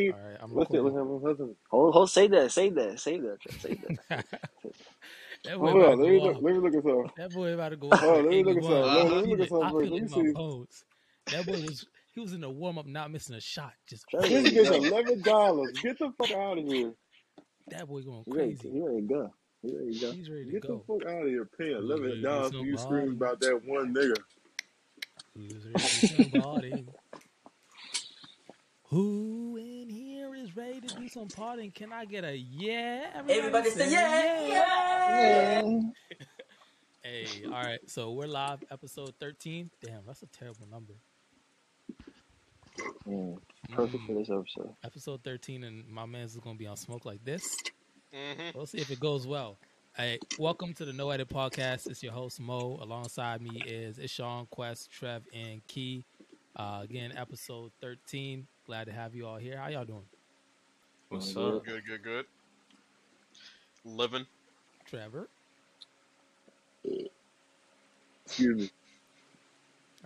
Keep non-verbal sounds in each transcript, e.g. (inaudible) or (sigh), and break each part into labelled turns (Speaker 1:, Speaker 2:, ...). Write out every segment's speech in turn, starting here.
Speaker 1: All right, I'm
Speaker 2: Let's see. Look
Speaker 1: recording.
Speaker 2: at my husband.
Speaker 3: Hold, hold, say that, say that, say that, say that.
Speaker 1: that boy
Speaker 2: Hold
Speaker 1: about to
Speaker 2: on. Let
Speaker 1: go
Speaker 2: me look.
Speaker 1: off.
Speaker 2: Let me look at something.
Speaker 1: That boy about to go off
Speaker 2: Hold
Speaker 1: with
Speaker 2: on. Let me look at
Speaker 1: 81.
Speaker 2: something. Let,
Speaker 1: I
Speaker 2: let
Speaker 3: Uh,
Speaker 2: me look at something first. Let
Speaker 1: feel it. I feel it
Speaker 2: me
Speaker 1: in my
Speaker 2: see.
Speaker 1: bones. That boy was he was in the warm up, not missing a shot. Just
Speaker 3: Trevor
Speaker 2: This
Speaker 3: ready to
Speaker 2: gets
Speaker 3: go.
Speaker 2: eleven dollars. Get the fuck out of here.
Speaker 1: (laughs) that boy going
Speaker 3: He ready,
Speaker 1: crazy.
Speaker 3: he ready to go. He ready to go.
Speaker 1: He's ready to
Speaker 2: Get the
Speaker 1: go.
Speaker 2: fuck out of here. Pay eleven
Speaker 1: Losers be
Speaker 2: dollars for
Speaker 1: so
Speaker 2: you screaming
Speaker 1: body.
Speaker 2: about that one nigga.
Speaker 1: Losers be so body. Who in here is ready to do some partying? Can I get a yeah? Everybody
Speaker 4: Everybody say
Speaker 1: say
Speaker 4: yeah,
Speaker 1: yeah.
Speaker 4: yeah.
Speaker 3: Yeah.
Speaker 1: (laughs) Hey, all right. So we're live, episode 13. Damn, that's a terrible number.
Speaker 3: Mm, perfect
Speaker 1: Mm,
Speaker 3: for this episode.
Speaker 1: episode 13, and my man's is gonna be on smoke like this.
Speaker 4: Mm-hmm.
Speaker 1: We'll see if it goes well. Hey, welcome to the No Edit Podcast. It's your host Mo. Alongside me is Ishan, Quest, Trev, and Key. Uh, again, episode 13. Glad to have you all here. How y'all doing?
Speaker 3: Doing
Speaker 4: What's
Speaker 3: good.
Speaker 4: up? Good, good, good. Living.
Speaker 1: Trevor,
Speaker 2: Excuse me.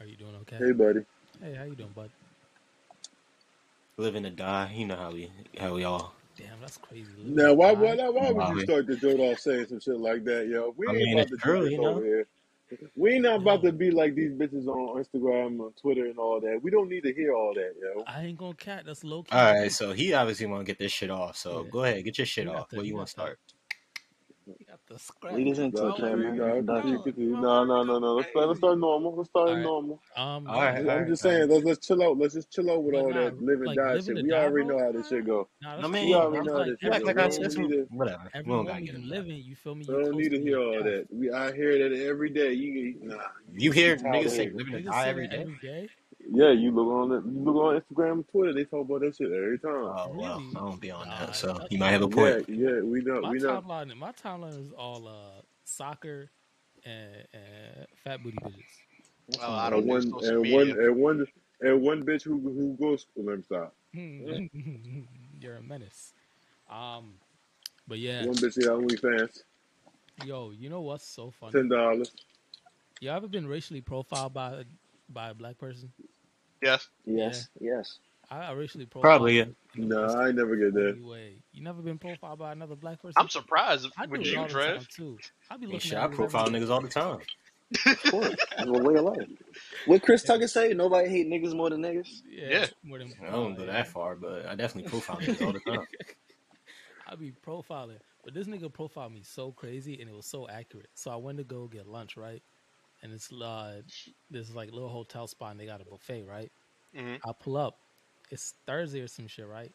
Speaker 1: are you doing okay?
Speaker 2: Hey, buddy.
Speaker 1: Hey, how you doing, bud?
Speaker 5: Living to die, you know how we how we all.
Speaker 1: Damn, that's crazy. Living
Speaker 2: Now,
Speaker 1: to
Speaker 2: why, why,
Speaker 1: die.
Speaker 2: now, why would
Speaker 5: Wow.
Speaker 2: you start the joke off saying some shit like that, yo? We
Speaker 5: I
Speaker 2: ain't
Speaker 5: mean,
Speaker 2: about to
Speaker 5: it's
Speaker 2: do
Speaker 5: true,
Speaker 2: this
Speaker 5: you
Speaker 2: over
Speaker 5: know.
Speaker 2: here. We ain't not about
Speaker 1: No,
Speaker 2: to be like these bitches on Instagram, on Twitter, and all that. We don't need to hear all that, yo.
Speaker 1: I ain't gonna cat. That's low key
Speaker 5: All right,
Speaker 1: deep.
Speaker 5: so he obviously want to get this shit off. So
Speaker 1: Yeah,
Speaker 5: go ahead, get your shit
Speaker 1: he got
Speaker 5: off.
Speaker 1: the
Speaker 5: Where
Speaker 1: he
Speaker 5: you want
Speaker 1: got
Speaker 5: to
Speaker 1: the
Speaker 5: start?
Speaker 1: he got the scrap.
Speaker 3: Lead us into
Speaker 2: Nah,
Speaker 3: a
Speaker 1: My
Speaker 2: continue,
Speaker 1: word,
Speaker 3: Trevor
Speaker 2: nah, continue,
Speaker 1: no,
Speaker 3: introduction.
Speaker 2: continue.
Speaker 1: my
Speaker 2: No,
Speaker 1: word
Speaker 2: no, no,
Speaker 1: go
Speaker 2: no. Let's start. Let's
Speaker 1: crazy.
Speaker 2: start normal. Let's
Speaker 1: All
Speaker 2: start
Speaker 1: right,
Speaker 2: normal.
Speaker 1: um,
Speaker 5: All right,
Speaker 1: no,
Speaker 2: I'm just,
Speaker 5: all
Speaker 2: I'm
Speaker 5: right,
Speaker 2: just
Speaker 5: all right.
Speaker 2: saying. Let's let's chill out. Let's just chill out with
Speaker 1: But
Speaker 2: all
Speaker 1: nah,
Speaker 2: that live and
Speaker 1: like
Speaker 2: die
Speaker 1: living
Speaker 2: shit.
Speaker 1: to
Speaker 2: We
Speaker 1: die,
Speaker 2: already know
Speaker 1: bro.
Speaker 2: how this
Speaker 1: Nah,
Speaker 2: shit go.
Speaker 1: nah,
Speaker 5: I
Speaker 1: that's
Speaker 2: We
Speaker 1: cool,
Speaker 5: mean,
Speaker 2: already
Speaker 1: bro.
Speaker 5: I'm
Speaker 1: It's
Speaker 2: know how
Speaker 1: like
Speaker 2: this shit
Speaker 5: like
Speaker 2: go.
Speaker 1: every
Speaker 5: like
Speaker 2: We
Speaker 5: I
Speaker 2: don't
Speaker 5: said,
Speaker 1: moment
Speaker 5: it's
Speaker 2: need
Speaker 1: you,
Speaker 5: from
Speaker 2: to.
Speaker 5: whatever. We
Speaker 1: every
Speaker 5: don't gotta
Speaker 1: moment
Speaker 5: get
Speaker 1: you
Speaker 5: into that.
Speaker 1: living, you feel me?
Speaker 2: We don't
Speaker 1: You
Speaker 2: need
Speaker 1: closer
Speaker 2: to
Speaker 1: to your
Speaker 2: hear all
Speaker 1: death.
Speaker 2: that. We I hear that every day. You, nah, you,
Speaker 5: You
Speaker 2: I'm
Speaker 5: hear
Speaker 2: tired
Speaker 5: niggas
Speaker 2: of
Speaker 5: say
Speaker 2: hearing it.
Speaker 5: living to
Speaker 1: Niggas
Speaker 5: die
Speaker 1: say
Speaker 5: every
Speaker 1: that
Speaker 5: day?
Speaker 1: every day.
Speaker 2: Yeah, you look on the, you look on Instagram, and Twitter. They talk about that shit every time.
Speaker 5: Oh well, I
Speaker 1: Really?
Speaker 5: don't be on that,
Speaker 1: Nah,
Speaker 5: so
Speaker 1: that's
Speaker 5: you might have a point.
Speaker 2: Yeah, yeah, we know,
Speaker 1: my
Speaker 2: we know.
Speaker 1: timeline. My timeline is all uh soccer and, and fat booty bitches.
Speaker 5: That's
Speaker 4: Well,
Speaker 5: not
Speaker 4: I
Speaker 5: good.
Speaker 2: And
Speaker 4: don't do
Speaker 2: one,
Speaker 4: social
Speaker 2: and one,
Speaker 4: media.
Speaker 2: and one, and one bitch who who goes. Let me stop. Eh,
Speaker 1: (laughs) You're a menace. Um, but yeah,
Speaker 2: One bitch got OnlyFans,
Speaker 1: yo, you know what's so funny?
Speaker 2: ten dollars.
Speaker 1: You ever been racially profiled by by a black person?
Speaker 4: Yes.
Speaker 1: Yeah,
Speaker 3: Yes, yes.
Speaker 1: I I racially profiled
Speaker 5: Probably. yeah.
Speaker 1: in, in the most
Speaker 2: Nah, I never get that.
Speaker 1: funny way. You never been profiled by another black
Speaker 4: I'm
Speaker 1: person?
Speaker 4: surprised
Speaker 1: I
Speaker 4: with
Speaker 1: do it
Speaker 4: you,
Speaker 1: all the time
Speaker 4: Trev.
Speaker 1: too. I be
Speaker 5: I mean,
Speaker 1: looking
Speaker 5: shit,
Speaker 1: at niggas
Speaker 5: I
Speaker 1: every
Speaker 5: profile
Speaker 1: day.
Speaker 5: niggas all the time.
Speaker 3: Of course. It's a way of life. What Chris
Speaker 1: Yeah,
Speaker 3: Tucker say? Nobody hate niggas more than niggas.
Speaker 1: yeah,
Speaker 4: yeah.
Speaker 1: more than
Speaker 5: I
Speaker 1: uh,
Speaker 5: don't go
Speaker 1: yeah.
Speaker 5: that far, but I definitely profile niggas all the
Speaker 1: (laughs)
Speaker 5: time.
Speaker 1: I be profiling, but this nigga profiled me so crazy and it was so accurate. So I went to go get lunch, right? And it's uh, this like little hotel spot and they got a buffet, right?
Speaker 4: Mm-hmm.
Speaker 1: I pull up. It's Thursday or some shit, right?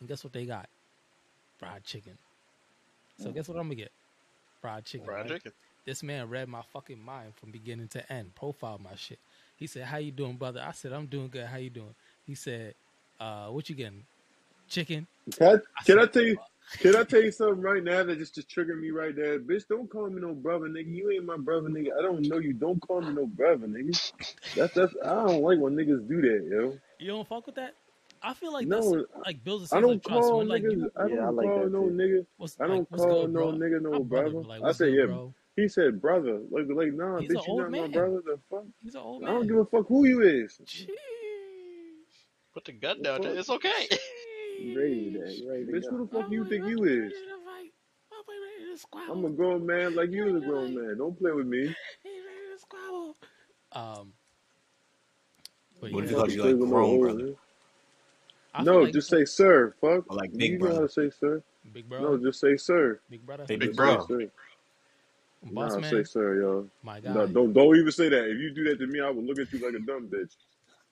Speaker 1: And guess what they got? Fried chicken. So
Speaker 2: Mm.
Speaker 1: guess what I'm gonna get? Fried chicken,
Speaker 4: Fried
Speaker 1: right?
Speaker 4: chicken.
Speaker 1: This man read my fucking mind from beginning to end, profiled my shit. He said, How you doing, brother? I said, I'm doing good. How you doing? He said, uh, what you getting? Chicken?
Speaker 2: Can I,
Speaker 1: I
Speaker 2: can I
Speaker 1: said,
Speaker 2: tell you?
Speaker 1: "Fuck."
Speaker 2: Can I tell you something right now that just, just triggered me right there? Bitch, don't call me no brother, nigga. You ain't my brother, nigga. I don't know you. Don't call me no brother, nigga. That's that's. I don't like when niggas do that, yo.
Speaker 1: You don't fuck with that? I feel like that's
Speaker 2: No,
Speaker 1: like builds a
Speaker 2: I
Speaker 1: sense of
Speaker 2: don't
Speaker 1: trust.
Speaker 2: call
Speaker 1: When like you
Speaker 2: niggas.
Speaker 1: know
Speaker 2: I
Speaker 3: Yeah, I
Speaker 2: don't
Speaker 3: like
Speaker 2: call
Speaker 3: that
Speaker 2: no
Speaker 3: too.
Speaker 2: nigga.
Speaker 1: what's
Speaker 2: I
Speaker 1: like
Speaker 2: don't
Speaker 1: what's
Speaker 2: call
Speaker 1: good,
Speaker 2: no
Speaker 1: bro?
Speaker 2: nigga no
Speaker 1: Not brother,
Speaker 2: brother.
Speaker 1: but like
Speaker 2: I
Speaker 1: what's
Speaker 2: said,
Speaker 1: good,
Speaker 2: yeah.
Speaker 1: bro?
Speaker 2: He said brother. Like like nah,
Speaker 1: He's an
Speaker 2: bitch, you
Speaker 1: old
Speaker 2: not my
Speaker 1: man.
Speaker 2: brother. The fuck?
Speaker 1: He's an old
Speaker 2: I don't
Speaker 1: man.
Speaker 2: give a fuck who you is.
Speaker 1: Jeez.
Speaker 4: Put the gun
Speaker 2: The
Speaker 4: down.
Speaker 2: fuck,
Speaker 4: Tre- It's okay. (laughs)
Speaker 1: (laughs)
Speaker 3: You ready today?
Speaker 1: Sheesh.
Speaker 3: You ready to
Speaker 2: bitch, who
Speaker 3: go?
Speaker 2: the
Speaker 1: My
Speaker 2: fuck you
Speaker 1: boy
Speaker 2: think
Speaker 1: Ray
Speaker 2: you is?
Speaker 1: ready to fight. My boy ready to
Speaker 2: I'm a
Speaker 1: squabble.
Speaker 2: grown man like
Speaker 1: He
Speaker 2: you is a
Speaker 1: ready to
Speaker 2: grown
Speaker 1: like
Speaker 2: man. Don't play with me.
Speaker 1: he ready to squabble. Um, but
Speaker 5: What
Speaker 2: You
Speaker 5: if he
Speaker 1: yeah,
Speaker 5: calls
Speaker 2: fucking
Speaker 5: you
Speaker 2: play
Speaker 5: like
Speaker 2: with no
Speaker 5: grown
Speaker 2: old
Speaker 5: brother
Speaker 2: nigga.
Speaker 1: I feel
Speaker 2: No,
Speaker 1: like
Speaker 2: just say sir. Fuck.
Speaker 5: or like big
Speaker 2: You know how
Speaker 5: brother?
Speaker 2: to say sir.
Speaker 1: big
Speaker 2: No,
Speaker 1: bro,
Speaker 2: just say sir.
Speaker 1: big brother,
Speaker 5: Hey, big
Speaker 4: Big
Speaker 2: Just say
Speaker 4: bro.
Speaker 5: bro.
Speaker 2: sir.
Speaker 1: boss
Speaker 2: Nah, say
Speaker 1: man,
Speaker 2: sir, y'all.
Speaker 1: my
Speaker 2: No,
Speaker 1: guy.
Speaker 2: don't don't even say that. If you do that to me, I will look at you like a dumb bitch.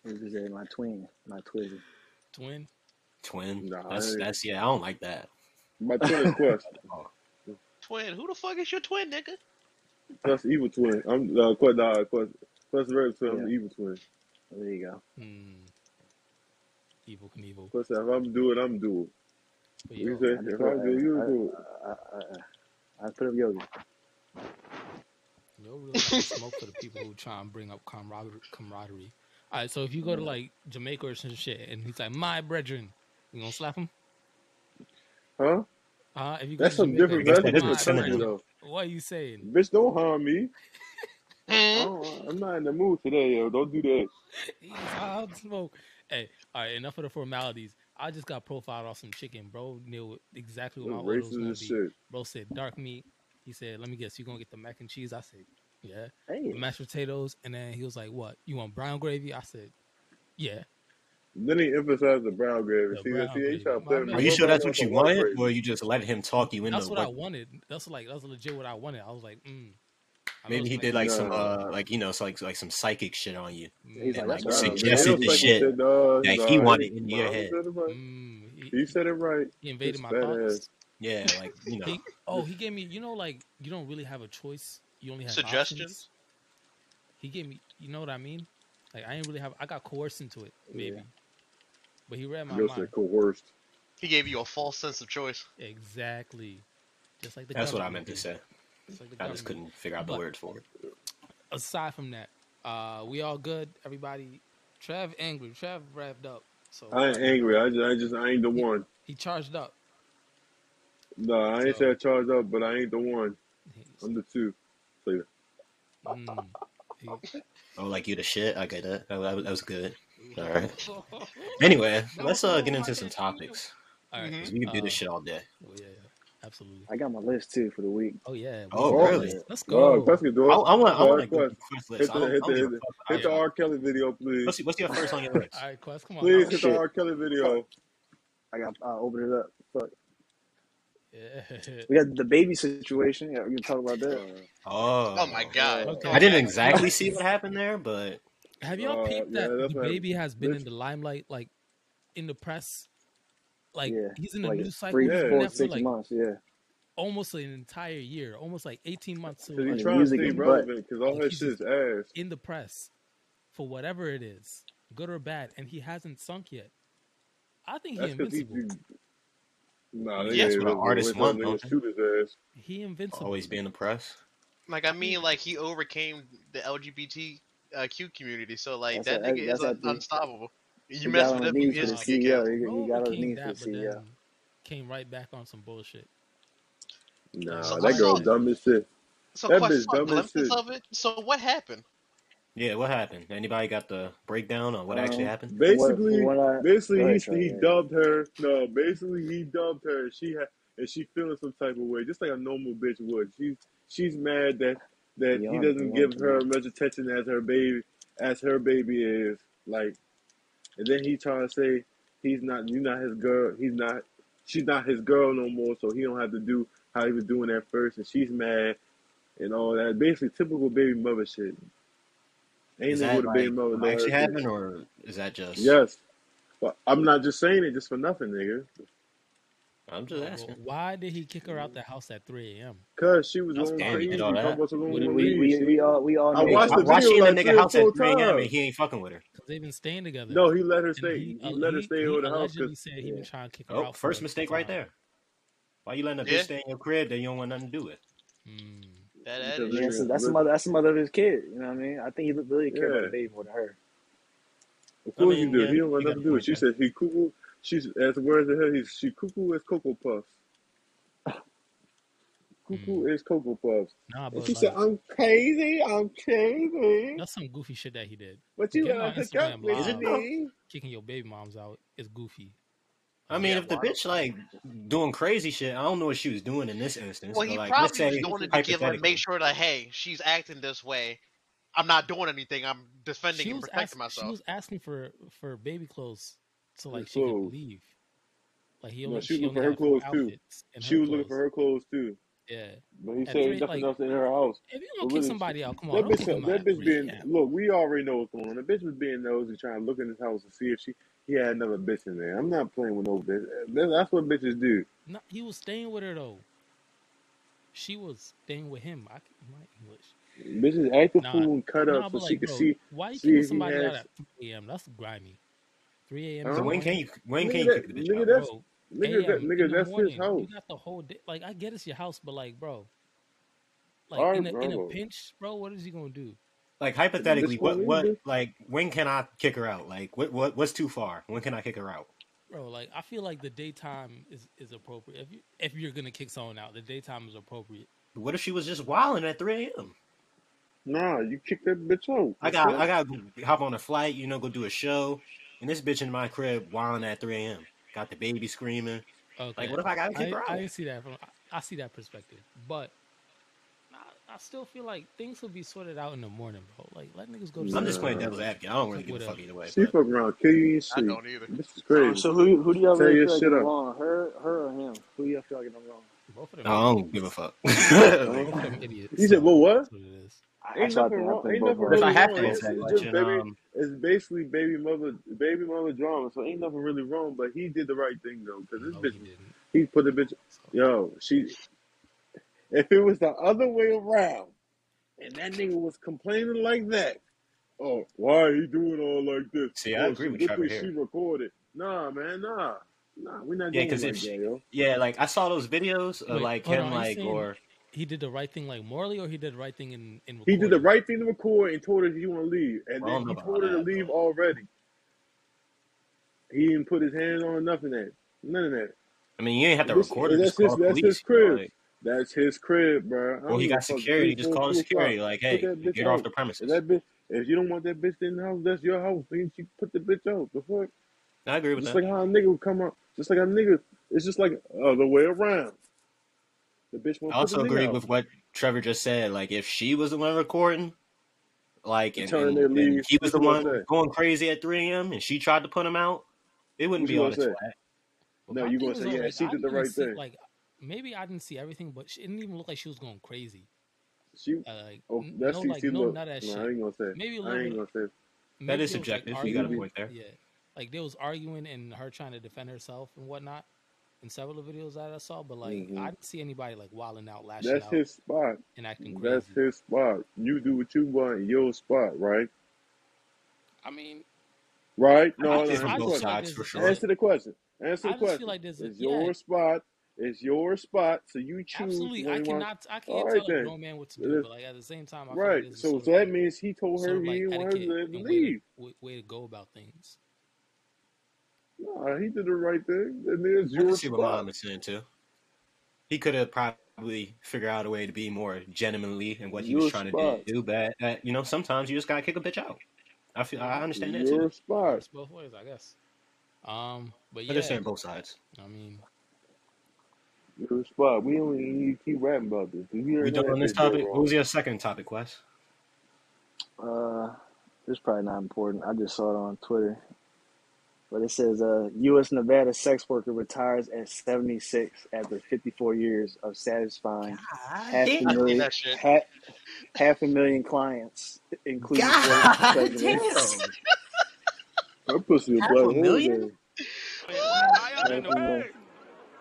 Speaker 3: What is that? My twin, my twizzy.
Speaker 1: twin.
Speaker 5: Twin.
Speaker 2: Nah, I
Speaker 5: That's
Speaker 2: ain't.
Speaker 5: that's yeah. I don't like that.
Speaker 2: My twin is Quest.
Speaker 5: Oh,
Speaker 4: Twin. Who the fuck is your twin, nigga?
Speaker 2: That's evil twin. I'm uh, Quest. Nah, Quest. Quest Red twin. I'm
Speaker 3: yeah,
Speaker 2: the evil twin.
Speaker 3: there you go.
Speaker 1: Hmm, evil Knievel.
Speaker 2: Quest said, if I'm do it, I'm do
Speaker 1: But
Speaker 2: it. He
Speaker 1: yo,
Speaker 2: said,
Speaker 3: I just
Speaker 2: if
Speaker 3: put
Speaker 2: I do it,
Speaker 3: uh,
Speaker 2: you
Speaker 3: I,
Speaker 2: do
Speaker 3: I, I, I, I put up yoga.
Speaker 1: Yo really like to smoke for the people who try and bring up camaraderie. camaraderie. All right, so if you go to
Speaker 3: Yeah.
Speaker 1: like Jamaica or some shit, and he's like, "My brethren," you gonna slap him?
Speaker 2: it. Huh?
Speaker 1: Uh, if you go
Speaker 2: That's
Speaker 1: to
Speaker 2: something
Speaker 1: Jamaica
Speaker 2: different.
Speaker 1: and
Speaker 5: like I
Speaker 2: That's different
Speaker 1: he's like,
Speaker 5: said, it's
Speaker 2: country
Speaker 1: "My
Speaker 5: obscenity.
Speaker 1: brethren,"
Speaker 2: though.
Speaker 1: what are you saying?
Speaker 2: Bitch, don't harm me. I
Speaker 1: Oh,
Speaker 4: Mm-hmm.
Speaker 2: don't, I'm not in the mood today, yo. Don't do that.
Speaker 1: He's out smoke. Hey, all right, enough of the formalities. I just got profiled off some chicken, bro. Knew exactly what my
Speaker 2: Look,
Speaker 1: order was
Speaker 2: racist
Speaker 1: gonna
Speaker 2: as
Speaker 1: be.
Speaker 2: shit.
Speaker 1: Bro said dark meat. He said, "Let me guess, you gonna get the mac and cheese?" I said, "Yeah." The
Speaker 3: Hey,
Speaker 1: mashed potatoes, and then he was like, "What? You want brown gravy?" I said, "Yeah."
Speaker 2: Then he emphasized the brown gravy.
Speaker 1: The
Speaker 2: see,
Speaker 1: brown
Speaker 2: that? see, they
Speaker 1: gravy.
Speaker 2: try to play
Speaker 1: Are
Speaker 2: them.
Speaker 5: Are you
Speaker 1: Well,
Speaker 5: sure that's
Speaker 2: Motherfuckers
Speaker 5: what you
Speaker 2: don't want
Speaker 5: wanted,
Speaker 2: gravy.
Speaker 5: or you just let him talk you into
Speaker 1: That's what I
Speaker 5: what?
Speaker 1: wanted. That's like that's legit what I wanted. I was like, mm. I know
Speaker 5: Maybe
Speaker 1: it's
Speaker 5: he
Speaker 1: mac
Speaker 5: did
Speaker 1: and
Speaker 5: like
Speaker 1: cheese.
Speaker 5: some,
Speaker 2: No.
Speaker 5: uh, like you know, so like like some psychic shit on you.
Speaker 3: He's
Speaker 1: Mm,
Speaker 3: like,
Speaker 5: And,
Speaker 3: that's what I
Speaker 5: like,
Speaker 2: Nah, man,
Speaker 5: suggested
Speaker 2: that's
Speaker 5: the
Speaker 2: like
Speaker 5: shit.
Speaker 2: said, nah,
Speaker 5: that
Speaker 2: nah,
Speaker 5: he
Speaker 2: he-
Speaker 5: wanted in your
Speaker 2: nah, he
Speaker 5: head.
Speaker 2: said it right.
Speaker 1: mm, he,
Speaker 2: He said it right.
Speaker 1: he
Speaker 2: His
Speaker 1: invaded my
Speaker 2: fat
Speaker 1: thoughts.
Speaker 2: ass.
Speaker 5: Yeah, like you know,
Speaker 1: He, oh, he gave me. You know, like you don't really have a choice. You only have
Speaker 4: Suggestions?
Speaker 1: options. He gave me. You know what I mean? Like I didn't really have. I got coerced into it, maybe.
Speaker 3: Yeah.
Speaker 1: But he read my
Speaker 2: Yo
Speaker 1: mind
Speaker 2: said coerced.
Speaker 4: He gave you a false sense
Speaker 1: (laughs)
Speaker 4: of choice.
Speaker 1: exactly. Just like the
Speaker 5: that's what I
Speaker 1: government
Speaker 5: meant to
Speaker 1: did.
Speaker 5: say.
Speaker 1: Just like the
Speaker 5: I just
Speaker 1: government.
Speaker 5: couldn't figure out the
Speaker 1: But-
Speaker 5: words for it.
Speaker 1: Aside from that, uh, we all good. Everybody, Trev angry. Trev wrapped up. So
Speaker 2: I ain't angry. I just, I just, I ain't the one.
Speaker 1: he charged up.
Speaker 2: Nah, I ain't
Speaker 1: So-
Speaker 2: say I charged up, but I ain't the one. I'm the two. Later.
Speaker 1: Mm. He-
Speaker 5: Oh, like you the shit. I get it. That, that was- that was good. All right.
Speaker 1: All
Speaker 5: Anyway,
Speaker 1: No,
Speaker 5: let's uh, get
Speaker 1: no,
Speaker 5: into
Speaker 1: I
Speaker 5: some
Speaker 1: can't
Speaker 5: topics.
Speaker 1: right.
Speaker 5: 'cause We can do this
Speaker 1: Uh,
Speaker 5: shit all day.
Speaker 1: Well, yeah, yeah, absolutely.
Speaker 3: I got my list too for the week.
Speaker 1: Oh yeah. we
Speaker 5: Oh,
Speaker 1: got
Speaker 5: really?
Speaker 1: it. Let's
Speaker 2: Oh,
Speaker 1: go.
Speaker 2: Pesky
Speaker 5: I,
Speaker 2: door.
Speaker 5: I want. I
Speaker 2: Hard
Speaker 5: want to go
Speaker 2: quest.
Speaker 5: through quest
Speaker 2: Hit
Speaker 5: list. I
Speaker 2: the,
Speaker 5: don't, I
Speaker 2: hit the,
Speaker 5: don't give a
Speaker 2: hit
Speaker 5: fuck.
Speaker 2: the,
Speaker 5: I
Speaker 2: hit the
Speaker 5: don't-
Speaker 2: R. Kelly video, please.
Speaker 5: What's, what's your first on your
Speaker 2: (laughs)
Speaker 5: list?
Speaker 1: All right, Quest. Come on.
Speaker 2: Please
Speaker 1: now.
Speaker 2: hit
Speaker 3: shit.
Speaker 2: the R. Kelly video.
Speaker 3: I got uh, open it up. Fuck.
Speaker 1: Yeah. (laughs)
Speaker 3: We got the baby situation. Yeah, we can talk about that.
Speaker 5: Oh,
Speaker 4: Oh my god.
Speaker 2: Uh,
Speaker 1: Okay.
Speaker 4: Don't
Speaker 5: I didn't
Speaker 4: act-
Speaker 5: exactly see what happened there, but
Speaker 1: Have y'all
Speaker 2: Uh,
Speaker 1: peeped
Speaker 2: yeah,
Speaker 1: that
Speaker 2: that's
Speaker 1: the
Speaker 2: what-
Speaker 1: baby has been in
Speaker 2: this-
Speaker 1: the limelight, like in the press, like
Speaker 3: yeah,
Speaker 1: he's in the
Speaker 3: like
Speaker 1: news cycle.
Speaker 3: three,
Speaker 1: He's been
Speaker 2: Yeah.
Speaker 3: four,
Speaker 1: there for
Speaker 3: six
Speaker 1: like
Speaker 3: months. Yeah,
Speaker 1: almost an entire year, almost like eighteen months. To,
Speaker 2: Cause he
Speaker 1: like,
Speaker 3: the
Speaker 2: trying to
Speaker 3: music
Speaker 2: stay
Speaker 3: is butt.
Speaker 2: relevant, cause all
Speaker 1: Like,
Speaker 2: that
Speaker 1: he's
Speaker 2: shit is ass.
Speaker 1: in the press for whatever it is, good or bad, and he hasn't sunk yet. I think he
Speaker 2: That's because he.
Speaker 1: invincible.
Speaker 2: he Nah, they
Speaker 5: Yeah, that's
Speaker 2: ain't
Speaker 5: what an
Speaker 2: invincible.
Speaker 5: artist
Speaker 2: Wait till
Speaker 5: want,
Speaker 2: niggas
Speaker 5: don't they?
Speaker 2: shoot his ass.
Speaker 1: He invincible.
Speaker 5: always be in the press.
Speaker 4: Like I mean, like he overcame the LGBTQ uh, community, so like
Speaker 3: That's
Speaker 4: that
Speaker 3: a-
Speaker 4: nigga
Speaker 3: that's
Speaker 4: is un-
Speaker 3: a-
Speaker 4: unstoppable. You
Speaker 3: he
Speaker 4: mess
Speaker 3: got on his
Speaker 4: with him, you
Speaker 3: knees for the E
Speaker 4: instantly kick out.
Speaker 3: CEO. He, he
Speaker 1: Bro
Speaker 3: got on his
Speaker 1: overcame
Speaker 3: knees for
Speaker 1: that,
Speaker 3: the
Speaker 1: but
Speaker 3: E CEO.
Speaker 1: then came right back on some bullshit.
Speaker 2: Nah,
Speaker 1: So-
Speaker 2: that girl
Speaker 4: so-
Speaker 2: dumb as shit.
Speaker 4: So
Speaker 2: That
Speaker 4: Quest
Speaker 2: bitch
Speaker 4: saw
Speaker 2: dumb as
Speaker 4: glimpses
Speaker 2: shit.
Speaker 4: of it. So what happened?
Speaker 5: Yeah, what happened? Anybody got the breakdown on what actually
Speaker 3: Um,
Speaker 5: happened?
Speaker 3: from what-
Speaker 2: Basically,
Speaker 3: from what I-
Speaker 2: basically
Speaker 3: go
Speaker 2: he
Speaker 3: ahead, Trey,
Speaker 2: he
Speaker 3: yeah.
Speaker 2: dubbed her. No, basically he dubbed her. And she had and she feeling some type of way, just like a normal bitch would. She's she's mad that that he
Speaker 3: Beyond-
Speaker 2: doesn't
Speaker 3: beyond
Speaker 2: give her
Speaker 3: tonight.
Speaker 2: much attention as her baby as her baby is like. And then he trying to say he's not you not his girl. He's not she's not his girl no more. So he don't have to do how he was doing at first. And she's mad and all that. Basically, typical baby mother shit. Ain't
Speaker 5: Is
Speaker 2: no
Speaker 5: that
Speaker 2: with a baby
Speaker 5: like
Speaker 2: mother
Speaker 5: what
Speaker 2: know her
Speaker 5: actually
Speaker 2: shit.
Speaker 5: happened, or is that just?
Speaker 2: Yes. But I'm not just saying it just for nothing, nigga.
Speaker 5: I'm just
Speaker 1: Well,
Speaker 5: asking.
Speaker 1: why did he kick her out the house at 3 a.m.?
Speaker 2: Cause she was
Speaker 5: That's
Speaker 2: going
Speaker 5: damn, he did
Speaker 2: crazy.
Speaker 5: all that.
Speaker 2: How much alone
Speaker 1: With a
Speaker 2: with
Speaker 3: We, we,
Speaker 2: Reeves?
Speaker 3: we all we all
Speaker 2: I
Speaker 3: know
Speaker 5: Hey,
Speaker 2: watched
Speaker 5: why,
Speaker 2: the
Speaker 3: that.
Speaker 5: why
Speaker 2: video
Speaker 5: she in
Speaker 2: like
Speaker 5: the
Speaker 2: three
Speaker 5: nigga
Speaker 2: or
Speaker 5: house at
Speaker 2: four
Speaker 5: 3 a.m. and
Speaker 2: times.
Speaker 5: he ain't fucking with her?
Speaker 1: Because they've been staying together.
Speaker 2: No, he let her
Speaker 1: And
Speaker 2: stay. He,
Speaker 1: uh,
Speaker 2: let her stay
Speaker 1: he
Speaker 2: over the house.
Speaker 1: allegedly
Speaker 2: Cause
Speaker 1: said he been
Speaker 3: yeah.
Speaker 1: trying to kick her
Speaker 5: Oh,
Speaker 1: out. for
Speaker 5: first
Speaker 1: a
Speaker 5: mistake right
Speaker 1: time.
Speaker 5: there. Why you letting a
Speaker 4: Yeah.
Speaker 5: bitch stay in your crib that you don't want nothing to do with?
Speaker 1: Mm.
Speaker 4: That, that
Speaker 2: Because
Speaker 4: is
Speaker 2: they-
Speaker 3: Yeah,
Speaker 4: true.
Speaker 3: so that's the mother. That's the mother of his kid. You know what I mean? I think he really cared about
Speaker 2: Yeah.
Speaker 3: the baby more than her.
Speaker 2: of
Speaker 5: I
Speaker 2: course
Speaker 5: mean,
Speaker 2: you do.
Speaker 5: yeah,
Speaker 2: He don't want
Speaker 5: you got
Speaker 2: nothing
Speaker 5: a
Speaker 2: to do with.
Speaker 5: point
Speaker 2: it. She
Speaker 5: there.
Speaker 2: said he cuckoo. She's as words of her. He's she cuckoo as cocoa puffs. Cuckoo is cocoa puffs.
Speaker 1: Nah,
Speaker 2: And
Speaker 1: but
Speaker 2: she said,
Speaker 1: like,
Speaker 2: "I'm crazy. I'm crazy."
Speaker 1: that's some goofy shit that he did.
Speaker 2: But you
Speaker 1: Getting
Speaker 2: wanna
Speaker 1: on
Speaker 2: hook up
Speaker 1: Instagram
Speaker 5: Is
Speaker 2: with
Speaker 5: it
Speaker 1: live,
Speaker 5: though?
Speaker 2: me?
Speaker 1: kicking your baby moms out is goofy.
Speaker 5: I mean,
Speaker 4: Yeah.
Speaker 5: if the
Speaker 4: Why?
Speaker 5: bitch like doing crazy shit, I don't know what she was doing in this instance,
Speaker 4: Well,
Speaker 5: but
Speaker 4: he
Speaker 5: like let's
Speaker 4: probably was
Speaker 5: say
Speaker 4: doing it to give her
Speaker 5: hypothetically,
Speaker 4: make sure that hey, she's acting this way. I'm not doing anything. I'm defending
Speaker 1: She
Speaker 4: and
Speaker 1: was
Speaker 4: protecting
Speaker 1: ask, she
Speaker 4: myself.
Speaker 1: was asking for for baby clothes, so
Speaker 2: Her
Speaker 1: like she could
Speaker 2: clothes.
Speaker 1: leave. Like he
Speaker 2: No,
Speaker 1: only
Speaker 2: she was
Speaker 1: she
Speaker 2: looking
Speaker 1: only
Speaker 2: for her
Speaker 1: had four
Speaker 2: clothes too.
Speaker 1: outfits and
Speaker 2: She
Speaker 1: her
Speaker 2: was looking for
Speaker 1: clothes.
Speaker 2: her clothes too.
Speaker 1: Yeah.
Speaker 2: But he
Speaker 1: At
Speaker 2: said
Speaker 1: three,
Speaker 2: ain't
Speaker 1: like
Speaker 2: nothing else in her house.
Speaker 1: if you
Speaker 2: But
Speaker 1: don't kick
Speaker 2: really,
Speaker 1: somebody out, come on,
Speaker 2: That
Speaker 1: don't kick
Speaker 2: bitch,
Speaker 1: them out
Speaker 2: that
Speaker 1: at
Speaker 2: bitch
Speaker 1: three.
Speaker 2: being
Speaker 1: Yeah.
Speaker 2: look. We already know what's going on. The bitch was being nosy, trying to look in his house to see if she he had another bitch in there. I'm not playing with no bitch. That- That's what bitches do.
Speaker 1: No, he was staying with her though. She was staying with him. I can my English.
Speaker 2: Bitches act the
Speaker 1: Nah,
Speaker 2: fool and cut
Speaker 1: nah,
Speaker 2: up so
Speaker 1: but
Speaker 2: she
Speaker 1: like,
Speaker 2: could
Speaker 1: bro,
Speaker 2: see
Speaker 1: why you
Speaker 2: see
Speaker 1: kicking
Speaker 2: if he
Speaker 1: somebody out
Speaker 2: has.
Speaker 1: at three a.m.? That's grimy. Three a.m. in
Speaker 5: so
Speaker 1: the
Speaker 2: Huh?
Speaker 5: when can
Speaker 1: morning,
Speaker 5: you when can
Speaker 2: Nigga,
Speaker 5: you kick
Speaker 2: that
Speaker 5: the bitch
Speaker 2: nigga,
Speaker 5: out?
Speaker 2: that's
Speaker 1: bro.
Speaker 2: nigga, that
Speaker 1: A.m. in
Speaker 2: nigga,
Speaker 1: the
Speaker 2: that's his
Speaker 1: morning. You
Speaker 2: house.
Speaker 1: got the whole day. Like, I get it's your house, but like, bro, like
Speaker 2: All
Speaker 1: in
Speaker 2: right,
Speaker 1: a in a
Speaker 2: bro.
Speaker 1: pinch, bro, what is he gonna do?
Speaker 2: The
Speaker 5: Like
Speaker 2: bitch
Speaker 5: hypothetically,
Speaker 2: gonna
Speaker 5: what
Speaker 2: leave,
Speaker 5: what
Speaker 2: bitch.
Speaker 5: like when can I kick her out? Like what what what's too far? When can I kick her out?
Speaker 1: Bro, like I feel like the daytime is, is appropriate. If you if you're gonna kick someone out, the daytime is appropriate.
Speaker 5: What if she was just wilding at 3 a.m.?
Speaker 2: Nah, you kick that bitch out.
Speaker 5: I
Speaker 2: That's
Speaker 5: got
Speaker 2: it.
Speaker 5: I got to hop on a flight, you know, go do a show, and this bitch in my crib wilding at 3 a.m. Got the baby screaming.
Speaker 1: Okay.
Speaker 5: Like, what if I gotta kick
Speaker 1: I,
Speaker 5: her out?
Speaker 1: I see that from I see that perspective, but I, I still feel like things will be sorted out in the morning, bro. Like let niggas go. to
Speaker 5: I'm just
Speaker 1: sleep.
Speaker 5: playing devil's advocate. I don't really give a
Speaker 1: Whatever.
Speaker 5: fuck either way.
Speaker 2: Uh, She
Speaker 5: but-
Speaker 2: fuck around, kill you and
Speaker 4: I
Speaker 2: shit.
Speaker 4: don't either.
Speaker 2: This is
Speaker 3: Um,
Speaker 2: crazy.
Speaker 3: so who who do y'all
Speaker 2: Tear
Speaker 3: really
Speaker 2: your
Speaker 3: feel like
Speaker 2: shit
Speaker 3: is
Speaker 2: up.
Speaker 3: wrong? Her her or him? Who do y'all feel like is wrong?
Speaker 1: Both of them.
Speaker 5: No, I don't give
Speaker 2: (laughs)
Speaker 5: a fuck.
Speaker 1: both of
Speaker 5: Like,
Speaker 1: them idiots.
Speaker 2: You said,
Speaker 1: so
Speaker 2: well, what?
Speaker 1: that's it is.
Speaker 3: I,
Speaker 2: Ain't
Speaker 3: that's what
Speaker 2: nothing
Speaker 3: I think. I
Speaker 2: wrong-
Speaker 3: think
Speaker 2: ain't
Speaker 3: both
Speaker 2: nothing
Speaker 3: of them.
Speaker 5: if
Speaker 2: really
Speaker 5: I have
Speaker 2: wrong.
Speaker 5: to answer that
Speaker 2: It's just
Speaker 5: question,
Speaker 2: baby-
Speaker 5: um,
Speaker 2: It's basically baby mother, baby mama drama. So ain't nothing really wrong. But he did the right thing though, because this
Speaker 1: No, he
Speaker 2: bitch,
Speaker 1: didn't.
Speaker 2: he put the bitch.
Speaker 1: So,
Speaker 2: Yo, she. If it was the other way around, and that nigga was complaining like that, oh, why he doing all like this?
Speaker 5: see, I
Speaker 2: Oh,
Speaker 5: agree
Speaker 2: she,
Speaker 5: with
Speaker 2: good
Speaker 5: Trevor
Speaker 2: thing she
Speaker 5: here.
Speaker 2: recorded. Nah, man, nah, nah. We're not
Speaker 5: Yeah,
Speaker 2: going
Speaker 5: because
Speaker 2: like
Speaker 5: if
Speaker 2: that,
Speaker 5: she,
Speaker 2: yo.
Speaker 5: yeah, like I saw those videos of
Speaker 1: Wait,
Speaker 5: like
Speaker 1: hold
Speaker 5: him,
Speaker 1: on, you
Speaker 5: like
Speaker 1: saying-
Speaker 5: or
Speaker 1: He did the right thing, like morally, or he did the right thing in in
Speaker 2: He
Speaker 1: recording.
Speaker 2: did the right thing to record and told her he want to leave, and
Speaker 5: I
Speaker 2: then
Speaker 5: don't know
Speaker 2: he
Speaker 5: about all
Speaker 2: told her to
Speaker 5: that,
Speaker 2: leave
Speaker 5: but
Speaker 2: already. He didn't put his hand on nothing that, none of that.
Speaker 5: I mean, you ain't have to
Speaker 2: This,
Speaker 5: record it.
Speaker 2: that's
Speaker 5: Just
Speaker 2: his,
Speaker 5: call
Speaker 2: that's his
Speaker 5: police. You know,
Speaker 2: crib.
Speaker 5: like,
Speaker 2: That's his crib, bro. I
Speaker 5: or
Speaker 2: don't
Speaker 5: he
Speaker 2: give a
Speaker 5: got
Speaker 2: fuck. Three,
Speaker 5: security. Just
Speaker 2: four,
Speaker 5: call the
Speaker 2: two o'clock.
Speaker 5: security. Like,
Speaker 2: Put
Speaker 5: hey,
Speaker 2: that bitch
Speaker 5: get off
Speaker 2: out.
Speaker 5: the
Speaker 2: If
Speaker 5: premises.
Speaker 2: that bitch, if you don't want that bitch in the house, that's your house. Then she put the bitch out. The fuck?
Speaker 5: I agree with
Speaker 2: Just
Speaker 5: that.
Speaker 2: like how a nigga would come out. Just like a nigga. It's just like other way around. The bitch won't
Speaker 5: I
Speaker 2: put the
Speaker 5: also
Speaker 2: nigga
Speaker 5: agree
Speaker 2: out.
Speaker 5: with what Trevor just said. Like, if she was the one recording, like,
Speaker 2: You
Speaker 5: and,
Speaker 2: tell her
Speaker 5: and,
Speaker 2: nigga
Speaker 5: and
Speaker 2: leave.
Speaker 5: he was
Speaker 2: What
Speaker 5: the
Speaker 2: you gonna
Speaker 5: one
Speaker 2: say?
Speaker 5: going crazy at 3 a.m. and she tried to put him out, it wouldn't
Speaker 2: What
Speaker 5: be
Speaker 2: you
Speaker 5: all
Speaker 2: gonna
Speaker 5: this
Speaker 2: say?
Speaker 5: flat.
Speaker 2: No,
Speaker 1: My
Speaker 2: you
Speaker 1: thing
Speaker 2: gonna
Speaker 1: is
Speaker 2: say
Speaker 1: though,
Speaker 2: yeah?
Speaker 1: like
Speaker 2: She
Speaker 1: I
Speaker 2: did the
Speaker 1: didn't
Speaker 2: right
Speaker 1: see
Speaker 2: thing.
Speaker 1: like maybe I didn't see everything, but she it didn't even look like she was going crazy.
Speaker 2: She.
Speaker 1: Uh, like
Speaker 2: Oh,
Speaker 1: n-
Speaker 2: that's
Speaker 1: no,
Speaker 2: she.
Speaker 1: like
Speaker 2: She
Speaker 1: no,
Speaker 2: look.
Speaker 1: none of that
Speaker 2: No,
Speaker 1: shit.
Speaker 2: I ain't gonna say.
Speaker 1: Maybe a
Speaker 2: I
Speaker 1: little
Speaker 2: ain't
Speaker 1: bit.
Speaker 2: gonna say.
Speaker 5: That
Speaker 1: Maybe
Speaker 5: is
Speaker 1: it was like
Speaker 5: subjective. You got a
Speaker 1: arguing.
Speaker 2: be-
Speaker 5: point there.
Speaker 1: Yeah, like they was arguing and her trying to defend herself and whatnot in several of the videos that I saw. But like
Speaker 5: Mm-hmm.
Speaker 2: hmm
Speaker 1: I didn't see anybody like wilding out, lashing
Speaker 2: That's
Speaker 1: out,
Speaker 2: his spot.
Speaker 1: and acting
Speaker 2: That's
Speaker 1: crazy.
Speaker 2: his spot. You do what you want in your spot, right?
Speaker 1: I mean,
Speaker 2: Right?
Speaker 5: I
Speaker 2: No,
Speaker 1: I
Speaker 5: see it
Speaker 1: just
Speaker 2: answer
Speaker 5: from
Speaker 2: the
Speaker 1: I just
Speaker 5: both
Speaker 2: question.
Speaker 1: feel like
Speaker 5: sides
Speaker 1: there's
Speaker 5: for
Speaker 1: there's
Speaker 5: sure.
Speaker 1: a
Speaker 2: Answer the question. Answer the
Speaker 1: I just feel
Speaker 2: question.
Speaker 1: like there's a
Speaker 2: It's
Speaker 1: yeah
Speaker 2: your spot. It's your spot. So you choose
Speaker 1: absolutely. I
Speaker 2: when you want.
Speaker 1: cannot I
Speaker 2: All
Speaker 1: can't
Speaker 2: right
Speaker 1: tell a
Speaker 2: then.
Speaker 1: grown man what to do,
Speaker 2: It is-
Speaker 1: but like at the same time I feel like
Speaker 2: Right.
Speaker 1: there's a
Speaker 2: So,
Speaker 1: sort
Speaker 2: so
Speaker 1: of
Speaker 2: that
Speaker 1: like
Speaker 2: means he told
Speaker 1: sort
Speaker 2: her
Speaker 1: of
Speaker 2: he
Speaker 1: like
Speaker 2: didn't want her
Speaker 1: etiquette
Speaker 2: to
Speaker 1: and way to
Speaker 2: leave.
Speaker 1: w- way to go about things.
Speaker 2: Nah, he did the right thing. And then it's
Speaker 5: I can
Speaker 2: your
Speaker 5: see what
Speaker 2: spot.
Speaker 5: Muhammad is saying too. He could have probably figured out a way to be more gentlemanly in what he was
Speaker 2: Your
Speaker 5: trying to
Speaker 2: spot.
Speaker 5: do, but uh, you know, sometimes you just gotta kick a bitch out. I feel I
Speaker 1: Yeah,
Speaker 5: understand that too.
Speaker 2: Your spot.
Speaker 1: works both ways, I guess. Um, but
Speaker 5: I just
Speaker 1: yeah,
Speaker 5: saying both sides.
Speaker 1: I mean,
Speaker 2: Your spot. We don't even need to keep rapping about this. You
Speaker 5: We
Speaker 2: already
Speaker 5: done
Speaker 2: know
Speaker 5: on
Speaker 2: that
Speaker 5: this
Speaker 2: bitch did
Speaker 5: topic. What
Speaker 2: wrong.
Speaker 5: was your second topic, Wes?
Speaker 3: Uh, it's probably not important. I just saw it on Twitter, but it says uh, U.S. Nevada sex worker retires at 76 after 54 years of satisfying
Speaker 5: God
Speaker 3: half a
Speaker 4: I
Speaker 5: damn!
Speaker 4: seen
Speaker 3: million
Speaker 4: that
Speaker 5: (laughs)
Speaker 4: shit.
Speaker 3: half, half a million clients, including
Speaker 1: (laughs)
Speaker 3: former
Speaker 5: God
Speaker 3: presidents.
Speaker 5: damn!
Speaker 2: Her pussy a
Speaker 5: Half
Speaker 2: black
Speaker 5: a
Speaker 2: hole
Speaker 5: million?
Speaker 2: game.
Speaker 6: I am in
Speaker 3: Half a million.
Speaker 6: pain.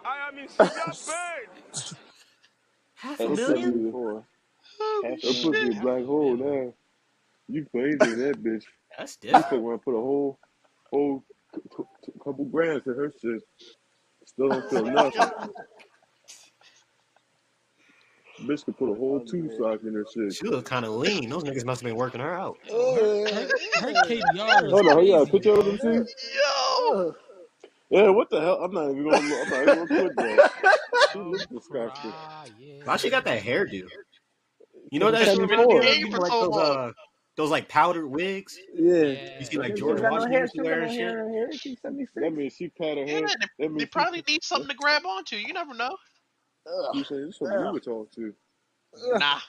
Speaker 6: I am in severe pain.
Speaker 5: Half a
Speaker 2: Her
Speaker 3: It's
Speaker 5: million?
Speaker 2: pussy.
Speaker 3: 74.
Speaker 4: Holy
Speaker 3: Half a
Speaker 2: Her pussy a
Speaker 3: million.
Speaker 4: Oh, shit.
Speaker 1: half
Speaker 2: black
Speaker 1: a
Speaker 2: hole
Speaker 1: mil.
Speaker 2: now. You played in that bitch.
Speaker 5: That's
Speaker 2: She fuck
Speaker 5: different.
Speaker 2: around, put a whole, whole c- c- c- couple grams in her shit. Still don't
Speaker 5: (laughs)
Speaker 2: feel nothing. Bitch could put a whole
Speaker 3: I'm
Speaker 2: two
Speaker 3: dead.
Speaker 2: sock in her shit.
Speaker 5: She looked kind of lean. Those niggas must have been working her out.
Speaker 1: Yo, her
Speaker 3: Oh.
Speaker 1: her her KDR was
Speaker 2: Hold on, hold on.
Speaker 1: crazy,
Speaker 2: Put your other
Speaker 1: bro.
Speaker 2: two.
Speaker 4: (laughs) Yo.
Speaker 2: Yeah, what the hell? I'm not even gonna. Look, I'm not even gonna put that. She
Speaker 1: I'm
Speaker 2: looks disgusting.
Speaker 1: ah,
Speaker 5: Why she got
Speaker 1: crying.
Speaker 5: that hairdo? You know
Speaker 2: Cause
Speaker 5: what
Speaker 2: it's
Speaker 4: Bitch
Speaker 5: that shit
Speaker 4: was in
Speaker 5: reminds me
Speaker 4: the
Speaker 2: 74.
Speaker 5: of?
Speaker 4: game
Speaker 5: You know,
Speaker 4: for
Speaker 5: like
Speaker 4: so
Speaker 5: those
Speaker 4: long.
Speaker 5: uh, those like powdered wigs.
Speaker 2: (laughs) Yeah,
Speaker 5: You
Speaker 1: Yeah,
Speaker 5: see,
Speaker 2: that
Speaker 5: like
Speaker 2: bitch
Speaker 5: George
Speaker 2: got no.
Speaker 5: Washington used
Speaker 3: She
Speaker 5: to
Speaker 3: don't got
Speaker 5: wear and
Speaker 3: no
Speaker 5: shit.
Speaker 3: hair on her hair. She's
Speaker 2: That
Speaker 3: 76.
Speaker 2: means she pat her
Speaker 4: Yeah,
Speaker 2: hair.
Speaker 4: they,
Speaker 2: That
Speaker 4: they
Speaker 2: means she.
Speaker 4: probably need something to grab onto. You never know.
Speaker 3: Ugh.
Speaker 2: She saying this from you
Speaker 3: Ugh.
Speaker 2: would talk to
Speaker 3: Ugh.
Speaker 4: Nah.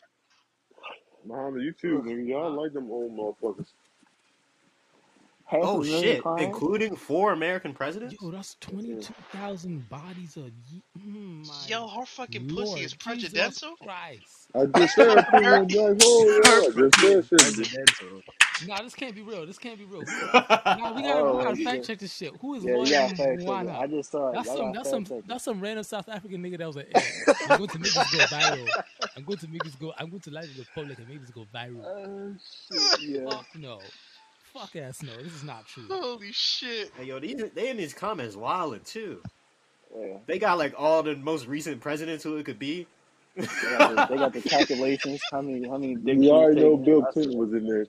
Speaker 2: Muhammad. You too,
Speaker 3: Ugh.
Speaker 2: nigga. Y'all
Speaker 1: huh?
Speaker 2: like them old motherfuckers.
Speaker 3: Half a
Speaker 5: Oh
Speaker 3: million
Speaker 5: shit!
Speaker 3: clients?
Speaker 5: Including four American
Speaker 1: Yo,
Speaker 5: presidents.
Speaker 1: that's
Speaker 2: Yeah.
Speaker 1: twenty-two thousand bodies a year. Mm, (laughs) my
Speaker 4: Yo, her fucking pussy is
Speaker 1: lord, Jesus
Speaker 4: prejudicial.
Speaker 1: Christ!
Speaker 2: I just said
Speaker 4: Her,
Speaker 2: female black hole.
Speaker 5: Her
Speaker 2: Yeah, I just
Speaker 5: pussy
Speaker 2: said shit.
Speaker 5: is presidential.
Speaker 1: Nah, this can't be real. This can't be
Speaker 3: (laughs)
Speaker 1: real. Who? Nah, we gotta we
Speaker 3: Oh,
Speaker 1: gotta
Speaker 3: you
Speaker 1: fact
Speaker 3: just
Speaker 1: check this shit. Who is
Speaker 3: yeah, you
Speaker 1: Lloyd
Speaker 3: gotta fact check it.
Speaker 1: Mwana?
Speaker 3: I just saw it.
Speaker 1: That's
Speaker 3: Y'all
Speaker 1: some
Speaker 3: gotta
Speaker 1: that's
Speaker 3: fact
Speaker 1: some
Speaker 3: check it.
Speaker 1: that's some random South African nigga that was like,
Speaker 3: (laughs)
Speaker 1: yeah, I'm going to make this go viral. I'm going to make this go. I'm going to lie to the public and make this go viral.
Speaker 3: Oh shit, yeah.
Speaker 1: Fuck no, fuck ass no. This is not true.
Speaker 4: (laughs) holy shit.
Speaker 5: Hey yo, these they in these comments wildin' too.
Speaker 3: Yeah.
Speaker 5: They got like all the most recent presidents who it could be.
Speaker 3: They got the
Speaker 1: (laughs)
Speaker 3: they got the calculations, how many how many dicks
Speaker 2: We
Speaker 3: she's
Speaker 2: already know
Speaker 3: taking.
Speaker 2: Bill
Speaker 3: I
Speaker 2: Clinton
Speaker 3: swear.
Speaker 2: was in there.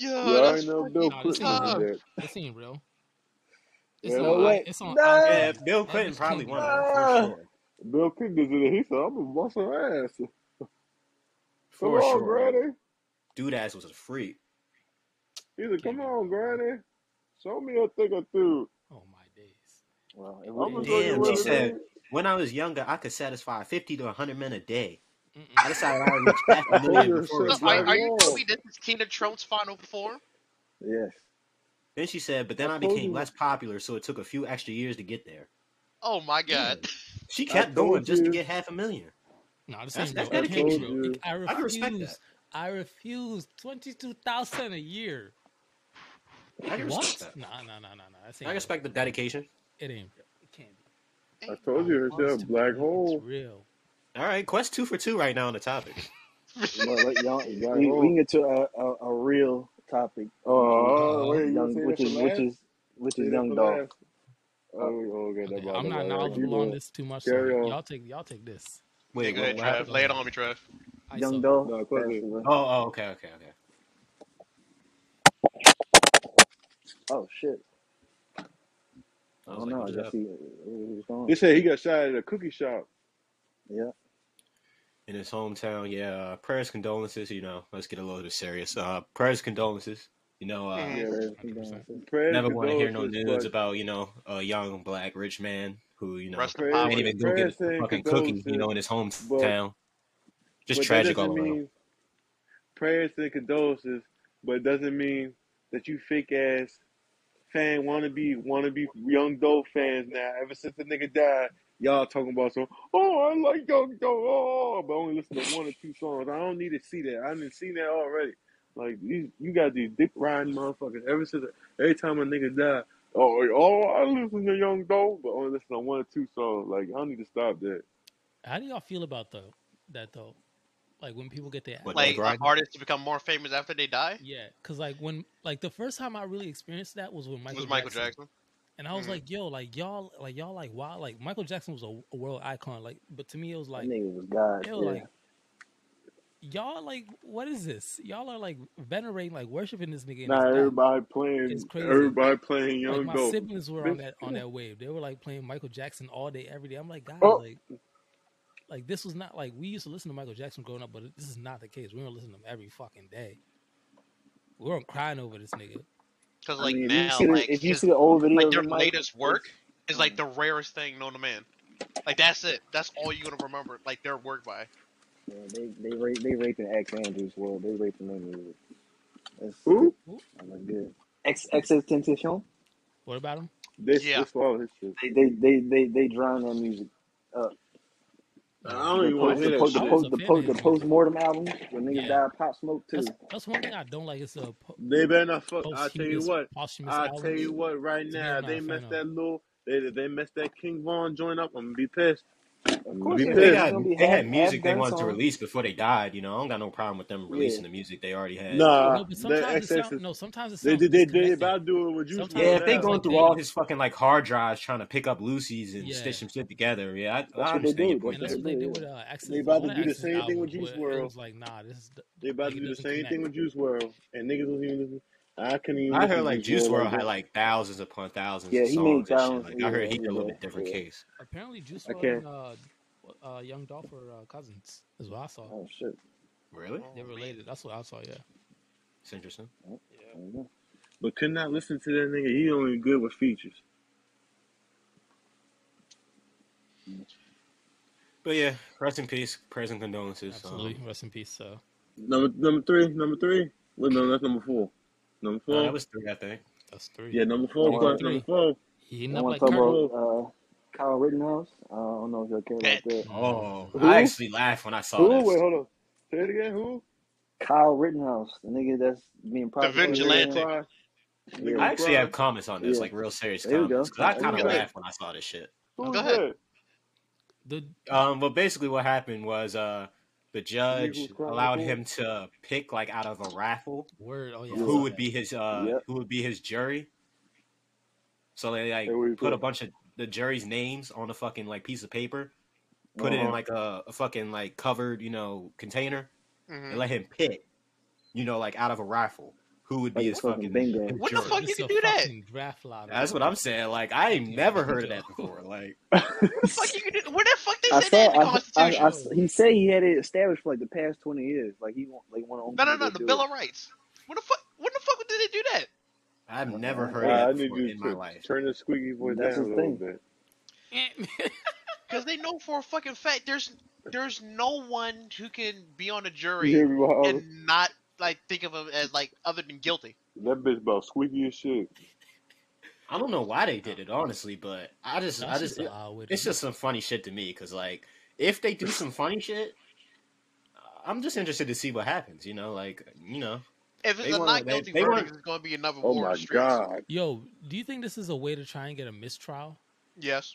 Speaker 2: We
Speaker 4: Yo,
Speaker 2: already
Speaker 4: Uh, that's
Speaker 2: know Bill
Speaker 4: fucking
Speaker 1: Nah, this
Speaker 2: Clinton
Speaker 1: ain't
Speaker 2: was in
Speaker 1: real.
Speaker 4: tough.
Speaker 2: there.
Speaker 1: This ain't real. It's
Speaker 2: Yeah,
Speaker 1: on
Speaker 3: No
Speaker 2: that,
Speaker 1: i.
Speaker 3: way.
Speaker 1: It's on
Speaker 3: No
Speaker 5: yeah,
Speaker 1: iTunes.
Speaker 5: Bill
Speaker 1: That
Speaker 5: Clinton
Speaker 1: bitch
Speaker 5: probably
Speaker 1: can't be
Speaker 5: one of them
Speaker 1: real.
Speaker 5: for
Speaker 3: No.
Speaker 5: sure.
Speaker 2: Bill Clinton was in there. He said, "I'm gonna bust her ass." Come
Speaker 5: For
Speaker 2: on,
Speaker 5: sure.
Speaker 2: Granny.
Speaker 5: Dude ass was a freak.
Speaker 2: He said,
Speaker 1: Can't
Speaker 2: "Come
Speaker 1: be real,
Speaker 2: on,
Speaker 1: bro.
Speaker 2: Granny. Show me a thing or two."
Speaker 1: Oh my days.
Speaker 3: Well, it
Speaker 2: I'm
Speaker 3: was,
Speaker 2: gonna
Speaker 3: it was-
Speaker 5: Damn,
Speaker 2: go
Speaker 5: she
Speaker 2: to
Speaker 5: said-
Speaker 2: Willis.
Speaker 5: When I was younger, I could satisfy 50 to 100 men a day. I
Speaker 1: Mm-mm.
Speaker 5: decided I would reach half a million
Speaker 2: Hold
Speaker 5: before (laughs)
Speaker 2: your
Speaker 4: So
Speaker 2: shit
Speaker 4: are,
Speaker 2: back
Speaker 5: retirement.
Speaker 4: are you
Speaker 2: wall.
Speaker 4: telling me this is Tina Trout's final form?
Speaker 3: yes.
Speaker 5: Then she said, but then
Speaker 2: I
Speaker 5: I
Speaker 2: told
Speaker 5: became
Speaker 2: you.
Speaker 5: less popular, so it took a few extra years to get there.
Speaker 4: Oh my god.
Speaker 5: She
Speaker 2: I
Speaker 5: kept going
Speaker 2: told
Speaker 5: just to
Speaker 2: you.
Speaker 5: get half a million.
Speaker 1: Nah, this
Speaker 5: That's-
Speaker 1: ain't
Speaker 5: that's
Speaker 1: real. It can't be
Speaker 2: dedication.
Speaker 1: real. It- I
Speaker 5: I can respect
Speaker 1: refuse.
Speaker 5: that.
Speaker 1: I refuse. Twenty two thousand a year.
Speaker 5: I can respect
Speaker 1: What?
Speaker 5: that.
Speaker 1: Nah, nah, nah, nah, nah. That's ain't
Speaker 5: I can
Speaker 1: real.
Speaker 5: respect the dedication.
Speaker 1: It ain't real. It can't be.
Speaker 2: I
Speaker 4: Ain't
Speaker 2: told
Speaker 1: I
Speaker 2: you, it's
Speaker 1: wants
Speaker 2: a
Speaker 1: to
Speaker 2: black
Speaker 1: believe
Speaker 2: hole.
Speaker 1: it's real.
Speaker 5: All right, quest two for two right now on the topic.
Speaker 3: Well, let- y'all,
Speaker 2: Black
Speaker 3: we, we can
Speaker 2: hole.
Speaker 3: get to a, a, a real topic, which is
Speaker 2: Oh,
Speaker 1: Uh-oh.
Speaker 2: wait, you gonna
Speaker 3: young,
Speaker 2: say
Speaker 3: Um, which
Speaker 2: that for
Speaker 3: is which
Speaker 2: last?
Speaker 3: is which
Speaker 2: Say
Speaker 3: is
Speaker 2: that
Speaker 3: young
Speaker 2: for
Speaker 3: dog.
Speaker 2: last. Oh, oh, okay, that
Speaker 1: Okay,
Speaker 2: about that
Speaker 1: I'm not
Speaker 2: about right. Keep
Speaker 1: knowledgeable on
Speaker 2: going.
Speaker 1: this too much, so
Speaker 2: Carry on.
Speaker 1: y'all take y'all take this.
Speaker 4: Yeah,
Speaker 5: Wait,
Speaker 4: (laughs) go
Speaker 5: what,
Speaker 4: ahead,
Speaker 5: what
Speaker 4: Trev.
Speaker 5: happened?
Speaker 1: Go
Speaker 4: Lay it
Speaker 1: ahead.
Speaker 4: on me, Trev.
Speaker 3: Young
Speaker 1: ISO.
Speaker 3: dog,
Speaker 2: No, close
Speaker 3: pass
Speaker 2: it.
Speaker 3: the way.
Speaker 5: Oh, oh, okay, okay, okay.
Speaker 3: Oh shit!
Speaker 5: I
Speaker 3: I
Speaker 2: Oh,
Speaker 5: was
Speaker 3: don't
Speaker 5: like,
Speaker 3: know. I
Speaker 5: what
Speaker 3: guess
Speaker 5: up?
Speaker 3: he, he was
Speaker 2: They
Speaker 3: gone.
Speaker 2: said he got shot at a cookie shop.
Speaker 3: Yeah.
Speaker 5: In his hometown, yeah. Uh, prayers, condolences. You know, let's get a little bit serious. Uh, prayers, condolences. You know, uh,
Speaker 4: Mhm.
Speaker 2: Yeah,
Speaker 3: Prayers and
Speaker 1: 100%.
Speaker 3: condolences.
Speaker 2: prayers and
Speaker 5: never want to hear no
Speaker 2: condolences,
Speaker 5: news
Speaker 2: but
Speaker 5: about you know a young black rich man who you know
Speaker 4: Rest in
Speaker 2: prayers,
Speaker 5: can't
Speaker 4: power.
Speaker 5: even go get
Speaker 2: prayers
Speaker 5: a
Speaker 2: and
Speaker 5: fucking cookie. You
Speaker 2: condolences,
Speaker 5: know, in his
Speaker 2: but
Speaker 5: hometown.
Speaker 2: but
Speaker 5: Just
Speaker 2: that
Speaker 5: tragic all
Speaker 2: doesn't
Speaker 5: around.
Speaker 2: mean prayers and condolences, but it doesn't mean that you fake ass fan wannabe wannabe young dope fans now. Ever since the nigga died, y'all talking about some oh I like young dope, oh, but only listen to one or two songs. I don't need to see that. I didn't see that already. Like these, you got these dick riding motherfuckers. Ever since every time a nigga die, oh oh I listen to young dope, but only listen to one or two songs. Like I need to stop that.
Speaker 1: How do y'all feel about the that though? Like when people get their
Speaker 5: What dick
Speaker 4: Like uh,
Speaker 5: riding?
Speaker 4: artists become more famous after they die
Speaker 1: yeah, cause like when like the first time I really experienced that was with Michael
Speaker 4: was Michael
Speaker 1: Jackson.
Speaker 4: Jackson.
Speaker 1: and I was
Speaker 2: Mm.
Speaker 4: Mhm.
Speaker 1: like, yo, like y'all, like y'all, like wow, like Michael Jackson was a, a world icon, like, but to me it was
Speaker 3: That
Speaker 1: like,
Speaker 3: nigga was God.
Speaker 1: yo,
Speaker 3: Yeah.
Speaker 1: like y'all, like what is this? Y'all are like venerating, like worshiping this nigga in his
Speaker 2: Now
Speaker 1: death.
Speaker 2: everybody
Speaker 1: It's
Speaker 2: playing,
Speaker 1: crazy.
Speaker 2: everybody playing
Speaker 1: Like
Speaker 2: young
Speaker 1: my
Speaker 2: dope.
Speaker 1: siblings were on
Speaker 2: Bitch,
Speaker 1: that on that wave. They were like playing Michael Jackson all day, every day. I'm like, guys,
Speaker 2: oh
Speaker 1: like, like this was not like we used to listen to Michael Jackson growing up, but this is not the case. We don't listen to him every fucking day. We weren't crying over this nigga.
Speaker 4: Because
Speaker 3: I
Speaker 4: like
Speaker 3: mean, if you
Speaker 4: now,
Speaker 3: see the
Speaker 4: like
Speaker 3: if you
Speaker 4: his
Speaker 3: see the old
Speaker 4: like
Speaker 3: videos
Speaker 4: their
Speaker 3: of Mike,
Speaker 4: latest work
Speaker 3: it's
Speaker 4: is like the rarest thing known to man. Like that's it. That's all you're gonna remember. Like their work by.
Speaker 3: yeah, they they rape they raping X Andrews world. They raping their music. That's Oh
Speaker 2: who?
Speaker 1: Who-
Speaker 3: I'm like good. X (laughs) Tentation.
Speaker 1: What about him?
Speaker 2: They
Speaker 4: Yeah.
Speaker 2: they swallow his shit.
Speaker 3: They they they they they drown their music. Uh,
Speaker 2: I
Speaker 1: Nah,
Speaker 2: don't
Speaker 3: the
Speaker 2: even want
Speaker 3: post
Speaker 2: to
Speaker 3: the
Speaker 2: hear that
Speaker 1: I
Speaker 3: post the
Speaker 1: I
Speaker 2: shit.
Speaker 1: was
Speaker 3: post
Speaker 1: a
Speaker 3: the
Speaker 1: fan of
Speaker 3: post the
Speaker 1: his
Speaker 3: post
Speaker 1: music.
Speaker 3: mortem album when niggas
Speaker 1: Yeah,
Speaker 3: died. Pop Smoke
Speaker 1: That's
Speaker 3: too.
Speaker 1: that's one thing I don't like. It's a po-
Speaker 2: They better not fuck.
Speaker 1: Oh,
Speaker 2: I tell you
Speaker 1: posthumous
Speaker 2: what.
Speaker 1: posthumous
Speaker 2: I tell
Speaker 1: albums.
Speaker 2: you what. Right
Speaker 1: To me, I'm
Speaker 2: now,
Speaker 1: not a
Speaker 2: they
Speaker 1: fan
Speaker 2: mess
Speaker 1: of.
Speaker 2: that little. They they mess that King Von joint up. I'm gonna be pissed.
Speaker 3: Of
Speaker 2: I'm gonna
Speaker 3: course
Speaker 2: be
Speaker 3: they
Speaker 2: pissed.
Speaker 3: did.
Speaker 5: They
Speaker 3: It's
Speaker 5: got
Speaker 3: gonna be
Speaker 5: they
Speaker 3: half
Speaker 5: had
Speaker 3: half
Speaker 5: music they
Speaker 3: done
Speaker 5: wanted to
Speaker 3: songs.
Speaker 5: release before they died. You know, I don't got no problem with them
Speaker 3: Yeah.
Speaker 5: releasing the music they already had.
Speaker 2: Nah,
Speaker 1: No, but
Speaker 2: Uh, the
Speaker 1: sometimes it sound
Speaker 2: excesses.
Speaker 1: no. Sometimes it
Speaker 2: They
Speaker 1: sounds
Speaker 2: did they they
Speaker 1: disconnected.
Speaker 2: about doing what you
Speaker 1: Sometimes
Speaker 5: Yeah,
Speaker 2: smoked
Speaker 1: it
Speaker 5: if they
Speaker 1: sounds
Speaker 2: now.
Speaker 5: going
Speaker 1: like
Speaker 5: through all
Speaker 1: they
Speaker 5: his fucking like hard drives trying to pick up Lucy's and stitch
Speaker 1: yeah,
Speaker 5: them shit together. Yeah, I,
Speaker 3: That's
Speaker 5: I
Speaker 3: what they
Speaker 5: understand your
Speaker 3: do.
Speaker 5: point
Speaker 3: That's
Speaker 1: and
Speaker 3: what
Speaker 1: that's
Speaker 5: there.
Speaker 3: they
Speaker 1: what they did
Speaker 3: do.
Speaker 1: with uh,
Speaker 2: They
Speaker 1: Accidents,
Speaker 2: about
Speaker 1: all
Speaker 2: to do
Speaker 1: the
Speaker 2: the
Speaker 1: Accidents
Speaker 2: same thing with
Speaker 1: albums
Speaker 2: Juice
Speaker 1: where it
Speaker 2: World.
Speaker 1: was like, nah, this is
Speaker 2: They about
Speaker 1: like
Speaker 2: to
Speaker 1: it
Speaker 2: do the
Speaker 1: doesn't
Speaker 2: same
Speaker 1: connect.
Speaker 2: thing with Juice World. And niggas was even listen. I couldn't even
Speaker 5: I
Speaker 2: listen
Speaker 5: heard
Speaker 2: to
Speaker 5: like
Speaker 2: Juice
Speaker 5: Juice
Speaker 2: World
Speaker 5: World
Speaker 2: like
Speaker 5: had
Speaker 2: that.
Speaker 5: like thousands upon thousands
Speaker 3: Yeah,
Speaker 5: of
Speaker 3: he made
Speaker 5: songs and shit.
Speaker 3: thousands.
Speaker 5: Like I
Speaker 3: Yeah,
Speaker 5: heard he a little
Speaker 3: yeah,
Speaker 5: bit different
Speaker 3: yeah.
Speaker 5: case.
Speaker 1: Apparently, Juice
Speaker 2: I
Speaker 1: World
Speaker 2: can't.
Speaker 1: and uh, uh, Young Dolph were uh, cousins. Is what I saw.
Speaker 3: Oh shit.
Speaker 5: Really?
Speaker 4: Oh
Speaker 1: They were
Speaker 4: man.
Speaker 1: related. That's what I saw. Yeah.
Speaker 5: It's interesting.
Speaker 4: Yeah.
Speaker 3: Mhm.
Speaker 2: But could not listen to that nigga. He only good with features.
Speaker 5: But yeah, rest in peace. Prayers and condolences. Um,
Speaker 1: Absolutely. Rest in peace. uh, So
Speaker 2: Number number three. Number three. Well, no, that's number four. Number
Speaker 5: no, Uh, that
Speaker 2: four.
Speaker 5: was three, I think.
Speaker 1: that's three.
Speaker 2: Yeah, number
Speaker 3: Y'all
Speaker 2: four.
Speaker 1: Big
Speaker 3: want
Speaker 1: up
Speaker 2: Quest
Speaker 3: to
Speaker 2: number
Speaker 1: three.
Speaker 2: four.
Speaker 1: Heating
Speaker 3: y'all
Speaker 1: up
Speaker 3: want to
Speaker 1: like
Speaker 3: talk
Speaker 1: Kurt.
Speaker 2: Four.
Speaker 3: about uh, Kyle Rittenhouse? Uh, I don't know if y'all care about
Speaker 4: That
Speaker 3: that.
Speaker 5: Oh,
Speaker 1: Nah.
Speaker 5: I
Speaker 2: Who?
Speaker 5: actually laughed when I saw
Speaker 2: Who?
Speaker 5: that.
Speaker 2: Wait, hold on. Say it again. Who?
Speaker 3: Kyle Rittenhouse, the nigga that's being
Speaker 4: The
Speaker 2: Oh,
Speaker 3: prosecuted
Speaker 2: nigga
Speaker 3: right
Speaker 4: vigilante.
Speaker 3: now.
Speaker 2: cry. Nigga
Speaker 3: Yeah,
Speaker 5: I actually
Speaker 2: cry.
Speaker 5: have comments on this,
Speaker 3: yeah.
Speaker 5: like real serious
Speaker 3: There you
Speaker 5: comments,
Speaker 3: go.
Speaker 5: because I
Speaker 3: There
Speaker 5: kind
Speaker 2: Who's
Speaker 3: you
Speaker 5: of
Speaker 3: go.
Speaker 2: that?
Speaker 5: laughed when I saw this shit.
Speaker 4: Go
Speaker 2: Who's
Speaker 4: ahead.
Speaker 2: that?
Speaker 1: The
Speaker 5: Um, well, basically, what happened was uh,
Speaker 2: He
Speaker 5: the
Speaker 2: who
Speaker 5: judge
Speaker 2: cried
Speaker 5: allowed
Speaker 2: before?
Speaker 5: him to pick like out of a raffle
Speaker 1: word. Oh yeah, I
Speaker 5: who
Speaker 1: saw
Speaker 2: Yeah.
Speaker 5: would
Speaker 1: that.
Speaker 5: be his uh
Speaker 3: Yep.
Speaker 5: who would be his jury. So they
Speaker 2: Hey,
Speaker 5: like
Speaker 2: what you
Speaker 5: put a
Speaker 2: put?
Speaker 5: bunch of the jury's names on a fucking like piece of paper, put it in
Speaker 3: Uh-huh.
Speaker 5: like a, a fucking like covered you know container,
Speaker 4: hmm
Speaker 5: and let him pick you know like out of a raffle who would
Speaker 3: Like
Speaker 5: be
Speaker 3: a
Speaker 5: his
Speaker 3: fucking
Speaker 5: fucking
Speaker 3: bingo.
Speaker 5: his
Speaker 4: What the
Speaker 5: jury.
Speaker 4: fuck
Speaker 1: This
Speaker 4: did
Speaker 1: is
Speaker 4: he
Speaker 1: a
Speaker 4: do that?
Speaker 1: fucking draft lottery,
Speaker 5: That's what
Speaker 1: bro.
Speaker 5: I'm saying. Like I ain't
Speaker 1: Fucking
Speaker 5: never heard of
Speaker 1: bingo.
Speaker 5: that before. Like
Speaker 4: The fuck you could do? Where the fuck they
Speaker 3: I
Speaker 4: did that in
Speaker 3: saw.
Speaker 4: the
Speaker 3: I, I, I-
Speaker 4: Constitution?
Speaker 1: Yo,
Speaker 3: He said he had it established for like the past twenty years. Like he want, like want to
Speaker 4: No,
Speaker 3: openly
Speaker 4: no, no.
Speaker 3: go
Speaker 4: The
Speaker 3: do
Speaker 4: Bill
Speaker 3: it.
Speaker 4: of Rights. When the fuck? When the fuck did they do that?
Speaker 3: Uh,
Speaker 5: I've never heard
Speaker 2: Nah, I
Speaker 5: that
Speaker 2: need
Speaker 5: before
Speaker 2: you
Speaker 5: in my
Speaker 2: to
Speaker 5: life.
Speaker 2: turn the squeaky voice
Speaker 3: That's
Speaker 2: down a
Speaker 3: his
Speaker 2: little
Speaker 3: thing.
Speaker 2: bit.
Speaker 4: Because they know for a fucking fact there's there's no one who can be on a
Speaker 2: You
Speaker 4: jury
Speaker 2: hear me, Muhammad?
Speaker 4: and not like think of him as like other than guilty.
Speaker 2: That bitch about squeaky as shit.
Speaker 5: I don't know why they did it, honestly, but I just, I
Speaker 1: That's
Speaker 5: just,
Speaker 1: just an odd way to
Speaker 5: it's
Speaker 1: do
Speaker 5: just some funny shit to me. Cause like, if they do some funny shit, I'm just interested to see what happens. You know, like, you know,
Speaker 4: If it's
Speaker 5: They
Speaker 4: a
Speaker 5: wanna-
Speaker 4: not
Speaker 5: they-
Speaker 4: guilty
Speaker 5: they
Speaker 4: verdict,
Speaker 5: wanna-
Speaker 4: it's going to be another
Speaker 2: Oh
Speaker 4: war in
Speaker 2: my
Speaker 4: the streets.
Speaker 2: god.
Speaker 1: it. Yo, do you think this is a way to try and get a mistrial?
Speaker 4: Yes.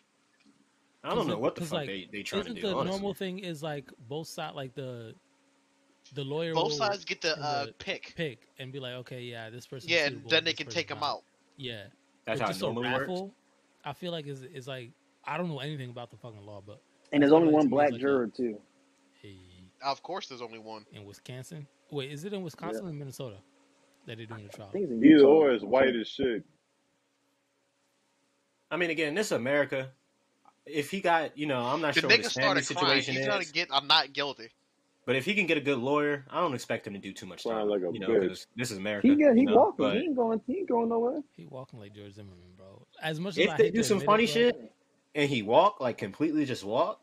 Speaker 5: I don't
Speaker 1: Cause
Speaker 5: know
Speaker 1: it-
Speaker 5: what the
Speaker 1: cause,
Speaker 5: fuck
Speaker 1: like,
Speaker 5: they they trying to
Speaker 1: Isn't
Speaker 5: do.
Speaker 1: the
Speaker 5: honestly.
Speaker 1: normal thing is like both side like the the lawyer
Speaker 4: Both
Speaker 1: will
Speaker 4: sides get to
Speaker 1: in
Speaker 4: uh,
Speaker 1: the-
Speaker 4: pick.
Speaker 1: pick and be like, okay, yeah, this person.
Speaker 4: Yeah, and then they can take him
Speaker 1: them
Speaker 4: out.
Speaker 1: Yeah, but
Speaker 5: That's how it
Speaker 1: just a
Speaker 5: normally works.
Speaker 1: raffle. I feel like is is like I don't know anything about the fucking law, but
Speaker 3: And there's
Speaker 1: I
Speaker 3: only
Speaker 1: feel like
Speaker 3: one
Speaker 1: to me it's
Speaker 3: black
Speaker 1: like a-
Speaker 3: juror too.
Speaker 1: hey,
Speaker 4: Of course, there's only one.
Speaker 1: in Wisconsin. Wait, is it in Wisconsin or Minnesota that they're doing the
Speaker 3: I
Speaker 1: trial?
Speaker 3: think it's in
Speaker 2: Either
Speaker 3: Utah.
Speaker 2: or is white as shit.
Speaker 5: I mean, again, this is America. If he got, you know, I'm not
Speaker 4: The
Speaker 5: sure what
Speaker 4: nigga
Speaker 5: his family
Speaker 4: started crying.
Speaker 5: situation
Speaker 4: He's going
Speaker 5: is,
Speaker 4: to get, I'm not guilty.
Speaker 5: but if he can get a good lawyer, I don't expect him to do too much
Speaker 2: Sound
Speaker 5: time.
Speaker 2: like a
Speaker 5: you know,
Speaker 2: bitch.
Speaker 5: 'cause this is America.
Speaker 3: He got
Speaker 5: you
Speaker 3: he
Speaker 5: know,
Speaker 3: walking.
Speaker 5: But
Speaker 3: He ain't going. He ain't going nowhere.
Speaker 1: He walking like George Zimmerman, bro. As much as
Speaker 5: if
Speaker 1: I
Speaker 5: they
Speaker 1: hate
Speaker 5: do
Speaker 1: to
Speaker 5: some
Speaker 1: admit
Speaker 5: funny
Speaker 1: it, bro,
Speaker 5: shit and he walk like completely just walk,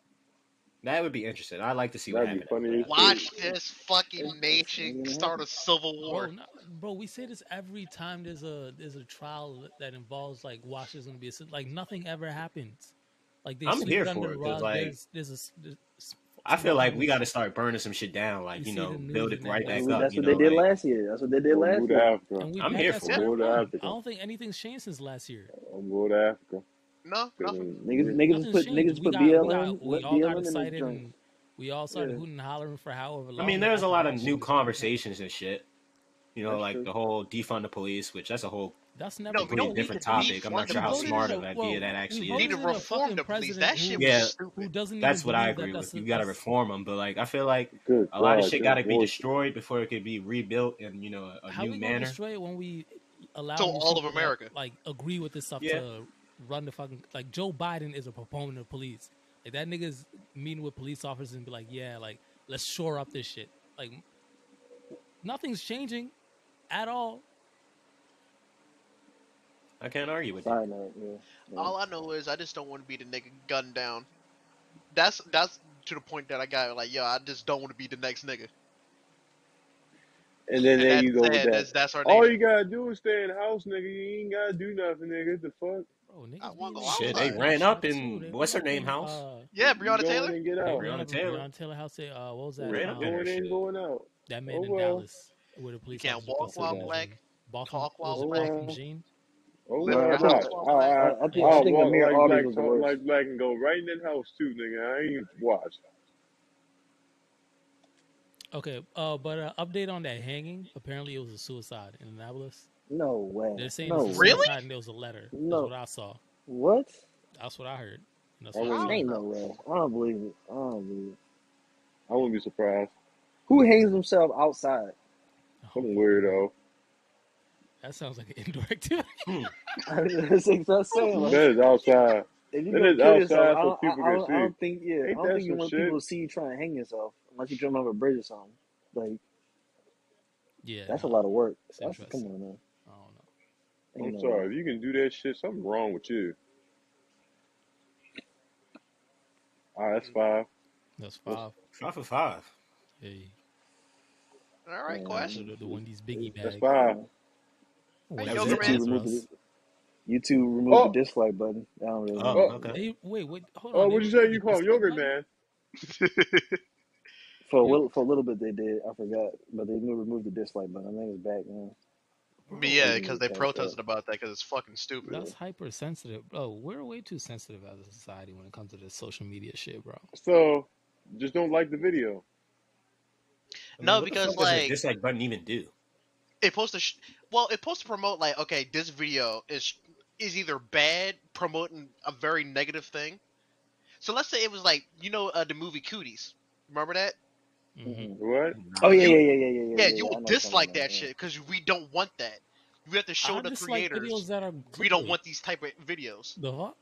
Speaker 5: that would be interesting. I'd like to see what
Speaker 2: That'd be
Speaker 5: happened. after
Speaker 2: funny as
Speaker 5: that.
Speaker 2: shit.
Speaker 4: Watch this
Speaker 2: (laughs)
Speaker 4: fucking nation start a civil
Speaker 1: bro,
Speaker 4: war.
Speaker 1: not, bro, we say this every time there's a there's a trial that involves like Washington's gonna be a, like nothing ever happens. Like they
Speaker 5: I'm
Speaker 1: sweep
Speaker 5: here
Speaker 1: it under
Speaker 5: for
Speaker 1: the
Speaker 5: it, 'cause,
Speaker 1: rug.
Speaker 5: like,
Speaker 1: there's there's a s- there's s-
Speaker 5: I feel like we
Speaker 1: news.
Speaker 5: got to start burning some shit down,
Speaker 1: You
Speaker 5: like you
Speaker 1: see the
Speaker 5: know,
Speaker 1: news
Speaker 5: build it
Speaker 1: and then
Speaker 5: right
Speaker 1: that's
Speaker 5: back
Speaker 1: it.
Speaker 5: up.
Speaker 3: That's
Speaker 5: You
Speaker 3: what
Speaker 5: know,
Speaker 3: they did
Speaker 5: like
Speaker 3: last year. That's what they did
Speaker 2: I'm
Speaker 3: last
Speaker 2: going to
Speaker 3: year.
Speaker 2: Africa.
Speaker 1: and we
Speaker 5: I'm
Speaker 1: back
Speaker 5: here
Speaker 1: at
Speaker 5: for it.
Speaker 1: square
Speaker 2: Go to
Speaker 1: one.
Speaker 2: Africa.
Speaker 1: I don't think anything's changed since last year.
Speaker 2: I'm going to Africa.
Speaker 4: No, nothing.
Speaker 3: Niggas,
Speaker 2: Cause,
Speaker 3: niggas just
Speaker 1: Nothing's
Speaker 3: put niggas
Speaker 1: changed.
Speaker 3: just
Speaker 1: We
Speaker 3: put
Speaker 1: got we
Speaker 3: BLM,
Speaker 1: got we
Speaker 3: let
Speaker 1: all got
Speaker 3: BLM in this
Speaker 1: excited
Speaker 3: joint.
Speaker 1: and we all started
Speaker 3: Yeah,
Speaker 1: hooting and hollering for however
Speaker 5: I
Speaker 1: long.
Speaker 5: mean,
Speaker 1: And
Speaker 5: there's a
Speaker 1: after
Speaker 5: lot
Speaker 1: that
Speaker 5: of
Speaker 1: shit was
Speaker 5: new
Speaker 1: never changed.
Speaker 5: conversations and shit. You know,
Speaker 3: that's
Speaker 5: like
Speaker 3: true.
Speaker 5: the whole defund the police, which that's a whole
Speaker 1: That's never
Speaker 4: No, we
Speaker 5: completely
Speaker 1: been
Speaker 4: don't need
Speaker 5: different
Speaker 4: to
Speaker 5: topic. I'm
Speaker 1: we
Speaker 5: not
Speaker 4: defund the
Speaker 5: sure
Speaker 1: we
Speaker 5: how
Speaker 1: voted in
Speaker 5: smart
Speaker 4: police.
Speaker 1: a
Speaker 5: of an
Speaker 1: well
Speaker 5: idea that
Speaker 1: we
Speaker 5: actually
Speaker 4: You need
Speaker 5: is.
Speaker 4: to
Speaker 1: voted in a
Speaker 4: reform
Speaker 1: oh, fucking
Speaker 4: the police.
Speaker 1: president
Speaker 4: That
Speaker 1: who
Speaker 4: shit was
Speaker 5: Yeah,
Speaker 1: who
Speaker 4: stupid.
Speaker 1: doesn't even
Speaker 5: That's what I
Speaker 1: believe that
Speaker 5: agree
Speaker 1: that's
Speaker 5: with.
Speaker 1: a,
Speaker 5: You got to
Speaker 1: that's
Speaker 5: reform them, but like I feel like
Speaker 2: good
Speaker 5: a lot of
Speaker 2: God,
Speaker 5: shit
Speaker 2: your
Speaker 5: got to be
Speaker 2: voice.
Speaker 5: destroyed before it could be rebuilt in you know a, a
Speaker 1: how
Speaker 5: new
Speaker 1: we gonna
Speaker 5: manner.
Speaker 1: destroy it when we allow
Speaker 4: So
Speaker 1: these
Speaker 4: all of
Speaker 1: people that
Speaker 4: America.
Speaker 1: like agree with this stuff
Speaker 5: Yeah,
Speaker 1: to run the fucking like Joe Biden is a proponent of police. Like that nigga's meeting with police officers and be like, yeah, like let's shore up this shit. Like nothing's changing at all.
Speaker 5: I can't argue with that.
Speaker 3: Side note, yeah. yeah.
Speaker 4: All I know is I just don't want to be the nigga gunned down. That's that's to the point that I got like, yo, I just don't want to be the next nigga.
Speaker 2: And then
Speaker 4: And
Speaker 2: there
Speaker 4: that's
Speaker 2: you go with
Speaker 4: sad.
Speaker 2: that.
Speaker 4: That's that's our
Speaker 2: All
Speaker 4: nation.
Speaker 2: you gotta do is stay in the house, nigga. You ain't gotta do nothing, nigga. The fuck?
Speaker 1: Bro,
Speaker 4: I
Speaker 1: niggas be
Speaker 4: wanna
Speaker 1: in their
Speaker 4: go
Speaker 5: Shit,
Speaker 1: houses
Speaker 5: they
Speaker 4: outside.
Speaker 1: doing
Speaker 5: ran
Speaker 1: shit
Speaker 5: up
Speaker 1: too.
Speaker 5: in
Speaker 1: They
Speaker 5: what's
Speaker 1: ran
Speaker 5: her
Speaker 1: up
Speaker 5: name
Speaker 1: in
Speaker 5: house?
Speaker 1: uh
Speaker 4: Yeah,
Speaker 2: You
Speaker 4: Breonna
Speaker 2: go in
Speaker 4: Taylor.
Speaker 2: and get
Speaker 1: they
Speaker 2: out.
Speaker 1: ran
Speaker 5: Breonna
Speaker 1: up in
Speaker 5: Taylor
Speaker 1: Breonna Taylor house. They, uh, what was that?
Speaker 5: ran up in
Speaker 1: Um,
Speaker 5: her
Speaker 2: Going in,
Speaker 5: shit.
Speaker 2: going out.
Speaker 1: that
Speaker 2: Oh
Speaker 1: man in
Speaker 2: well.
Speaker 1: Dallas where the
Speaker 4: You
Speaker 1: police
Speaker 4: can't
Speaker 1: officer
Speaker 4: walk
Speaker 1: busted
Speaker 3: That's
Speaker 1: somebody
Speaker 4: while
Speaker 3: a-
Speaker 1: from
Speaker 4: black,
Speaker 1: Botham.
Speaker 4: talk
Speaker 1: It was
Speaker 4: while
Speaker 1: a
Speaker 3: Oh
Speaker 4: black,
Speaker 1: Botham
Speaker 3: well,
Speaker 1: Jean.
Speaker 2: Oh
Speaker 4: live in
Speaker 3: well.
Speaker 2: well.
Speaker 3: I
Speaker 4: your
Speaker 2: Nah,
Speaker 3: think
Speaker 4: house while
Speaker 2: I,
Speaker 4: black.
Speaker 2: I,
Speaker 3: I, I think I
Speaker 2: I'll
Speaker 3: think
Speaker 2: walk
Speaker 3: Amir
Speaker 2: like
Speaker 3: Aldridge
Speaker 2: black,
Speaker 3: was the
Speaker 2: talk
Speaker 3: worst.
Speaker 2: like black, and go right in that house too, nigga. I ain't watch.
Speaker 1: Okay, uh, but uh, update on that hanging. Apparently, it was a suicide in Annapolis.
Speaker 3: No way.
Speaker 1: They're saying
Speaker 3: No
Speaker 1: it's a
Speaker 3: way.
Speaker 4: Really?
Speaker 1: suicide, and there was a letter. That's what
Speaker 3: No.
Speaker 1: I saw.
Speaker 3: What?
Speaker 1: That's what I heard. And that's
Speaker 2: I
Speaker 1: what I
Speaker 4: I
Speaker 1: seen.
Speaker 2: wouldn't.
Speaker 3: Ain't
Speaker 4: don't
Speaker 3: no
Speaker 4: know.
Speaker 3: way. I don't believe it. I don't believe it.
Speaker 2: I wouldn't be surprised.
Speaker 3: Who hangs himself outside?
Speaker 1: I
Speaker 2: Some
Speaker 1: don't fucking know.
Speaker 2: weirdo.
Speaker 1: That sounds like an (laughs) indoor activity.
Speaker 5: Hmm.
Speaker 3: That's like I was saying. Like,
Speaker 2: That is outside.
Speaker 3: if you're
Speaker 2: That
Speaker 3: gonna
Speaker 2: is
Speaker 3: kill yourself,
Speaker 2: outside
Speaker 3: I
Speaker 2: so
Speaker 3: don't, I,
Speaker 2: people
Speaker 3: I
Speaker 2: can
Speaker 3: don't, I
Speaker 2: see.
Speaker 3: don't think. Yeah, I
Speaker 2: Ain't
Speaker 3: don't
Speaker 2: that
Speaker 3: think you
Speaker 2: some
Speaker 3: want
Speaker 2: shit?
Speaker 3: people to see you trying to hang yourself unless you jump over a bridge or something. Like,
Speaker 1: Yeah,
Speaker 3: that's a
Speaker 1: no,
Speaker 3: lot of work.
Speaker 1: it's
Speaker 3: That's come
Speaker 1: interesting.
Speaker 3: on, man.
Speaker 1: I don't know.
Speaker 3: Ain't
Speaker 2: I'm
Speaker 3: no way.
Speaker 2: sorry. If you can do that shit, something wrong with you. All right, that's
Speaker 1: Mm.
Speaker 2: five.
Speaker 1: That's
Speaker 2: What's
Speaker 1: five.
Speaker 5: Five for five.
Speaker 1: Hey,
Speaker 4: All
Speaker 2: Oh,
Speaker 4: right, Quest.
Speaker 1: the,
Speaker 3: Man,
Speaker 1: the Wendy's biggie
Speaker 2: that's
Speaker 1: bag.
Speaker 2: five?
Speaker 3: man.
Speaker 4: Hey,
Speaker 5: That was
Speaker 1: Wendy's
Speaker 4: Yoga
Speaker 5: it.
Speaker 1: badass for
Speaker 3: YouTube
Speaker 4: Man.
Speaker 3: removed it.
Speaker 1: us.
Speaker 3: YouTube removed the
Speaker 2: Oh,
Speaker 3: dislike button. I don't really know.
Speaker 5: Oh,
Speaker 2: oh,
Speaker 5: okay.
Speaker 1: They wait, wait, hold
Speaker 2: oh!
Speaker 1: on. They
Speaker 2: What you say?
Speaker 1: removed the
Speaker 2: You call him
Speaker 1: dislike
Speaker 2: yogurt
Speaker 1: button.
Speaker 2: man?
Speaker 3: For a
Speaker 1: Yo,
Speaker 3: little, for a little bit they did. I forgot, but they mo- removed the dislike button. I think it's back now.
Speaker 4: But
Speaker 1: bro,
Speaker 4: yeah,
Speaker 3: They
Speaker 4: because
Speaker 3: moved
Speaker 4: they
Speaker 3: it back up.
Speaker 4: protested about that because it's fucking stupid.
Speaker 3: Yeah.
Speaker 1: That's hypersensitive, bro. We're way too sensitive as a society when it comes to this social media shit, bro.
Speaker 2: So, just don't like the video.
Speaker 5: I mean,
Speaker 4: No,
Speaker 5: what the
Speaker 4: because
Speaker 5: fuck does a
Speaker 4: like
Speaker 5: dislike button even do?
Speaker 4: it posts to sh- well, it posts to promote like okay, this video is is either bad promoting a very negative thing. So let's say it was like you know uh, the movie Cooties. Remember that?
Speaker 1: hmm
Speaker 5: Mm-hmm.
Speaker 3: Mm-mm.
Speaker 2: What?
Speaker 3: (laughs) Oh
Speaker 5: Nah.
Speaker 3: yeah, yeah,
Speaker 4: You
Speaker 3: yeah, yeah, yeah,
Speaker 4: yeah,
Speaker 3: yeah, yeah. I
Speaker 4: you will
Speaker 3: know what you're talking
Speaker 4: dislike
Speaker 3: about.
Speaker 4: that shit because we don't want that. We have to show
Speaker 1: I
Speaker 4: the
Speaker 1: dislike videos
Speaker 4: creators
Speaker 1: that are
Speaker 4: we don't
Speaker 1: clickbait.
Speaker 4: want these type of videos.
Speaker 1: The fuck?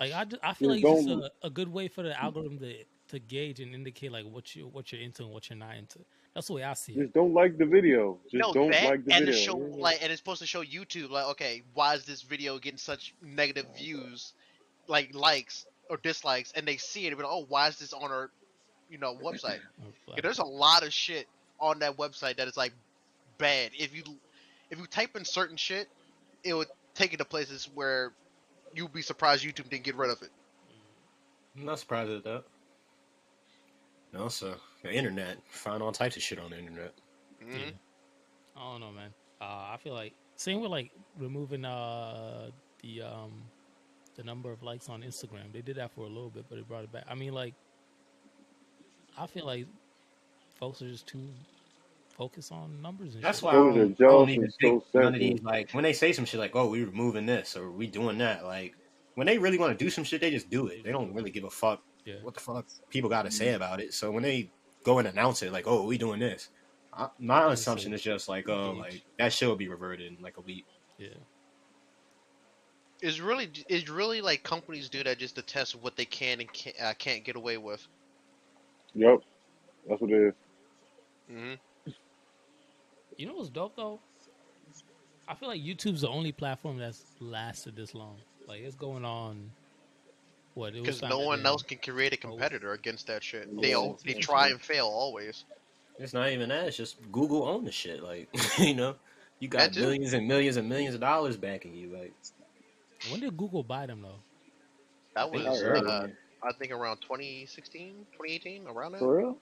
Speaker 1: Like I, ju- I feel
Speaker 2: Just
Speaker 1: like it's just
Speaker 2: don't.
Speaker 1: a, a good way for the algorithm to to gauge and indicate like what you what you're into and what you're not into. That's the way I see it.
Speaker 2: Just don't like the video. Just
Speaker 4: no,
Speaker 2: don't
Speaker 4: that
Speaker 2: like the
Speaker 4: and
Speaker 2: video.
Speaker 4: the show
Speaker 2: Yeah, yeah.
Speaker 4: like and it's supposed to show YouTube like okay, why is this video getting such negative views, like likes or dislikes, and they see it and be like, oh, why is this on our, you know, website? Yeah, there's a lot of shit on that website that is like bad. If you if you type in certain shit, it will take you to places where you'd be surprised YouTube didn't get rid of it.
Speaker 5: I'm not surprised at that. And also, the internet. Find all types of shit on the internet. mm-hmm.
Speaker 4: Mm-hmm.
Speaker 1: Yeah. I don't know, man. Uh, I feel like same with like removing uh the um the number of likes on Instagram. They did that for a little bit, but it brought it back. I mean, like I feel like folks are just too focused on numbers. And
Speaker 5: That's
Speaker 1: shit.
Speaker 5: why I
Speaker 2: Those
Speaker 5: don't,
Speaker 2: are
Speaker 5: I don't
Speaker 2: jokes
Speaker 5: even
Speaker 2: and so
Speaker 5: think none of
Speaker 2: simple.
Speaker 5: these like when they say some shit like, "Oh, we removing this" or "We doing that," like when they really want to do some shit, they just do it. They don't really give a fuck
Speaker 1: Yeah.
Speaker 5: what the fuck people got to
Speaker 2: Mm-hmm.
Speaker 5: say about it. So when they go and announce it, like, "Oh, we doing this," I, my
Speaker 1: That's
Speaker 5: assumption
Speaker 1: it.
Speaker 5: is just like, "Oh,
Speaker 1: Engage.
Speaker 5: like that shit will be reverted in like a week."
Speaker 1: Yeah.
Speaker 4: It's really it's really like companies do that just to test what they can and can't, uh, can't get away with.
Speaker 2: Yep, that's what it is.
Speaker 4: Mm-hmm.
Speaker 1: You know what's dope though? I feel like YouTube's the only platform that's lasted this long. Like it's going on. What it was
Speaker 4: Because no
Speaker 1: founded
Speaker 4: one
Speaker 1: in-
Speaker 4: else can create
Speaker 5: Oh.
Speaker 4: a competitor against that shit. They
Speaker 3: Yeah,
Speaker 4: all they
Speaker 3: that's
Speaker 4: try
Speaker 3: it.
Speaker 4: and fail always.
Speaker 5: It's not even that. It's just Google own the shit. Like (laughs) you know, you
Speaker 4: That
Speaker 5: got
Speaker 4: too.
Speaker 5: millions and millions and millions of dollars backing you. Like
Speaker 1: When did Google buy them though?
Speaker 4: That
Speaker 5: think
Speaker 3: Oh,
Speaker 4: was
Speaker 5: early.
Speaker 4: uh, I think around 2016, 2018, around that.
Speaker 3: For real?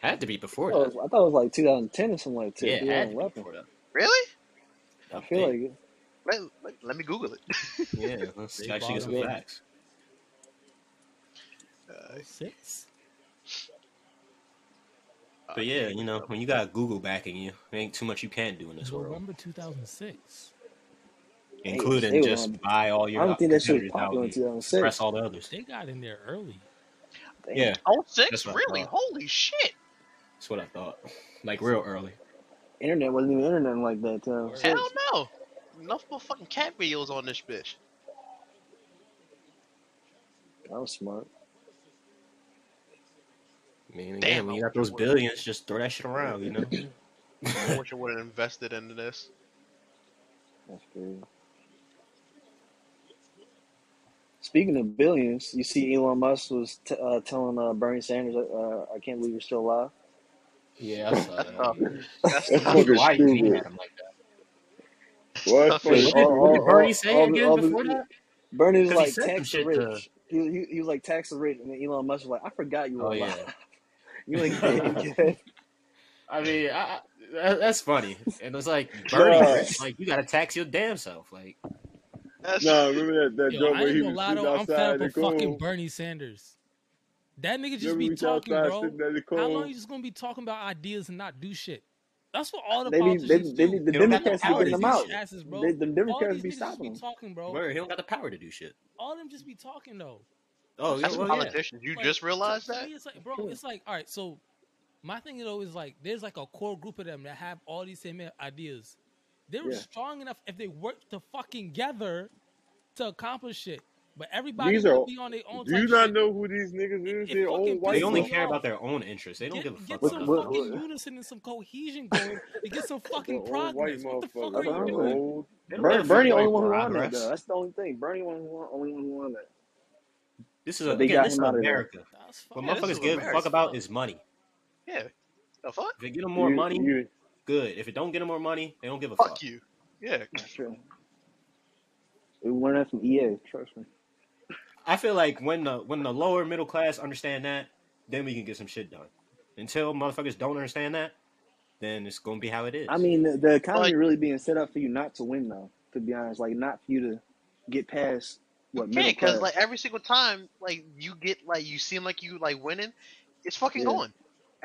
Speaker 5: had to be
Speaker 3: I
Speaker 5: before
Speaker 3: thought,
Speaker 5: that.
Speaker 3: it was, I thought it was like 2010 or something like that.
Speaker 5: Yeah, it had to be
Speaker 3: 2011.
Speaker 5: before that.
Speaker 4: Really?
Speaker 5: I
Speaker 3: I feel
Speaker 5: think.
Speaker 3: like it.
Speaker 4: Let, let, let me Google it.
Speaker 5: Yeah, let's
Speaker 1: They
Speaker 5: actually
Speaker 1: bought
Speaker 5: get
Speaker 1: them
Speaker 5: some
Speaker 1: for
Speaker 3: Yeah.
Speaker 5: facts.
Speaker 4: Uh,
Speaker 1: oh six.
Speaker 4: uh,
Speaker 5: But yeah, you know,
Speaker 4: uh,
Speaker 5: when you got Google backing you, there ain't too much you can do in this world,
Speaker 1: November 2006.
Speaker 3: They was, they
Speaker 5: including
Speaker 3: was
Speaker 5: just
Speaker 3: on.
Speaker 5: buy all
Speaker 3: I
Speaker 5: your
Speaker 3: don't
Speaker 5: out-
Speaker 3: think that shit was
Speaker 5: competitors out
Speaker 3: popular in
Speaker 5: and suppress
Speaker 3: 2006.
Speaker 5: all the others.
Speaker 1: They got in there early.
Speaker 3: Damn.
Speaker 5: Yeah,
Speaker 4: Oh
Speaker 5: that's
Speaker 4: six?
Speaker 5: what I
Speaker 4: Really?
Speaker 5: thought.
Speaker 4: Holy shit!
Speaker 5: That's what I thought. Like real early.
Speaker 3: Internet wasn't even internet like that.
Speaker 4: Hell
Speaker 3: 2006.
Speaker 4: no! Enough more fucking cat videos on this bitch.
Speaker 3: That was smart.
Speaker 5: I mean, again,
Speaker 4: Damn,
Speaker 5: when
Speaker 4: I wish
Speaker 5: you got
Speaker 4: I
Speaker 5: those
Speaker 4: would.
Speaker 5: billions, just throw that shit around,
Speaker 3: (laughs)
Speaker 5: you know.
Speaker 4: I wish I would have invested into
Speaker 5: (laughs)
Speaker 4: this.
Speaker 3: That's crazy. Speaking of billions, you see Elon Musk was t- uh, telling uh, Bernie Sanders, uh, "I can't believe you're still alive."
Speaker 5: yeah, I saw
Speaker 4: That's (laughs)
Speaker 5: that.
Speaker 4: tough. Uh,
Speaker 5: (laughs)
Speaker 2: That's
Speaker 4: That's
Speaker 5: I
Speaker 4: tough.
Speaker 5: don't know
Speaker 2: fucking
Speaker 5: why you aimed
Speaker 2: stupid.
Speaker 5: at him like that.
Speaker 4: That's
Speaker 2: What?
Speaker 4: tough
Speaker 5: Wait,
Speaker 4: as
Speaker 3: Because
Speaker 4: shit.
Speaker 5: what did,
Speaker 3: all,
Speaker 5: what did
Speaker 3: all,
Speaker 5: Bernie
Speaker 3: all,
Speaker 5: say
Speaker 3: all, the,
Speaker 5: again
Speaker 3: all the
Speaker 5: before that?
Speaker 3: Bernie was
Speaker 5: Because he
Speaker 3: like
Speaker 5: said some
Speaker 3: tax the
Speaker 5: shit to.
Speaker 3: rich. He, was- he, he was like tax the rich, and then Elon Musk was like, "I forgot you were
Speaker 5: Oh
Speaker 3: alive.
Speaker 5: yeah.
Speaker 3: (laughs) You
Speaker 5: (laughs)
Speaker 3: ain't dead yet."
Speaker 5: I mean, I, I, that- that's funny. And
Speaker 3: (laughs)
Speaker 5: it's like Bernie
Speaker 2: Nah,
Speaker 5: rich, like you gotta tax your damn self. Like
Speaker 4: That's
Speaker 2: nah.
Speaker 5: Oh,
Speaker 2: Remember that that
Speaker 1: Yo,
Speaker 2: joke
Speaker 1: I
Speaker 2: where
Speaker 1: ain't
Speaker 2: he
Speaker 1: gonna
Speaker 2: was
Speaker 1: lie
Speaker 2: sitting
Speaker 1: though. I'm fed up
Speaker 2: outside the
Speaker 1: of fucking
Speaker 2: cold.
Speaker 1: Bernie Sanders. That nigga just
Speaker 2: Remember
Speaker 1: be
Speaker 2: he was
Speaker 1: talking,
Speaker 2: outside
Speaker 1: bro.
Speaker 2: sitting at the
Speaker 1: How long
Speaker 2: cold.
Speaker 1: you just gonna be talking about ideas and not do shit? That's what all the
Speaker 3: They be they,
Speaker 1: politicians
Speaker 3: they be,
Speaker 1: do.
Speaker 3: the
Speaker 5: they don't got
Speaker 1: All the
Speaker 3: Democrats be
Speaker 5: the power
Speaker 3: getting them
Speaker 5: to do
Speaker 1: politicians
Speaker 3: out.
Speaker 5: shit.
Speaker 1: asses,
Speaker 3: They,
Speaker 1: bro.
Speaker 3: the
Speaker 1: All
Speaker 3: Democrats
Speaker 1: these
Speaker 3: be
Speaker 1: niggas just be
Speaker 3: stopping them.
Speaker 1: talking, bro.
Speaker 5: Word, he don't got the power to do shit.
Speaker 1: All them just be talking though.
Speaker 5: Oh, yeah,
Speaker 4: that's
Speaker 1: Like
Speaker 5: well, yeah.
Speaker 4: politicians. You
Speaker 1: like
Speaker 4: just
Speaker 1: to,
Speaker 4: realized
Speaker 1: to
Speaker 4: that?
Speaker 1: me it's like bro it's like all right so my thing though is like there's like a core group of them that have all these same ideas they were
Speaker 3: Yeah,
Speaker 1: strong enough if they worked to fucking together to accomplish shit but everybody
Speaker 2: These
Speaker 1: want to
Speaker 2: are.
Speaker 1: be on their own
Speaker 2: Do you
Speaker 1: type
Speaker 2: not
Speaker 1: shit
Speaker 2: know who these niggas is?
Speaker 1: it
Speaker 2: They're
Speaker 1: fucking
Speaker 2: old
Speaker 5: They
Speaker 2: white
Speaker 1: pisses
Speaker 5: only
Speaker 2: folks.
Speaker 1: me
Speaker 5: care
Speaker 1: off
Speaker 5: about their own interests. They don't
Speaker 1: get
Speaker 5: give a fuck
Speaker 1: get
Speaker 3: what,
Speaker 1: some
Speaker 5: about
Speaker 3: what,
Speaker 5: nothing.
Speaker 1: fucking
Speaker 3: what
Speaker 1: unison and some cohesion going
Speaker 2: (laughs)
Speaker 1: and get some
Speaker 2: They're
Speaker 1: fucking
Speaker 2: old white
Speaker 1: progress what the fuck
Speaker 2: motherfuckers.
Speaker 1: are
Speaker 3: that's what
Speaker 1: you
Speaker 3: I'm
Speaker 2: They're
Speaker 1: doing
Speaker 3: saying.
Speaker 2: old.
Speaker 5: They don't give
Speaker 3: Bernie,
Speaker 5: a
Speaker 3: Bernie the only
Speaker 5: fuck about your
Speaker 3: one who won that though.
Speaker 5: progress.
Speaker 3: That's the only thing. Bernie one who won, only one who won that.
Speaker 5: This is a,
Speaker 3: But they
Speaker 5: again,
Speaker 3: got
Speaker 5: this is
Speaker 3: him out of there.
Speaker 5: America.
Speaker 1: that's
Speaker 5: What
Speaker 1: fucking
Speaker 4: Yeah, this is
Speaker 5: motherfuckers
Speaker 1: stupid
Speaker 5: give a
Speaker 1: as
Speaker 5: fuck
Speaker 4: America.
Speaker 5: about
Speaker 1: fuck
Speaker 5: is money.
Speaker 4: Yeah. The fuck?
Speaker 5: If they get them more
Speaker 2: You
Speaker 5: money,
Speaker 2: you.
Speaker 5: good. If it don't get them more money, they don't give a
Speaker 4: Fuck
Speaker 5: fuck.
Speaker 4: you. Yeah.
Speaker 3: That's true. We learned that from EA. Trust me.
Speaker 5: I feel like when the when the lower middle class understand that, then we can get some shit done. Until motherfuckers don't understand that, then it's gonna be how it
Speaker 3: I
Speaker 5: is.
Speaker 3: mean, the, the
Speaker 4: Like
Speaker 3: economy really being set up for you not to win, though. To be honest, like not for you to get past
Speaker 4: you
Speaker 3: what middle
Speaker 4: can't, cause like
Speaker 3: class.
Speaker 4: every single time, like you get like you seem like you like winning, it's fucking
Speaker 3: Yeah,
Speaker 4: gone.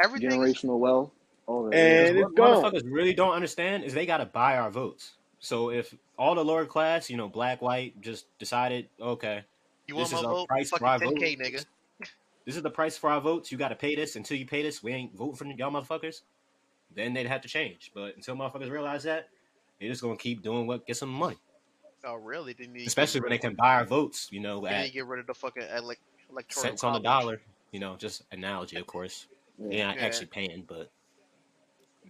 Speaker 4: Everything is
Speaker 3: generational wealth, all that. Yeah,
Speaker 5: Because
Speaker 2: And it's
Speaker 5: what
Speaker 2: gone.
Speaker 5: motherfuckers really don't understand is they gotta buy our votes. So if all the lower class, you know, black, white, just decided, okay,
Speaker 4: you want
Speaker 5: this
Speaker 4: my
Speaker 5: is our
Speaker 4: vote?
Speaker 5: price for
Speaker 4: Fucking
Speaker 5: our vote.
Speaker 4: 10k, nigga.
Speaker 5: (laughs) This is the price for our votes. You gotta pay this. Until you pay this, we ain't voting for y'all motherfuckers. Then they'd have to change. But until motherfuckers realize that, they're just gonna keep doing what gets them money.
Speaker 4: Oh really? Then you get
Speaker 5: Especially
Speaker 4: rid
Speaker 5: when
Speaker 4: of
Speaker 5: they can buy our votes, you know,
Speaker 4: then
Speaker 5: at
Speaker 4: you get rid of the fucking elec electoral
Speaker 5: cents on the
Speaker 4: college.
Speaker 5: dollar. You know, just analogy, of course.
Speaker 3: yeah.
Speaker 5: They're not
Speaker 4: Yeah.
Speaker 5: actually paying, but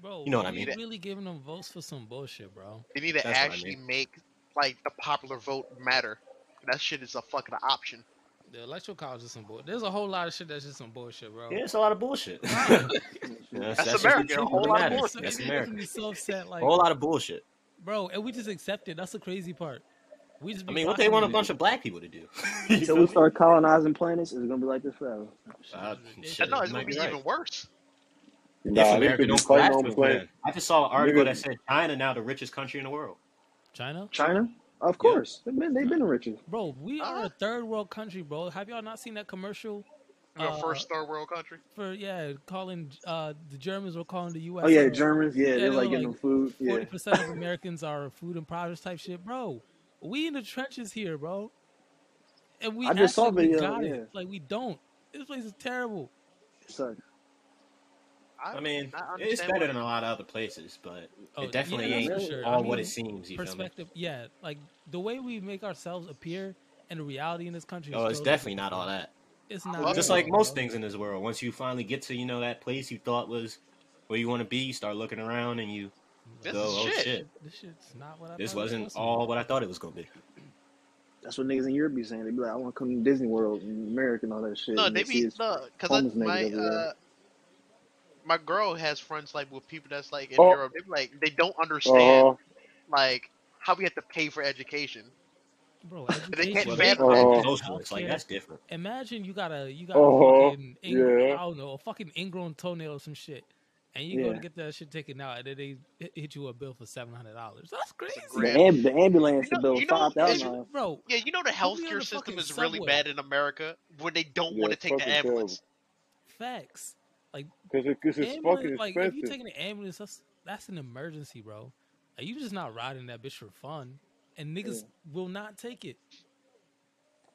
Speaker 1: Bro,
Speaker 5: You know what I
Speaker 1: we
Speaker 4: mean.
Speaker 1: Really giving them votes for some bullshit, bro.
Speaker 4: They need to
Speaker 5: That's what I
Speaker 4: actually
Speaker 5: mean.
Speaker 4: make like the popular vote matter. That shit is a fucking option.
Speaker 1: The electoral college is some bull. There's a whole lot of shit that's just some bullshit, bro.
Speaker 5: Yeah, it's a lot of bullshit. (laughs) that's, just the
Speaker 4: America, a
Speaker 5: truth
Speaker 4: whole
Speaker 5: the
Speaker 4: lot
Speaker 5: matter.
Speaker 4: of
Speaker 1: It's
Speaker 4: bullshit.
Speaker 1: so-
Speaker 4: (laughs)
Speaker 5: That's
Speaker 1: it- it
Speaker 5: America.
Speaker 1: can be so upset, like,
Speaker 5: A whole lot of bullshit.
Speaker 1: bro, and we just accept it. That's the crazy part. We just.
Speaker 5: I
Speaker 1: be
Speaker 5: mean, what they want a
Speaker 1: prosecuted.
Speaker 5: bunch of black people
Speaker 4: (laughs)
Speaker 5: to do? You
Speaker 3: Until
Speaker 5: feel (laughs)
Speaker 3: we
Speaker 5: me?
Speaker 3: start colonizing planets, it's gonna be like this forever.
Speaker 5: Uh,
Speaker 1: Shit is
Speaker 5: shit,
Speaker 4: And no,
Speaker 1: ridiculous.
Speaker 4: it's gonna
Speaker 5: you might
Speaker 4: be
Speaker 5: be right.
Speaker 4: even worse.
Speaker 2: Nah,
Speaker 5: If
Speaker 2: they
Speaker 5: America
Speaker 2: could be
Speaker 5: don't
Speaker 2: fighting
Speaker 5: collapse
Speaker 2: on
Speaker 5: with
Speaker 2: planet.
Speaker 5: them, I just saw an article
Speaker 2: Niggas-
Speaker 5: that said China now the richest country in the world.
Speaker 1: China,
Speaker 3: China, of
Speaker 5: Yeah.
Speaker 3: course, they've been they've been enriching.
Speaker 1: bro, we are
Speaker 4: Uh-huh.
Speaker 1: a third world country, bro. Have y'all not seen that commercial?
Speaker 4: We're a
Speaker 1: Uh,
Speaker 4: first third world country.
Speaker 1: for yeah, calling uh the Germans were calling the U.S.
Speaker 3: Oh yeah,
Speaker 1: uh,
Speaker 3: Germans, yeah,
Speaker 1: Yeah,
Speaker 3: they're
Speaker 1: they
Speaker 3: like
Speaker 1: were
Speaker 3: giving
Speaker 1: like
Speaker 3: them food. Yeah,
Speaker 1: forty percent of Americans are food and produce type shit, bro. We in the trenches here, bro, and we
Speaker 3: I
Speaker 1: act
Speaker 3: just saw a
Speaker 1: like we
Speaker 3: video.
Speaker 1: got
Speaker 3: Yeah,
Speaker 1: it, like we don't. This place is terrible.
Speaker 3: it sucked.
Speaker 4: I
Speaker 5: I
Speaker 4: do
Speaker 5: mean,
Speaker 4: not
Speaker 5: it's
Speaker 4: understand
Speaker 5: better
Speaker 4: why.
Speaker 5: than a lot of other places, but
Speaker 1: Oh
Speaker 5: it
Speaker 1: yeah,
Speaker 5: definitely
Speaker 1: that's
Speaker 5: ain't
Speaker 1: for
Speaker 3: really?
Speaker 1: sure. I
Speaker 5: all what it
Speaker 1: mean,
Speaker 5: seems. You feel me?
Speaker 1: perspective, yeah, like the way we make ourselves appear and the reality in this country is
Speaker 5: Oh, it's
Speaker 1: totally
Speaker 5: definitely
Speaker 1: different,
Speaker 5: not all
Speaker 1: bro.
Speaker 5: that.
Speaker 1: It's
Speaker 4: I
Speaker 1: not
Speaker 4: love
Speaker 1: at
Speaker 5: Just
Speaker 4: it.
Speaker 5: like
Speaker 1: all,
Speaker 5: most
Speaker 1: bro.
Speaker 5: things in this world, once you finally get to you know that place you thought was where you want to be, you start looking around and you
Speaker 1: Like,
Speaker 4: This is
Speaker 5: go,
Speaker 1: yo,
Speaker 5: "Oh
Speaker 1: this
Speaker 4: shit.
Speaker 5: shit,
Speaker 1: shit, this shit's not what I
Speaker 5: this
Speaker 1: thought it was
Speaker 5: wasn't
Speaker 1: supposed to be.
Speaker 5: all what I thought it was gonna be."
Speaker 3: That's what niggas in Europe be saying. They be like, I want to come to Disney World, and America, and all that shit.
Speaker 4: No,
Speaker 3: And
Speaker 4: they
Speaker 3: they see
Speaker 4: be
Speaker 3: it's
Speaker 4: no, cause I,
Speaker 3: homeless niggas
Speaker 4: my
Speaker 3: everywhere.
Speaker 4: uh my girl has friends like with people that's like in
Speaker 2: Oh,
Speaker 4: Europe. They be like they don't understand
Speaker 5: Oh,
Speaker 2: uh,
Speaker 4: like how we have to pay for education.
Speaker 5: (laughs)
Speaker 1: Bro,
Speaker 4: They can't
Speaker 5: Well,
Speaker 1: education,
Speaker 5: they
Speaker 4: fathom
Speaker 5: they're
Speaker 4: that
Speaker 2: uh,
Speaker 4: shit.
Speaker 5: socialists, like
Speaker 1: healthcare.
Speaker 5: that's different.
Speaker 1: Imagine you got a you got a
Speaker 2: uh,
Speaker 1: fucking ing-
Speaker 2: yeah.
Speaker 1: I don't know a fucking ingrown toenail or some shit, and you go
Speaker 3: Yeah,
Speaker 1: to get that shit taken out, and then they hit hit you a bill for seven hundred dollars. That's
Speaker 4: It's a
Speaker 1: crazy,
Speaker 3: the
Speaker 4: grab.
Speaker 3: amb- the ambulance to
Speaker 4: You know,
Speaker 3: build
Speaker 4: you know,
Speaker 3: five thousand
Speaker 4: it's
Speaker 1: Imagine,
Speaker 3: miles.
Speaker 1: bro.
Speaker 4: yeah, you know the
Speaker 1: Put me on
Speaker 4: healthcare
Speaker 1: the
Speaker 4: system
Speaker 1: fucking
Speaker 4: is really
Speaker 1: subway.
Speaker 4: bad in America when they don't
Speaker 2: Yeah,
Speaker 4: want to
Speaker 2: it's
Speaker 4: take the
Speaker 2: fucking terrible.
Speaker 4: ambulance.
Speaker 1: Facts, like
Speaker 2: Cause, it, cause it's
Speaker 1: ambulance.
Speaker 2: fucking
Speaker 1: Like if you
Speaker 2: expensive.
Speaker 1: taking an ambulance, that's that's an emergency, bro. Like, you just not riding that bitch for fun, and
Speaker 3: Yeah.
Speaker 1: niggas will not take it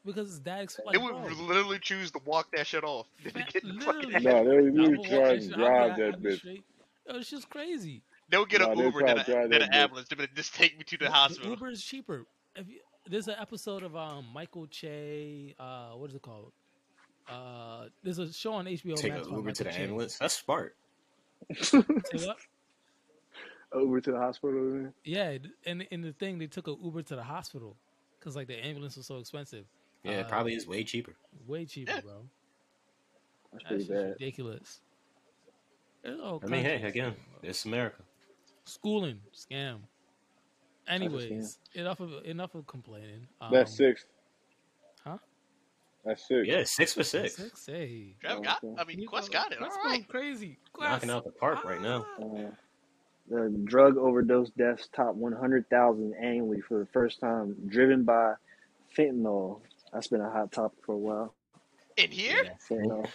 Speaker 1: because it's that ex-
Speaker 4: They
Speaker 1: like,
Speaker 4: would
Speaker 1: bro.
Speaker 4: literally choose to walk that shit off (laughs) than to
Speaker 1: Fat,
Speaker 4: get in the fucking
Speaker 1: literally,
Speaker 2: Nah, they
Speaker 1: I
Speaker 2: really
Speaker 1: would walk
Speaker 2: try
Speaker 1: that
Speaker 2: and
Speaker 1: shit. I'd be,
Speaker 2: drive
Speaker 1: I,
Speaker 2: that
Speaker 1: I'd be
Speaker 2: bitch.
Speaker 1: straight. Yo, it's just crazy.
Speaker 4: (laughs) They'll get an
Speaker 2: Nah, they
Speaker 4: Uber
Speaker 2: try
Speaker 4: than,
Speaker 2: to
Speaker 4: a,
Speaker 2: drive
Speaker 4: than an
Speaker 2: that bitch.
Speaker 4: ambulance. They'll be like, just take me to the
Speaker 1: No, the
Speaker 4: hospital.
Speaker 1: Uber is cheaper. If you, there's an episode of um, Michael Che, uh, what is it called? Uh, there's a show on HBO
Speaker 5: Take a
Speaker 1: Max by
Speaker 5: Uber
Speaker 1: Michael
Speaker 5: to the
Speaker 1: Che.
Speaker 5: ambulance. That's smart.
Speaker 1: Say what?
Speaker 3: Over to the hospital. man.
Speaker 1: Yeah, th- and in the thing they took a Uber to the hospital because like the ambulance was so expensive.
Speaker 5: Yeah, it
Speaker 1: Uh,
Speaker 5: probably is way cheaper.
Speaker 1: way cheaper,
Speaker 4: Yeah,
Speaker 1: bro.
Speaker 3: That's
Speaker 1: That
Speaker 3: pretty
Speaker 1: shit's
Speaker 3: bad.
Speaker 1: ridiculous. There's all
Speaker 5: I mean,
Speaker 1: kinds of
Speaker 5: hey,
Speaker 1: shit
Speaker 5: again,
Speaker 1: bro.
Speaker 5: it's America.
Speaker 1: Schooling scam.
Speaker 3: That's a scam.
Speaker 1: Anyways, enough of enough of complaining.
Speaker 2: That's
Speaker 1: Um,
Speaker 2: six.
Speaker 1: huh?
Speaker 2: That's six.
Speaker 5: Yeah, six for
Speaker 1: That's
Speaker 5: six,
Speaker 1: six. Hey,
Speaker 4: Trev
Speaker 3: Oh,
Speaker 4: got.
Speaker 3: okay.
Speaker 4: I mean,
Speaker 1: you
Speaker 4: Quest
Speaker 1: go.
Speaker 4: got it. All
Speaker 1: Quest
Speaker 4: right.
Speaker 1: going crazy.
Speaker 5: knocking
Speaker 1: Quest.
Speaker 5: out the park right now.
Speaker 1: Ah.
Speaker 3: Uh, the drug overdose deaths top 100,000 annually for the first time, driven by fentanyl. That's been a hot topic for a while.
Speaker 4: In here,
Speaker 5: Yeah, that thing.
Speaker 3: Fentanyl.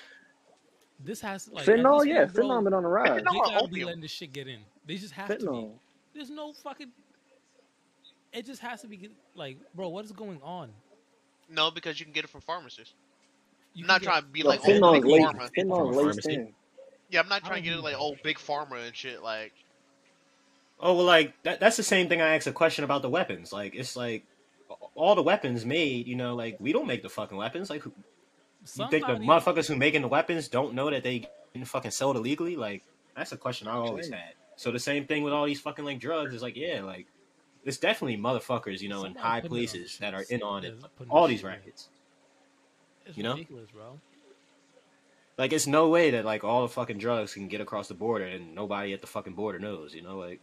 Speaker 1: This has like at
Speaker 3: Fentanyl,
Speaker 1: this
Speaker 3: yeah,
Speaker 1: point, bro.
Speaker 3: fentanyl been on the
Speaker 4: fentanyl
Speaker 3: rise.
Speaker 1: They
Speaker 4: or
Speaker 1: gotta be
Speaker 4: opium?
Speaker 1: letting this shit get in. They just have to be.
Speaker 3: Fentanyl.
Speaker 1: There's no fucking. It just has to be get- like, bro. What is going on?
Speaker 4: No, because you can get it from pharmacists.
Speaker 1: You can
Speaker 4: I'm not
Speaker 1: get
Speaker 4: trying to be
Speaker 3: No,
Speaker 4: like, oh,
Speaker 3: fentanyl
Speaker 4: big
Speaker 3: is
Speaker 5: You
Speaker 3: late.
Speaker 5: can
Speaker 4: pharma.
Speaker 5: get it
Speaker 3: Fentanyl
Speaker 5: from a
Speaker 3: is late
Speaker 5: pharmacy.
Speaker 3: stand.
Speaker 4: Yeah, I'm not
Speaker 1: how
Speaker 4: trying to get it like,
Speaker 1: you
Speaker 4: oh, big pharma and shit. Like,
Speaker 5: Oh well, like that—that's the same thing I asked a question about the weapons. Like it's like all the weapons made. You know, like we don't make the fucking weapons. Like who- you think the
Speaker 1: somebody
Speaker 5: motherfuckers who making the weapons don't know that they can fucking sell it illegally? Like that's a question I always
Speaker 3: Trade.
Speaker 5: had. So the same thing with all these fucking like drugs is like yeah, like it's definitely motherfuckers you know in
Speaker 1: somebody
Speaker 5: high
Speaker 1: putting it on
Speaker 5: places that
Speaker 1: shit.
Speaker 5: are in on it.
Speaker 1: That's putting this
Speaker 5: All these
Speaker 1: shit in.
Speaker 5: rackets,
Speaker 1: It's
Speaker 5: you know.
Speaker 1: ridiculous, bro.
Speaker 5: Like it's no way that like all the fucking drugs can get across the border and nobody at the fucking border knows. You know, like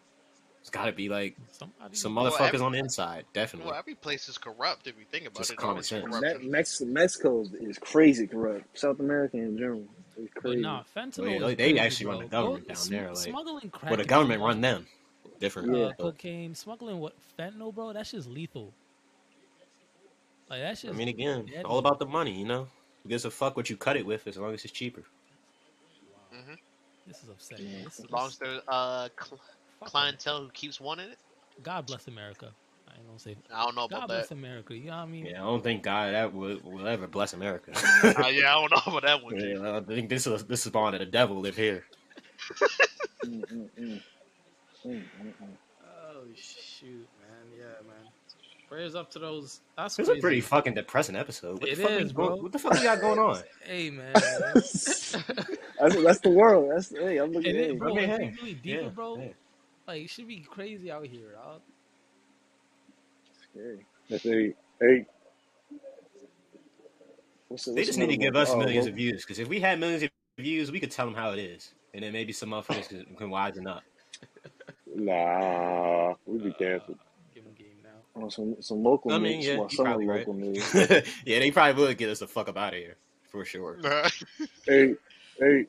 Speaker 5: it's got to be like
Speaker 1: Somebody is
Speaker 5: some
Speaker 4: well,
Speaker 5: motherfuckers
Speaker 4: every
Speaker 5: on the inside,
Speaker 4: well,
Speaker 5: definitely.
Speaker 4: every place is corrupt. If you think about
Speaker 5: Just
Speaker 4: it,
Speaker 5: common
Speaker 4: always
Speaker 5: sense.
Speaker 4: corruption.
Speaker 3: Me- Mex- Mexico is, is crazy corrupt. South America in general is
Speaker 1: But
Speaker 3: crazy.
Speaker 1: nah,
Speaker 5: Oh yeah,
Speaker 1: fentanyl is
Speaker 5: they, they
Speaker 1: crazy,
Speaker 5: actually run the
Speaker 1: bro. Go
Speaker 5: government down
Speaker 1: sm-
Speaker 5: there. Like,
Speaker 1: smuggling
Speaker 5: well, the
Speaker 1: crack is
Speaker 5: government
Speaker 1: nothing.
Speaker 5: run them. Different,
Speaker 3: Yeah.
Speaker 1: Uh,
Speaker 5: but
Speaker 1: cocaine, smuggling what fentanyl, bro. That shit's lethal. Like that
Speaker 5: I
Speaker 1: shit's
Speaker 5: mean, again, all
Speaker 1: deadly.
Speaker 5: about the money. You know, who gives a fuck what you cut it with as long as it's cheaper.
Speaker 1: Wow,
Speaker 4: hmm
Speaker 1: this is upsetting,
Speaker 3: Yeah.
Speaker 1: bro. This
Speaker 4: As long as
Speaker 1: this
Speaker 4: there's uh cl-
Speaker 1: fuck America.
Speaker 4: clientele who keeps wanting it.
Speaker 1: God bless America. I ain't gonna say
Speaker 4: I don't know about
Speaker 1: God
Speaker 4: that.
Speaker 1: bless America. You know what I mean?
Speaker 5: Yeah, I don't think God that will, will ever
Speaker 1: (laughs)
Speaker 5: bless America.
Speaker 4: (laughs) Uh, yeah, I don't know about that one, (laughs) G.
Speaker 5: (laughs) Yeah, I think this is this is born of the devil live here.
Speaker 1: (laughs)
Speaker 3: Mm, mm, mm, mm, mm, mm.
Speaker 1: Oh shoot, man. Yeah, man. Prayers up to those. That's
Speaker 5: This is a
Speaker 1: crazy.
Speaker 5: pretty fucking depressing episode. What
Speaker 1: It
Speaker 5: the fuck
Speaker 1: is,
Speaker 5: we
Speaker 1: bro.
Speaker 5: Going, what the fuck we
Speaker 1: (laughs)
Speaker 5: got going on?
Speaker 1: Hey man, (laughs)
Speaker 3: that's, that's the world. That's hey, I'm looking.
Speaker 1: and
Speaker 3: Hey,
Speaker 1: then, bro,
Speaker 5: I mean,
Speaker 1: if
Speaker 5: hey,
Speaker 1: you really deeper,
Speaker 5: yeah,
Speaker 1: bro,
Speaker 5: yeah.
Speaker 1: like it should be crazy out here. Dog.
Speaker 3: scary.
Speaker 2: That's eight. Eight.
Speaker 3: What's, the-
Speaker 5: They
Speaker 3: what's
Speaker 5: just need to
Speaker 3: another
Speaker 5: give
Speaker 3: one?
Speaker 5: us
Speaker 3: Oh,
Speaker 5: millions
Speaker 3: what-
Speaker 5: of views because if we had millions of views, we could tell them how it is, and then maybe some motherfuckers can, can wisen up.
Speaker 2: Nah, we be canceled.
Speaker 1: Give 'em game now.
Speaker 3: oh, some some local
Speaker 5: I mean,
Speaker 3: news.
Speaker 5: yeah,
Speaker 3: well,
Speaker 5: you
Speaker 3: some
Speaker 5: probably right.
Speaker 3: local news.
Speaker 5: (laughs) yeah, they probably would get us the fuck up out of here for sure.
Speaker 2: Eight. Eight.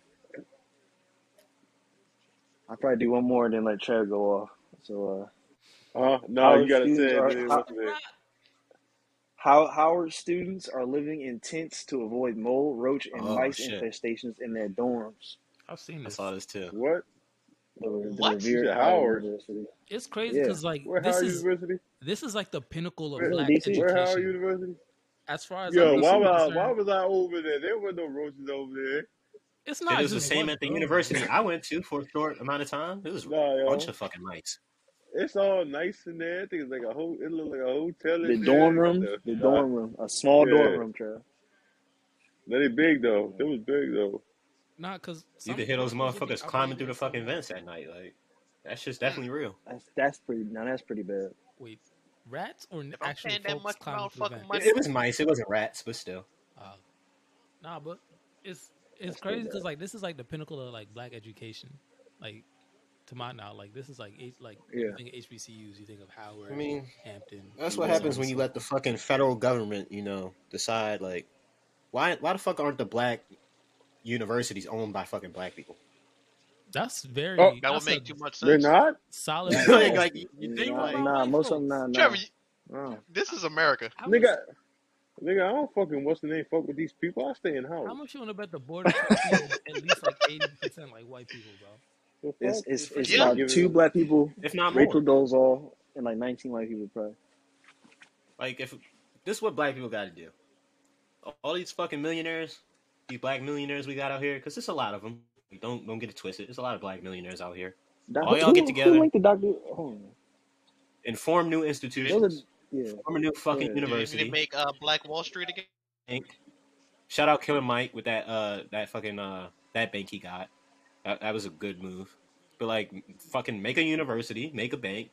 Speaker 3: I'll probably do one more and then let Trev go off. So uh,
Speaker 2: Huh? No, you
Speaker 3: Howard
Speaker 2: gotta
Speaker 3: students
Speaker 2: say it,
Speaker 3: are
Speaker 2: man.
Speaker 3: how,
Speaker 2: What's it?
Speaker 3: how Howard students are living in tents to avoid mole, roach, and
Speaker 5: Oh
Speaker 3: mice
Speaker 5: shit,
Speaker 3: infestations in their dorms.
Speaker 1: I've seen
Speaker 5: I
Speaker 1: this.
Speaker 5: saw this too.
Speaker 2: What?
Speaker 3: The, the
Speaker 4: What?
Speaker 2: You
Speaker 3: revered
Speaker 2: said
Speaker 3: Howard
Speaker 2: Howard.
Speaker 3: University.
Speaker 1: It's crazy
Speaker 3: Yeah,
Speaker 1: because like
Speaker 2: Where
Speaker 1: this
Speaker 2: Howard
Speaker 1: is
Speaker 2: University?
Speaker 1: this is like the pinnacle of
Speaker 2: Where,
Speaker 3: in
Speaker 1: black
Speaker 3: DC.
Speaker 2: where Howard
Speaker 1: education.
Speaker 2: University?
Speaker 1: As far as I'm
Speaker 2: Yo, why
Speaker 3: DC.
Speaker 1: personally
Speaker 2: was I, why
Speaker 1: concerned,
Speaker 2: was I over there? There were no roaches over there.
Speaker 1: it's
Speaker 5: It
Speaker 1: not
Speaker 5: was the
Speaker 1: just
Speaker 5: same
Speaker 1: one
Speaker 5: at the
Speaker 1: bro, man.
Speaker 5: university I went to for a short amount of time. It was a
Speaker 2: Nah,
Speaker 5: bunch
Speaker 2: yo.
Speaker 5: of fucking mice.
Speaker 2: It's all nice in there. I think it's like a whole. It look like a hotel
Speaker 3: The
Speaker 2: in there.
Speaker 3: dorm
Speaker 2: They got
Speaker 3: room,
Speaker 2: the
Speaker 3: the
Speaker 2: shot.
Speaker 3: dorm room, a small dorm
Speaker 2: Yeah,
Speaker 3: room, Trev.
Speaker 2: that is big though. It was big though.
Speaker 1: Not because
Speaker 5: You
Speaker 1: some
Speaker 5: could hear those
Speaker 1: dorms will be
Speaker 5: motherfuckers climbing
Speaker 1: operated
Speaker 5: through the
Speaker 1: some.
Speaker 5: fucking vents at night. Like that's just
Speaker 4: Hmm.
Speaker 5: definitely real.
Speaker 3: That's that's pretty. Now that's pretty bad.
Speaker 1: Wait, rats or n-
Speaker 4: If I'm
Speaker 1: actual
Speaker 4: paying that
Speaker 1: folks
Speaker 4: much
Speaker 1: climbing through
Speaker 4: motherfucking
Speaker 5: It,
Speaker 1: vents?
Speaker 4: money,
Speaker 5: it was mice. It wasn't rats, but still.
Speaker 1: Uh, nah, but it's it's
Speaker 3: That's pretty
Speaker 1: crazy because
Speaker 3: bad.
Speaker 1: like this is like the pinnacle of like black education. Like to my now, like this is like H- like when you
Speaker 3: Yeah,
Speaker 1: think of HBCUs, you think of
Speaker 5: I
Speaker 1: Howard,
Speaker 5: mean,
Speaker 1: Hampton,
Speaker 5: that's
Speaker 1: so
Speaker 3: yeah.
Speaker 5: what
Speaker 1: on
Speaker 5: happens
Speaker 1: and
Speaker 5: when you
Speaker 1: so
Speaker 5: let the
Speaker 1: forth.
Speaker 5: fucking federal government, you know, decide like why why the fuck aren't the black universities owned by fucking black people? (laughs)
Speaker 1: That's
Speaker 2: Oh,
Speaker 1: very
Speaker 4: that would
Speaker 1: that's a
Speaker 4: make too much
Speaker 2: they're
Speaker 4: sense.
Speaker 2: not.
Speaker 5: (laughs)
Speaker 1: solid
Speaker 2: Not
Speaker 1: point.
Speaker 5: like,
Speaker 2: all.
Speaker 5: like you you
Speaker 1: They
Speaker 5: think
Speaker 3: Nah,
Speaker 1: run
Speaker 5: like
Speaker 1: by
Speaker 3: nah.
Speaker 1: white
Speaker 3: Most of them,
Speaker 1: folks.
Speaker 3: nah,
Speaker 4: Trevor,
Speaker 3: nah.
Speaker 4: you,
Speaker 3: No.
Speaker 4: this is America.
Speaker 1: How much?
Speaker 2: Nigga, nigga, I don't fucking what's the name. Fuck with these people. I stay in
Speaker 5: Oh.
Speaker 1: How
Speaker 2: Howard.
Speaker 1: much you want to bet the board of trustees is at least like eighty percent like white people, bro?
Speaker 2: The
Speaker 3: It's
Speaker 2: fuck,
Speaker 3: it's
Speaker 2: the freaking
Speaker 3: it's
Speaker 4: Yeah.
Speaker 2: be
Speaker 3: about two
Speaker 2: giving.
Speaker 3: black people,
Speaker 5: if not more.
Speaker 3: Rachel Dolezal, and like nineteen white people probably.
Speaker 5: Like if this is what black people got to do. All these fucking millionaires, these black millionaires we got out here, because there's a lot of them. Don't don't get it twisted. There's a lot of black millionaires out here.
Speaker 3: Doc,
Speaker 5: All
Speaker 3: who
Speaker 5: y'all get
Speaker 3: who who
Speaker 5: together
Speaker 3: linked the doctor? Hold on.
Speaker 5: and form new
Speaker 4: Did,
Speaker 3: Those are
Speaker 5: institutions,
Speaker 3: yeah.
Speaker 5: form a new
Speaker 3: Go
Speaker 5: fucking
Speaker 3: ahead.
Speaker 4: did you need to
Speaker 5: university.
Speaker 4: make uh, Black Wall Street again?
Speaker 5: Inc. Shout out Killer Mike with that uh that fucking uh that bank he got. That, that was a good move. But like fucking make a university, make a bank,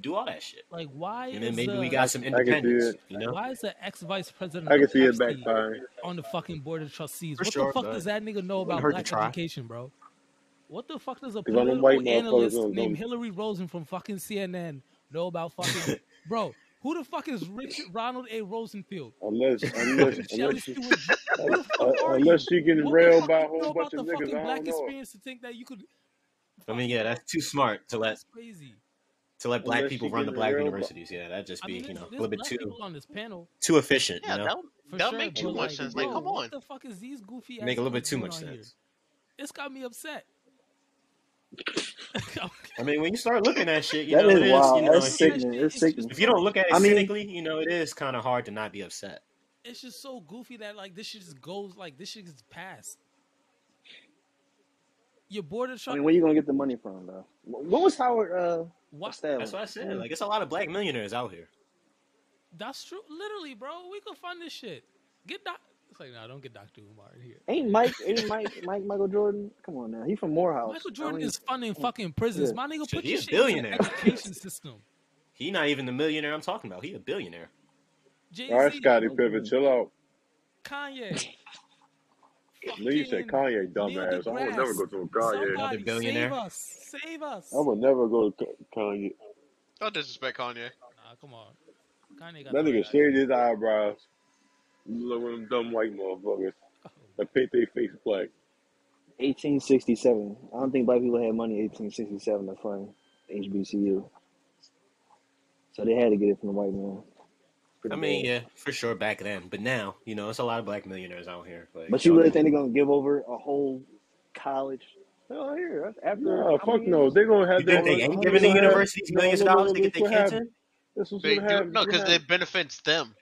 Speaker 5: do all that shit.
Speaker 1: Like, why
Speaker 5: And then
Speaker 1: is uh,
Speaker 5: maybe we
Speaker 1: the
Speaker 2: I,
Speaker 5: got some
Speaker 2: I can see
Speaker 5: independence,
Speaker 2: it.
Speaker 5: you know?
Speaker 1: why is the ex vice president
Speaker 2: I
Speaker 1: of
Speaker 2: can see it
Speaker 1: Pepsi
Speaker 2: backfiring.
Speaker 1: on the fucking board of trustees?
Speaker 5: For
Speaker 1: What the
Speaker 5: sure,
Speaker 1: fuck
Speaker 5: but
Speaker 1: does that nigga know
Speaker 5: wouldn't
Speaker 1: about
Speaker 5: hurt to
Speaker 1: black
Speaker 5: try.
Speaker 1: education, bro? What the fuck does a
Speaker 2: Cause all them white motherfuckers
Speaker 1: political analyst
Speaker 2: gonna,
Speaker 1: named
Speaker 2: gonna
Speaker 1: Hillary Rosen from fucking CNN know about fucking
Speaker 2: (laughs)
Speaker 1: bro? Who the fuck is Richard Ronald A. Rosenfield?
Speaker 3: (laughs)
Speaker 2: unless
Speaker 1: Who the fuck
Speaker 2: unless
Speaker 1: is Shelly
Speaker 2: unless she
Speaker 1: Stewart? J-
Speaker 2: (laughs)
Speaker 1: Who the
Speaker 2: uh,
Speaker 1: fuck are
Speaker 2: unless
Speaker 1: you?
Speaker 2: she getting
Speaker 1: What the
Speaker 2: railed
Speaker 1: fuck
Speaker 2: by a
Speaker 1: do you know
Speaker 2: whole
Speaker 1: about
Speaker 2: bunch of
Speaker 1: the
Speaker 2: niggas
Speaker 1: fucking
Speaker 2: I don't
Speaker 1: black
Speaker 2: know.
Speaker 1: experience to think that you could
Speaker 5: I
Speaker 1: fuck
Speaker 5: mean, yeah, that's too smart to let
Speaker 1: that's crazy.
Speaker 5: to let black
Speaker 2: Unless she
Speaker 5: people run the
Speaker 2: getting
Speaker 5: black
Speaker 2: railed by
Speaker 5: universities. Yeah, that'd just
Speaker 1: I
Speaker 5: be,
Speaker 1: mean,
Speaker 5: you
Speaker 1: there's
Speaker 5: know, a
Speaker 1: there's
Speaker 5: little bit
Speaker 1: black
Speaker 5: too
Speaker 1: people on this panel
Speaker 5: too efficient, you
Speaker 4: Yeah,
Speaker 5: know?
Speaker 4: that would
Speaker 1: for
Speaker 4: that would
Speaker 1: sure,
Speaker 4: make
Speaker 1: but
Speaker 4: too
Speaker 2: unless
Speaker 1: like,
Speaker 4: much
Speaker 2: she
Speaker 4: sense. Like,
Speaker 1: bro,
Speaker 2: getting
Speaker 4: come
Speaker 1: what
Speaker 4: on.
Speaker 1: the fuck is these goofy ass
Speaker 5: Make a little bit
Speaker 1: folks
Speaker 5: too
Speaker 1: doing
Speaker 5: much
Speaker 1: out here?
Speaker 5: sense.
Speaker 1: It's got me upset.
Speaker 5: (laughs) I mean, when you start looking at shit, you
Speaker 3: That
Speaker 5: know,
Speaker 3: is
Speaker 5: it is, you
Speaker 3: wild.
Speaker 5: know,
Speaker 3: That's
Speaker 5: if
Speaker 1: Nigga,
Speaker 5: you
Speaker 1: that
Speaker 3: sickening.
Speaker 1: shit
Speaker 3: It's
Speaker 1: is just
Speaker 3: sickening.
Speaker 5: if you don't
Speaker 1: so
Speaker 5: look at it
Speaker 3: I mean,
Speaker 5: cynically, you know, it is kind of hard to not be upset.
Speaker 1: it's just so goofy that like this shit just goes like this shit is past. Your board of
Speaker 3: I
Speaker 1: truck
Speaker 3: mean, where you gonna get the money from though? Wh- What was Howard uh,
Speaker 1: what
Speaker 5: That's
Speaker 3: established?
Speaker 5: what I
Speaker 3: What
Speaker 5: said.
Speaker 3: was-
Speaker 5: Like, it's a lot of black millionaires out here.
Speaker 1: that's true. Literally, bro, we could fund this shit. Get doc it's like no, don't get Dr. Umar in here.
Speaker 3: Ain't Mike? Ain't Mike? Mike Michael Jordan? Come on now. He from Morehouse.
Speaker 1: Michael
Speaker 3: Oh, I
Speaker 1: Jordan
Speaker 3: don't even.
Speaker 1: is funding
Speaker 3: come on.
Speaker 1: fucking prisons.
Speaker 3: Yeah.
Speaker 1: My nigga,
Speaker 5: Shit,
Speaker 1: put
Speaker 5: he
Speaker 1: your
Speaker 5: a
Speaker 1: shit into the
Speaker 5: billionaire.
Speaker 1: education system.
Speaker 5: He not even the millionaire I'm talking about. He a billionaire.
Speaker 2: All
Speaker 1: Jay
Speaker 2: right,
Speaker 1: Z,
Speaker 2: Scotty
Speaker 3: Michael
Speaker 2: Pippen,
Speaker 3: Jordan.
Speaker 2: chill out.
Speaker 1: Kanye,
Speaker 2: No, you said
Speaker 1: fucking
Speaker 2: Kanye,
Speaker 1: Neil
Speaker 2: dumbass. I would never
Speaker 1: deGrasse.
Speaker 2: go to a Kanye.
Speaker 5: Another
Speaker 1: Somebody save
Speaker 5: billionaire.
Speaker 1: us. Save
Speaker 2: I
Speaker 1: us.
Speaker 2: would never go to Ka- Kanye.
Speaker 4: Don't disrespect Kanye.
Speaker 1: Nah, come on. Kanye got
Speaker 2: That
Speaker 1: the
Speaker 2: nigga
Speaker 1: right idea.
Speaker 2: shaved his eyebrows. Look at them dumb white motherfuckers
Speaker 1: Oh
Speaker 2: that paint their face black.
Speaker 3: 1867. I don't think black people had money. in 1867 to fund HBCU, so they had to get it from the white man.
Speaker 5: I
Speaker 3: Pretty
Speaker 5: mean,
Speaker 3: bad.
Speaker 5: yeah, for sure back then. But now, you know, it's a lot of black millionaires out here. Like,
Speaker 3: But you
Speaker 5: y'all
Speaker 3: really
Speaker 5: gotta
Speaker 3: think they're gonna give over a whole college? Hell, here after
Speaker 2: Nah,
Speaker 3: how
Speaker 2: fuck
Speaker 3: many
Speaker 2: no.
Speaker 3: years?
Speaker 2: They gonna have
Speaker 5: You
Speaker 2: their
Speaker 3: Hundred,
Speaker 5: think
Speaker 2: money.
Speaker 5: they ain't
Speaker 2: They
Speaker 5: giving the
Speaker 3: hundred
Speaker 2: gonna have.
Speaker 3: years?
Speaker 5: universities
Speaker 2: No,
Speaker 5: millions of
Speaker 2: look, look,
Speaker 5: dollars
Speaker 2: look.
Speaker 5: to get
Speaker 2: This
Speaker 5: their
Speaker 2: what
Speaker 5: kids
Speaker 2: happened.
Speaker 5: in?
Speaker 2: This was
Speaker 4: They
Speaker 2: what
Speaker 4: do
Speaker 2: happened. This
Speaker 4: no,
Speaker 2: what
Speaker 4: because it
Speaker 2: happened.
Speaker 4: benefits them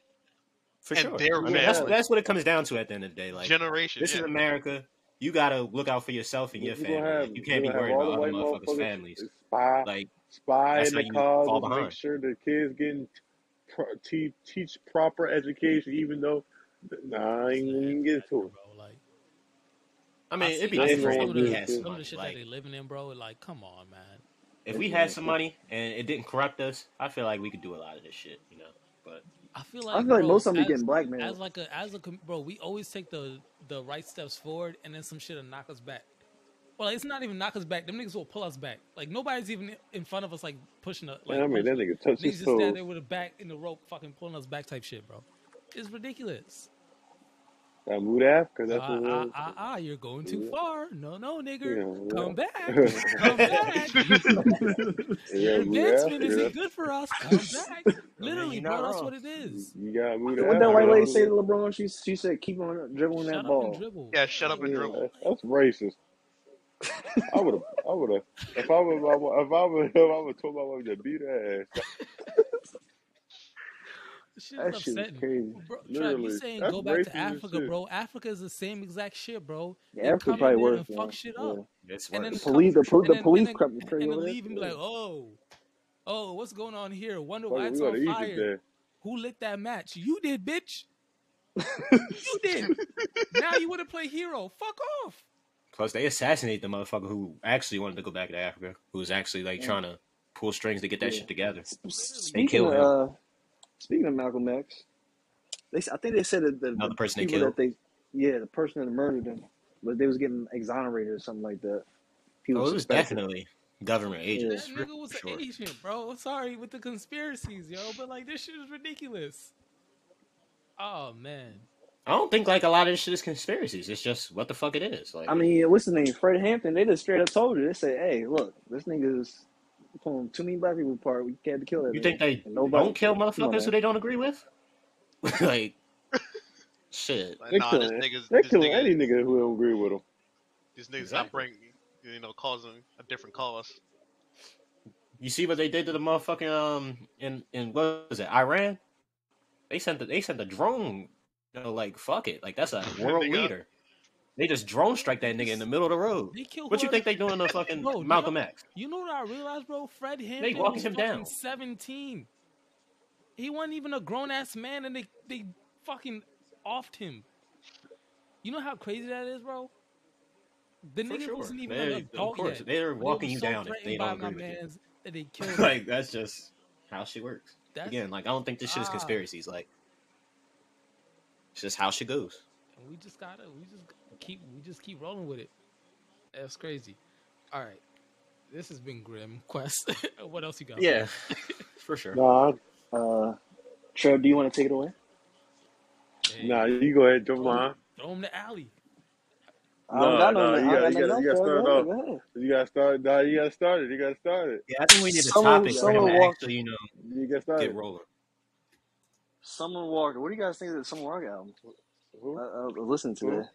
Speaker 5: For
Speaker 4: and their
Speaker 5: sure.
Speaker 2: This
Speaker 5: I
Speaker 2: what
Speaker 5: mean, that's
Speaker 2: happened.
Speaker 4: family
Speaker 5: that's what it comes down to at the end of the day. Like,
Speaker 4: generation.
Speaker 5: this is
Speaker 4: Yeah,
Speaker 5: America. You gotta look out for yourself and
Speaker 2: This
Speaker 5: your
Speaker 2: is what
Speaker 5: family. Like,
Speaker 2: happened.
Speaker 5: you
Speaker 2: You
Speaker 5: can't be
Speaker 2: gonna have
Speaker 5: worried
Speaker 2: all the
Speaker 5: about other
Speaker 2: white
Speaker 5: motherfuckers'
Speaker 2: motherfuckers
Speaker 5: families.
Speaker 2: spy,
Speaker 5: Like,
Speaker 2: spy
Speaker 5: that's
Speaker 2: in
Speaker 5: how
Speaker 2: the
Speaker 5: you
Speaker 2: car
Speaker 5: fall
Speaker 2: to make
Speaker 5: behind.
Speaker 2: sure the kids getting pro- te- teach proper education, even though nah, I ain't gonna even get to it.
Speaker 1: bro. Like
Speaker 5: I mean,
Speaker 1: I
Speaker 5: it'd
Speaker 1: see
Speaker 5: be
Speaker 2: I
Speaker 1: some
Speaker 2: ain't
Speaker 5: different
Speaker 1: some
Speaker 2: gonna
Speaker 5: if
Speaker 1: of
Speaker 5: we
Speaker 1: the
Speaker 2: do shit.
Speaker 5: had
Speaker 1: some of the
Speaker 5: somebody
Speaker 1: shit that
Speaker 5: like
Speaker 1: they living in, bro. Like, come on, man.
Speaker 5: if we had some money and it didn't corrupt us, I feel like we could do a lot of this shit, you know. But
Speaker 1: I feel
Speaker 3: I
Speaker 1: like,
Speaker 3: feel like
Speaker 1: bro,
Speaker 3: most of them be
Speaker 1: as
Speaker 3: getting
Speaker 1: as
Speaker 3: blackmailed.
Speaker 1: like a as a com- bro, we always take the the right steps forward, and then some shit will knock us back. Well, it's not even knock us back. Them niggas will pull us back. Like nobody's even in front of us, like pushing us,
Speaker 2: Man, I
Speaker 1: like
Speaker 2: made that
Speaker 1: pushing us.
Speaker 2: nigga touch his
Speaker 1: Niggas just stand
Speaker 2: toes.
Speaker 1: there with a back in the rope, fucking pulling us back, type shit, bro. It's ridiculous.
Speaker 2: I moved to Africa. That's
Speaker 1: Ah,
Speaker 2: what
Speaker 1: ah,
Speaker 2: I'm
Speaker 1: ah, ah! You're going too
Speaker 2: saying.
Speaker 1: far. No, no, nigger, come
Speaker 2: Yeah,
Speaker 1: back,
Speaker 2: yeah.
Speaker 1: come back.
Speaker 2: yeah,
Speaker 1: Your
Speaker 2: move to
Speaker 1: advancement
Speaker 2: Africa.
Speaker 1: isn't
Speaker 2: That's,
Speaker 1: good for us. Come back.
Speaker 5: I mean,
Speaker 1: Literally,
Speaker 5: you're not
Speaker 1: bro, that's
Speaker 5: wrong.
Speaker 1: what it
Speaker 2: you,
Speaker 1: is.
Speaker 2: you gotta move to
Speaker 3: What that white
Speaker 2: Africa.
Speaker 3: lady
Speaker 2: That's
Speaker 3: say
Speaker 2: what
Speaker 3: to LeBron? She she said, "Keep on dribbling that
Speaker 1: Shut up and
Speaker 3: ball."
Speaker 1: dribble.
Speaker 4: Yeah, shut
Speaker 1: Like,
Speaker 4: up and
Speaker 2: Yeah,
Speaker 4: dribble.
Speaker 1: bro,
Speaker 2: that,
Speaker 1: like,
Speaker 2: that's racist. I would have, I would have, if I was, my wa- if I was, (laughs) if I was told my wife to beat her ass,
Speaker 1: this shit is
Speaker 3: That shit was
Speaker 1: upsetting.
Speaker 3: crazy.
Speaker 1: Bro, Trev, you
Speaker 2: literally,
Speaker 1: saying
Speaker 2: that's
Speaker 1: go back to
Speaker 2: racist as
Speaker 1: Africa,
Speaker 2: shit.
Speaker 1: bro. Africa is the same exact shit, bro.
Speaker 3: Yeah,
Speaker 1: They
Speaker 3: Africa
Speaker 1: come in
Speaker 3: probably
Speaker 1: there
Speaker 3: worse,
Speaker 1: and fuck
Speaker 3: man.
Speaker 1: shit
Speaker 3: Yeah,
Speaker 1: up.
Speaker 5: It's
Speaker 1: And then
Speaker 3: the
Speaker 5: worse.
Speaker 1: come
Speaker 3: police, the, po-
Speaker 1: and
Speaker 3: the
Speaker 1: then and
Speaker 3: police
Speaker 1: then
Speaker 3: crept crazy
Speaker 1: and then
Speaker 3: over there.
Speaker 1: leave and be
Speaker 3: Yeah.
Speaker 1: like, oh, oh, what's going on here? Wonder
Speaker 2: Fuck
Speaker 1: why
Speaker 2: it, we
Speaker 1: it's
Speaker 2: go
Speaker 1: on
Speaker 2: to Egypt
Speaker 1: fire.
Speaker 2: then.
Speaker 1: Who lit that match? You did, bitch.
Speaker 5: (laughs)
Speaker 1: You did. Now you want to play hero. Fuck off.
Speaker 5: Plus, they assassinate the motherfucker who actually wanted to go back to Africa, who was actually like
Speaker 3: Yeah.
Speaker 5: trying to pull strings to get that
Speaker 3: Yeah.
Speaker 5: shit together.
Speaker 3: S-
Speaker 1: Literally.
Speaker 5: They
Speaker 3: Speaking
Speaker 5: kill
Speaker 3: of
Speaker 5: him.
Speaker 3: uh, speaking of Malcolm X, they s- I think they said that the,
Speaker 5: Another
Speaker 3: the, the
Speaker 5: person they
Speaker 3: people that
Speaker 5: killed.
Speaker 3: they yeah the person that murdered him was they was getting exonerated or something like that. He
Speaker 5: Oh,
Speaker 3: was
Speaker 5: it was
Speaker 3: suspected.
Speaker 5: definitely government
Speaker 3: Yeah.
Speaker 5: agents
Speaker 1: That
Speaker 5: for
Speaker 1: nigga was an
Speaker 5: sure.
Speaker 1: agent, bro. Sorry with the conspiracies, yo, but like this shit is ridiculous. Oh man.
Speaker 5: I don't think like a lot of this shit is conspiracies. It's just what the fuck it is.
Speaker 3: I
Speaker 5: Like,
Speaker 3: mean, yeah, what's his name? Fred Hampton. They just straight up told you. They said, "Hey, look, this nigga's pulling too many black people apart. We had to kill that
Speaker 5: you
Speaker 3: nigga."
Speaker 5: think they
Speaker 3: And nobody,
Speaker 5: don't kill
Speaker 3: come on
Speaker 5: motherfuckers
Speaker 3: now,
Speaker 5: who they don't agree with? like, shit.
Speaker 4: Like,
Speaker 2: They're
Speaker 4: nah, this
Speaker 2: killing,
Speaker 4: nigga's
Speaker 2: they're
Speaker 4: this
Speaker 2: killing
Speaker 4: nigga
Speaker 2: any nigga who don't agree with them.
Speaker 4: this nigga's not
Speaker 5: Exactly.
Speaker 4: bringing you know causing a different cause.
Speaker 5: You see what they did to the motherfucking um in in what was it Iran? They sent the, they sent a drone. You know, like fuck it, like
Speaker 1: (laughs)
Speaker 5: that's a world
Speaker 4: nigga,
Speaker 5: leader. They just drone strike that nigga in the
Speaker 1: Niggas
Speaker 5: middle of the road.
Speaker 1: they kill
Speaker 5: What you
Speaker 1: whoever
Speaker 5: think they doing to fucking
Speaker 1: (laughs) Bro, do y'all
Speaker 5: Malcolm X?
Speaker 1: you know what I realized, bro? Fred
Speaker 5: They
Speaker 1: Hampton
Speaker 5: walked
Speaker 1: was
Speaker 5: him
Speaker 1: fucking
Speaker 5: down.
Speaker 1: seventeen. He wasn't even a grown ass man and they they fucking offed him. You know how crazy that is, bro? The
Speaker 5: For
Speaker 1: nigga
Speaker 5: sure.
Speaker 1: wasn't even an
Speaker 5: They of
Speaker 1: adult
Speaker 5: course
Speaker 1: yet,
Speaker 5: they're
Speaker 1: but they
Speaker 5: walking
Speaker 1: was
Speaker 5: you
Speaker 1: so
Speaker 5: down if
Speaker 1: threatened
Speaker 5: they
Speaker 1: by
Speaker 5: don't
Speaker 1: my
Speaker 5: agree with you. (laughs)
Speaker 1: man's that they killed him.
Speaker 5: like that's just how she works.
Speaker 1: That's
Speaker 5: Again, like I don't think this shit is
Speaker 1: ah,
Speaker 5: conspiracies. Like it's just how she goes.
Speaker 1: and we just gotta we just keep we just keep rolling with it. That's crazy. All right, this has been grim. (laughs) Quest. what else you got (laughs) for
Speaker 5: Yeah,
Speaker 1: us?
Speaker 5: for sure.
Speaker 2: Nah,
Speaker 3: uh, Trev. Do you want to take it away?
Speaker 1: Hey,
Speaker 2: nah, you go ahead,
Speaker 1: throw him,
Speaker 2: Jamon.
Speaker 1: throw him the alley.
Speaker 3: I don't
Speaker 2: Nah,
Speaker 3: got no,
Speaker 2: nah,
Speaker 3: I
Speaker 2: you
Speaker 3: don't
Speaker 2: gotta,
Speaker 3: got
Speaker 2: you
Speaker 3: nothing
Speaker 2: gotta, you
Speaker 3: else,
Speaker 2: gotta
Speaker 3: Trev.
Speaker 2: start it
Speaker 3: Go ahead,
Speaker 2: off.
Speaker 3: go ahead.
Speaker 2: You gotta start, nah, you gotta start it. You gotta start it.
Speaker 5: Yeah, I think we need a
Speaker 3: Summer,
Speaker 5: topic for him
Speaker 3: Summer
Speaker 5: to
Speaker 3: Walker,
Speaker 5: actually, you know,
Speaker 2: You gotta start
Speaker 5: get
Speaker 2: it.
Speaker 5: rolling.
Speaker 3: Summer Walker. What do you guys think of the Summer Walker album? I,
Speaker 2: Who,
Speaker 3: I listened to
Speaker 2: who?
Speaker 3: that.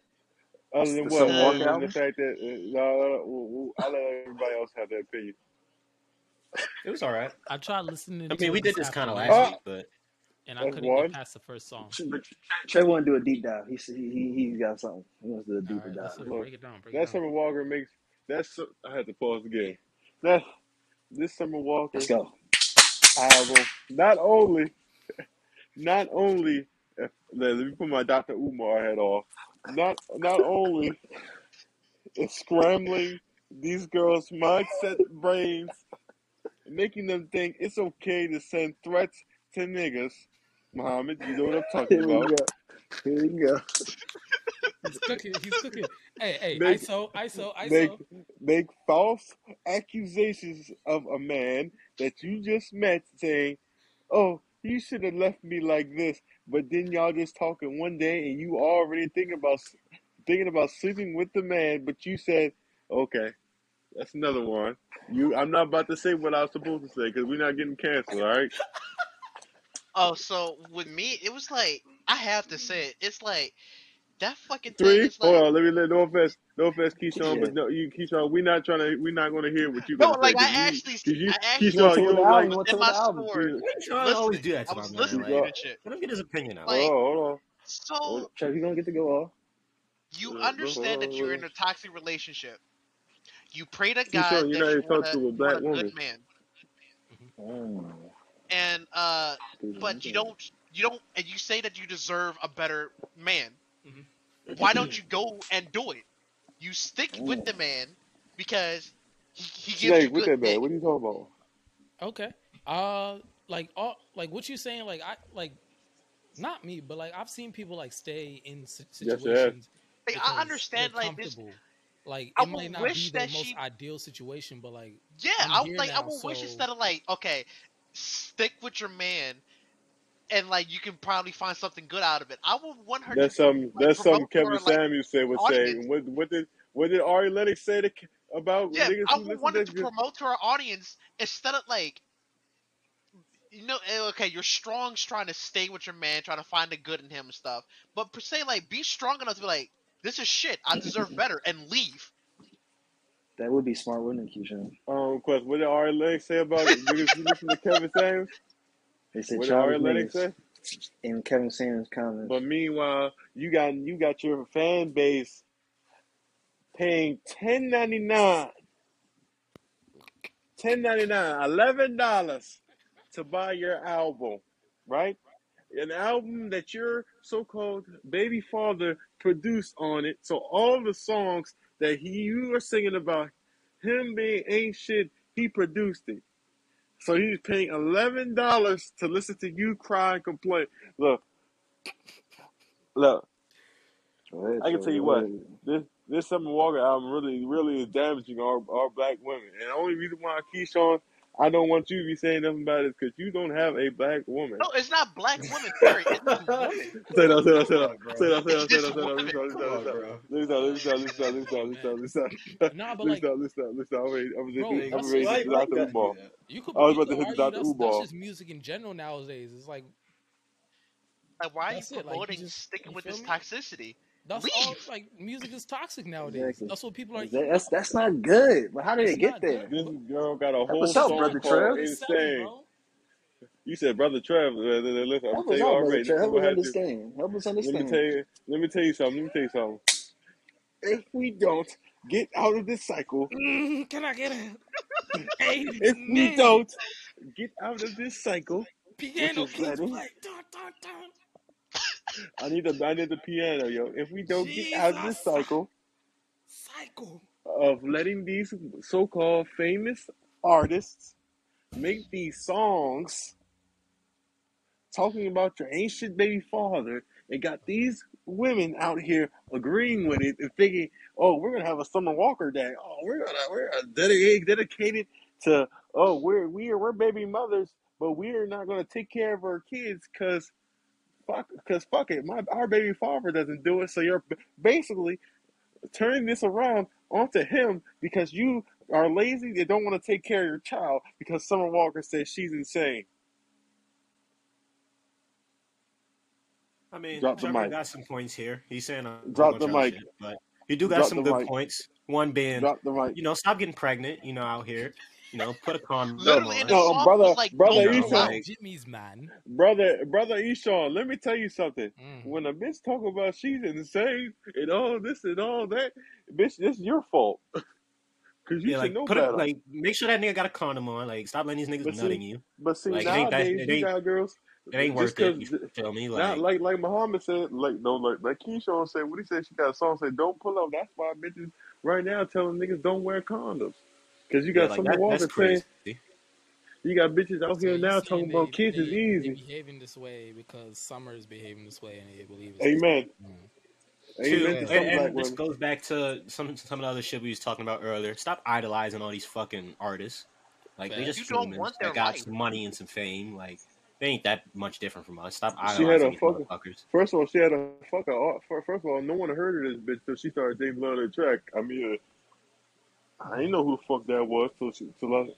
Speaker 2: Other than
Speaker 3: The
Speaker 2: what?
Speaker 3: Summer
Speaker 4: uh,
Speaker 2: Other than
Speaker 3: Walker
Speaker 2: the
Speaker 3: album.
Speaker 2: fact that, uh, nah, I will let everybody else have their opinion.
Speaker 5: It was all right.
Speaker 1: I tried listening
Speaker 5: I
Speaker 1: to
Speaker 5: mean, we
Speaker 1: it
Speaker 5: did
Speaker 1: this
Speaker 5: this kind of
Speaker 1: afternoon,
Speaker 5: last
Speaker 2: Oh,
Speaker 5: week, but
Speaker 1: and I
Speaker 2: that's
Speaker 1: couldn't get
Speaker 2: one.
Speaker 1: past the first song.
Speaker 3: But Trev want to do a deep dive. He he he has got something. He wants to do a
Speaker 1: All
Speaker 3: deeper
Speaker 1: right, let's
Speaker 3: dive.
Speaker 1: hear it.
Speaker 2: Look,
Speaker 1: Break it down. Break it
Speaker 2: that
Speaker 1: down.
Speaker 2: Summer Walker makes that's. I had to pause again. That this Summer
Speaker 3: Let's
Speaker 2: Walker
Speaker 3: go.
Speaker 2: album. Not only, not only. Let let me put my Dr. Umar head off. Not, not only is scrambling these girls' mindset brains, making them think it's okay to send threats to niggas. Muhammad, you know what I'm talking
Speaker 3: (laughs) Here we
Speaker 2: about.
Speaker 3: go. Here we go.
Speaker 1: He's cooking. He's cooking. Hey, hey,
Speaker 2: (laughs) Make
Speaker 1: ISO, ISO,
Speaker 2: make
Speaker 1: ISO.
Speaker 2: make false accusations of a man that you just met saying, Oh, you should have left me like this, but then y'all just talking one day and you already thinking about s- thinking about sleeping with the man, but you said, Okay, that's another one. You I'm not about to say what I was supposed to say because we're not getting canceled, all right?
Speaker 4: oh, so with me, it was like I have to say it. It's like (laughs) that fucking thing
Speaker 2: Three,
Speaker 4: is
Speaker 2: hold
Speaker 4: like
Speaker 2: on, let me let no offense, no offense, Keyshawn,
Speaker 3: Yeah.
Speaker 2: but no, you Keyshawn, we're not trying to, we're not going to hear what you're
Speaker 4: no,
Speaker 2: going to say
Speaker 4: like
Speaker 2: because
Speaker 4: I
Speaker 2: you,
Speaker 4: actually,
Speaker 2: cause E. you,
Speaker 4: I
Speaker 3: You
Speaker 4: actually
Speaker 3: want
Speaker 2: Keyshawn,
Speaker 3: to
Speaker 2: you
Speaker 3: talk about
Speaker 2: don't
Speaker 3: the album?
Speaker 2: like,
Speaker 3: You want to
Speaker 4: in
Speaker 2: you,
Speaker 3: talk about the album?
Speaker 4: my store
Speaker 5: why you trying to always
Speaker 4: listening.
Speaker 5: do that
Speaker 4: I
Speaker 5: to my
Speaker 4: was
Speaker 5: man?
Speaker 2: you
Speaker 4: listening
Speaker 5: Like,
Speaker 4: to
Speaker 2: got,
Speaker 4: this shit.
Speaker 5: let him get his opinion out.
Speaker 2: hold
Speaker 4: Like,
Speaker 2: on, hold on. Hold,
Speaker 4: so
Speaker 3: Trev, you gonna get to go off?
Speaker 4: you
Speaker 2: uh, no, hold
Speaker 4: understand
Speaker 2: on,
Speaker 4: that you're
Speaker 2: hold
Speaker 4: in a toxic relationship. You pray to
Speaker 2: on.
Speaker 4: God
Speaker 2: Keyshawn, you're
Speaker 4: that
Speaker 2: not
Speaker 4: you
Speaker 2: even
Speaker 4: want
Speaker 2: talking to
Speaker 4: a
Speaker 2: a
Speaker 4: you want
Speaker 2: black
Speaker 4: a good
Speaker 2: woman.
Speaker 5: Mm-hmm.
Speaker 3: Mm.
Speaker 4: man. and uh,
Speaker 3: Excuse me.
Speaker 4: but you don't, you don't, and you say that you deserve a better man.
Speaker 1: Mhm.
Speaker 2: Mm-hmm.
Speaker 4: Why don't you go and do it? You stick with
Speaker 3: Mm.
Speaker 4: the man because he, he gives you
Speaker 2: Snake,
Speaker 4: good
Speaker 2: what that
Speaker 4: dick.
Speaker 2: bad? What are you talking about?
Speaker 1: Okay. Uh, like all like what you saying? Like I like not me, but like I've seen people like stay in si-
Speaker 2: Yes, it
Speaker 1: situations.
Speaker 4: Like,
Speaker 1: because
Speaker 4: I understand,
Speaker 1: they're
Speaker 4: like this.
Speaker 1: comfortable. Like
Speaker 4: I
Speaker 1: it might
Speaker 4: would
Speaker 1: not
Speaker 4: wish
Speaker 1: be the
Speaker 4: that
Speaker 1: most
Speaker 4: she-
Speaker 1: ideal situation, but like
Speaker 4: Yeah,
Speaker 1: I'm
Speaker 4: I
Speaker 1: here
Speaker 4: like
Speaker 1: now,
Speaker 4: I would wish
Speaker 1: so-
Speaker 4: instead of like okay, stick with your man, and like you can probably find something good out of it. I would want her
Speaker 2: That's
Speaker 4: to
Speaker 2: something. That's something
Speaker 4: promote her,
Speaker 2: Kevin
Speaker 4: like,
Speaker 2: Samuels said would say.
Speaker 4: audience.
Speaker 2: What what did what did Ari Lennox say to, K- about
Speaker 4: yeah,
Speaker 2: niggas
Speaker 4: I
Speaker 2: who
Speaker 4: would
Speaker 2: listen
Speaker 4: want
Speaker 2: to
Speaker 4: it to
Speaker 2: good?
Speaker 4: promote to our audience instead of like you know eh, okay, you're strong trying to stay with your man, trying to find the good in him and stuff. But per se like be strong enough to be like, This is shit,
Speaker 2: (laughs)
Speaker 4: I deserve better and leave.
Speaker 3: That would be smart, wouldn't it, Keyshawn?
Speaker 2: Um, quest. What did Ari Lennox say
Speaker 4: (laughs)
Speaker 2: about niggas who listen to Kevin Samuels?
Speaker 3: They said
Speaker 2: What did Ari
Speaker 3: childish
Speaker 2: Lennox say?
Speaker 3: niggas in Kevin Sanders' comments.
Speaker 2: But meanwhile, you got you got your fan base paying ten ninety nine, ten ninety nine, eleven dollars to buy your album, right? An album that your so called baby father produced on it. So all the songs that he you are singing about him being ain't shit, he produced it. So he's paying eleven dollars to listen to you cry and complain. Look, look,
Speaker 3: Go ahead,
Speaker 2: I can
Speaker 3: Joe.
Speaker 2: tell you
Speaker 3: Go
Speaker 2: what,
Speaker 3: ahead.
Speaker 2: this this Summer Walker album really really is damaging our, our black women. And the only reason why Keyshawn, I don't want you to be saying nothing about it is because you don't have a black woman.
Speaker 4: No, it's not black women, period. It's just women.
Speaker 2: (laughs) Say no, say no, say
Speaker 5: Come
Speaker 2: no,
Speaker 5: on, bro.
Speaker 2: say no, say no,
Speaker 4: It's
Speaker 2: say
Speaker 4: just
Speaker 2: no, say no,
Speaker 4: women.
Speaker 5: Come on, bro.
Speaker 2: listen up, listen up, listen up, listen up, listen up, listen up, listen up,
Speaker 1: nah, but
Speaker 2: listen
Speaker 1: like
Speaker 2: up, listen up, listen up. I'm ready, I'm
Speaker 1: Bro,
Speaker 2: ready, I'm
Speaker 1: that's
Speaker 2: ready to
Speaker 1: just-
Speaker 5: Why,
Speaker 2: hit
Speaker 5: why you
Speaker 2: Dr.
Speaker 5: gotta do
Speaker 2: Umar.
Speaker 5: that?
Speaker 1: you could
Speaker 2: I was
Speaker 1: you
Speaker 2: about to
Speaker 1: could
Speaker 2: hit the
Speaker 1: argue
Speaker 2: Dr.
Speaker 1: that's that's
Speaker 2: Umar.
Speaker 1: just music in general nowadays. It's like
Speaker 4: Like why are you
Speaker 1: that's it. Like you
Speaker 4: promoting
Speaker 1: just
Speaker 4: sticking
Speaker 1: you
Speaker 4: with
Speaker 1: feel
Speaker 4: this
Speaker 1: me?
Speaker 4: toxicity?
Speaker 1: That's all.
Speaker 4: Leave.
Speaker 1: Like music is toxic nowadays.
Speaker 3: Exactly.
Speaker 1: That's what people are
Speaker 3: Is that-
Speaker 1: eating
Speaker 3: that's
Speaker 1: up.
Speaker 3: that's not good. But how did
Speaker 1: It's
Speaker 3: it get
Speaker 1: not
Speaker 3: there?
Speaker 1: good.
Speaker 2: This
Speaker 1: But
Speaker 2: girl got a
Speaker 3: Help
Speaker 2: whole
Speaker 3: us out,
Speaker 2: song
Speaker 3: brother
Speaker 2: called
Speaker 3: Trev.
Speaker 1: what is selling,
Speaker 2: Insane.
Speaker 1: bro?
Speaker 2: You said, Brother Trev, uh, uh, listen, I'm gonna
Speaker 3: Help
Speaker 2: tell
Speaker 3: us
Speaker 2: you
Speaker 3: out, brother
Speaker 2: already, this
Speaker 3: Trev.
Speaker 2: is
Speaker 3: Help
Speaker 2: what had
Speaker 3: us
Speaker 2: to
Speaker 3: understand. Help us
Speaker 2: Let me
Speaker 3: understand.
Speaker 2: tell you. Let me tell you something. Let me tell you something. If we don't get out of this cycle,
Speaker 1: Mm, can I
Speaker 2: (laughs)
Speaker 1: get a eight
Speaker 2: if we
Speaker 1: man
Speaker 2: don't get out of this cycle, which
Speaker 1: piano?
Speaker 2: is
Speaker 1: Please
Speaker 2: letting,
Speaker 1: play. Dun, dun, dun.
Speaker 2: I need a, I need the piano, yo. If we don't get out of this
Speaker 1: Jesus,
Speaker 2: cycle
Speaker 1: cycle.
Speaker 2: of letting these so-called famous artists make these songs talking about your ancient baby father, and got these women out here agreeing with it and thinking, "Oh, we're gonna have a Summer Walker Day. Oh, we're gonna we're gonna dedicate dedicated to oh we're we're we're baby mothers, but we're not gonna take care of our kids because fuck because fuck it, my our baby father doesn't do it. So you're b- basically turning this around onto him because you are lazy and don't want to take care of your child because Summer Walker says she's insane.
Speaker 5: I mean,
Speaker 2: Drop the
Speaker 5: Trevor
Speaker 2: mic.
Speaker 5: got some points here. He's saying a whole
Speaker 2: Drop
Speaker 5: bunch
Speaker 2: the
Speaker 5: of other
Speaker 2: mic.
Speaker 5: shit, but you do got
Speaker 2: Drop
Speaker 5: some
Speaker 2: the
Speaker 5: good
Speaker 2: mic.
Speaker 5: points. One being,
Speaker 2: Drop the mic.
Speaker 5: you know, stop getting pregnant. You know, out here, you know, put a condom
Speaker 4: Literally, and
Speaker 5: on.
Speaker 4: the
Speaker 2: No,
Speaker 4: song was
Speaker 2: brother,
Speaker 4: like,
Speaker 5: You
Speaker 2: brother
Speaker 4: "Go
Speaker 5: know,
Speaker 4: all out."
Speaker 2: Esau,
Speaker 5: like
Speaker 1: Jimmy's man.
Speaker 2: brother, brother Esau. Let me tell you something.
Speaker 1: Mm.
Speaker 2: When a bitch talk about she's insane and all this and all that, bitch, this your fault (laughs) because you
Speaker 5: yeah,
Speaker 2: should
Speaker 5: like
Speaker 2: know
Speaker 5: put it
Speaker 2: better.
Speaker 5: like make sure that nigga got a condom on. Like stop letting these niggas
Speaker 2: But see,
Speaker 5: nutting you.
Speaker 2: but see,
Speaker 5: Like it ain't that
Speaker 2: nowadays
Speaker 5: it
Speaker 2: you
Speaker 5: ain't
Speaker 2: got girls
Speaker 5: it ain't
Speaker 2: just
Speaker 5: worth it.
Speaker 2: because
Speaker 5: You feel me?
Speaker 2: not like
Speaker 5: Like
Speaker 2: like Muhammad said, like no, like like Keyshawn said, what he said, she got a song said, "Don't pull up." That's why bitches right now telling niggas don't wear condoms because you
Speaker 5: yeah,
Speaker 2: got
Speaker 5: like
Speaker 2: Summer
Speaker 5: that that's
Speaker 2: Walker saying
Speaker 5: crazy.
Speaker 2: you got bitches out
Speaker 1: So
Speaker 2: here
Speaker 1: you
Speaker 2: now talking
Speaker 1: saying
Speaker 2: about
Speaker 1: they
Speaker 2: kids is
Speaker 1: they they
Speaker 2: easy.
Speaker 1: behaving this way because Summer is behaving this way and they believe it's this.
Speaker 2: Amen.
Speaker 1: Mm.
Speaker 2: Amen
Speaker 5: Two
Speaker 2: to
Speaker 1: Yeah.
Speaker 2: some
Speaker 5: and,
Speaker 2: black
Speaker 5: and this
Speaker 2: women.
Speaker 5: goes back to some some of the other shit we was talking about earlier. Stop idolizing all these fucking artists. Like they
Speaker 1: Facts.
Speaker 5: just
Speaker 4: You don't want
Speaker 5: humans
Speaker 4: their
Speaker 5: that got
Speaker 4: life.
Speaker 5: some money and some fame. Like they ain't that much different from us. Stop
Speaker 2: She had
Speaker 5: idolizing
Speaker 2: a
Speaker 5: these
Speaker 2: fucking.
Speaker 5: motherfuckers.
Speaker 2: First of all, she had a fucking. au- fir- First of all, no one heard of this bitch till she started dating Love the Track. I mean, uh, I didn't know who the fuck that was till she. Till I,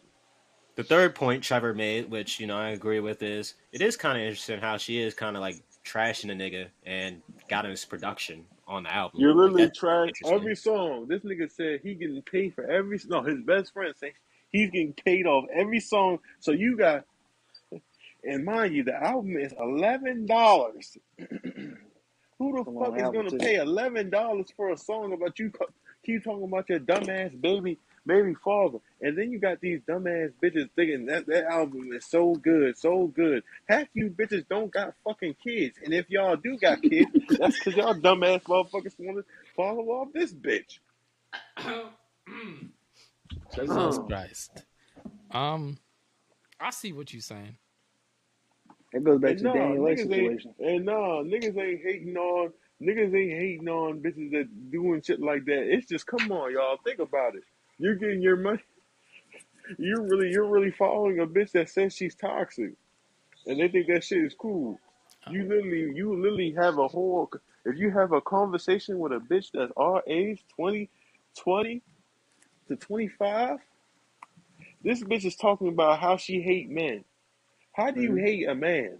Speaker 5: The third point Trevor made, which you know I agree with, is it is kind of interesting how she is kind of like trashing the nigga and got his production on the album.
Speaker 2: you're
Speaker 5: Like
Speaker 2: literally
Speaker 5: that's
Speaker 2: trying
Speaker 5: interesting.
Speaker 2: every song. This nigga said he getting paid for every. No, his best friend said he's getting paid off every song. So you got. And mind you, the album is eleven dollars. (clears throat) Who the
Speaker 3: Come
Speaker 2: fuck
Speaker 3: on,
Speaker 2: is
Speaker 3: album
Speaker 2: gonna
Speaker 3: too.
Speaker 2: pay eleven dollars for a song about you? Keep talking about your dumbass baby, baby father, and then you got these dumbass bitches thinking that that album is so good, so good. Half you bitches don't got fucking kids, and if y'all do got
Speaker 3: (laughs)
Speaker 2: kids, that's because y'all dumbass motherfuckers want to follow off this bitch.
Speaker 1: Jesus Christ. Um, I see what you're saying.
Speaker 3: It goes back
Speaker 2: And
Speaker 3: to
Speaker 2: no,
Speaker 3: Daniel White's
Speaker 2: niggas ain't,
Speaker 3: situation.
Speaker 2: and no, niggas ain't hating on niggas ain't hating on bitches that doing shit like that. It's just come on, y'all, think about it. You're getting your money. (laughs) You're really you're really following a bitch that says she's toxic, and they think that shit is cool. You literally you literally have a whole. If you have a conversation with a bitch that's our age, 20, 20 to twenty five, this bitch is talking about how she hate men. How do you
Speaker 1: Mm-hmm.
Speaker 3: Mhm.
Speaker 2: hate a man?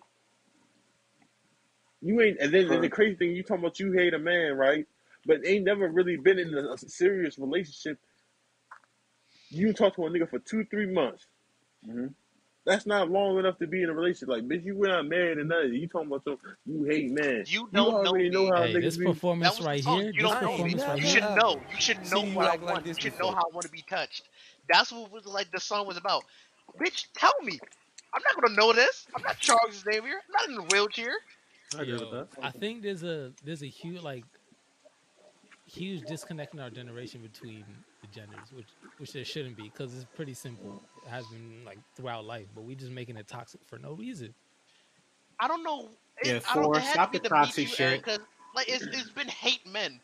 Speaker 2: You ain't, and then and the
Speaker 3: Correct.
Speaker 2: crazy thing, you talking about you hate a man, right? But ain't never really been in a, a serious relationship. You talk to a nigga for two, three months.
Speaker 1: Mm-hmm.
Speaker 3: Mhm.
Speaker 2: That's not long enough to be in a relationship. Like, bitch, you were not married or nothing. You talking about some, you hate man.
Speaker 4: You
Speaker 2: You
Speaker 4: don't know
Speaker 2: already know
Speaker 4: me.
Speaker 2: how
Speaker 1: Hey,
Speaker 2: niggas
Speaker 1: this
Speaker 2: be.
Speaker 4: That
Speaker 1: performance
Speaker 4: was the
Speaker 1: right
Speaker 4: song.
Speaker 1: here,
Speaker 4: You
Speaker 1: this
Speaker 4: don't
Speaker 7: I
Speaker 4: know
Speaker 7: ain't
Speaker 4: me.
Speaker 1: performance
Speaker 7: never
Speaker 1: right
Speaker 4: You
Speaker 1: here,
Speaker 4: should
Speaker 7: ever
Speaker 4: know. You should know
Speaker 7: seen you
Speaker 4: what I
Speaker 7: act like
Speaker 4: want.
Speaker 7: this
Speaker 4: You should know
Speaker 7: before.
Speaker 4: how I want to be touched. That's what was like the song was about. Bitch, tell me. I'm not gonna know this. I'm not Charles Xavier. I'm not in a wheelchair.
Speaker 5: I agree with
Speaker 1: yo,
Speaker 5: that.
Speaker 1: I think there's a there's a huge like huge disconnect in our generation between the genders, which which there shouldn't be because it's pretty simple. It has been like throughout life, but we just making it toxic for no reason.
Speaker 4: I don't know. It,
Speaker 5: Yeah,
Speaker 4: I don't. It
Speaker 5: four.
Speaker 4: had to
Speaker 5: Stop
Speaker 4: be
Speaker 5: the
Speaker 4: the Me
Speaker 5: toxic
Speaker 4: Too era
Speaker 5: shit.
Speaker 4: because like it's it's been hate men.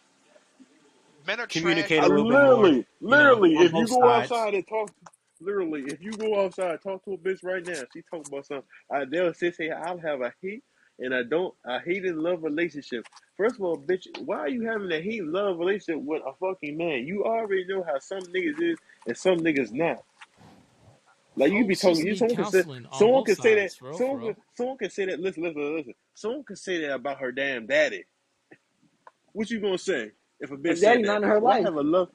Speaker 4: Men are trash.
Speaker 5: Communicate
Speaker 2: I
Speaker 5: a little bit more.
Speaker 2: literally,
Speaker 5: You know,
Speaker 2: literally,
Speaker 5: on
Speaker 2: if you
Speaker 5: both
Speaker 2: go
Speaker 5: sides.
Speaker 2: outside and talk, literally, if you go outside and talk to a bitch right now, she talking about something. I they'll say, say, I'll have a hate and I don't, I hate and love relationship. First of all, bitch, why are you having a hate and love relationship with a fucking man? You already know how some niggas is and some niggas not. Like you be
Speaker 1: Folks Oh, just
Speaker 2: talking, you someone
Speaker 1: need
Speaker 2: can say,
Speaker 1: counseling on
Speaker 2: someone
Speaker 1: both
Speaker 2: can say that,
Speaker 1: sides, bro,
Speaker 2: someone
Speaker 1: bro.
Speaker 2: can, someone can say that. Listen, listen, listen. Someone can say that about her damn daddy. What you gonna say if a bitch
Speaker 3: Her
Speaker 2: said
Speaker 3: daddy
Speaker 2: that?
Speaker 3: not in her
Speaker 2: Why
Speaker 3: life.
Speaker 2: have a love?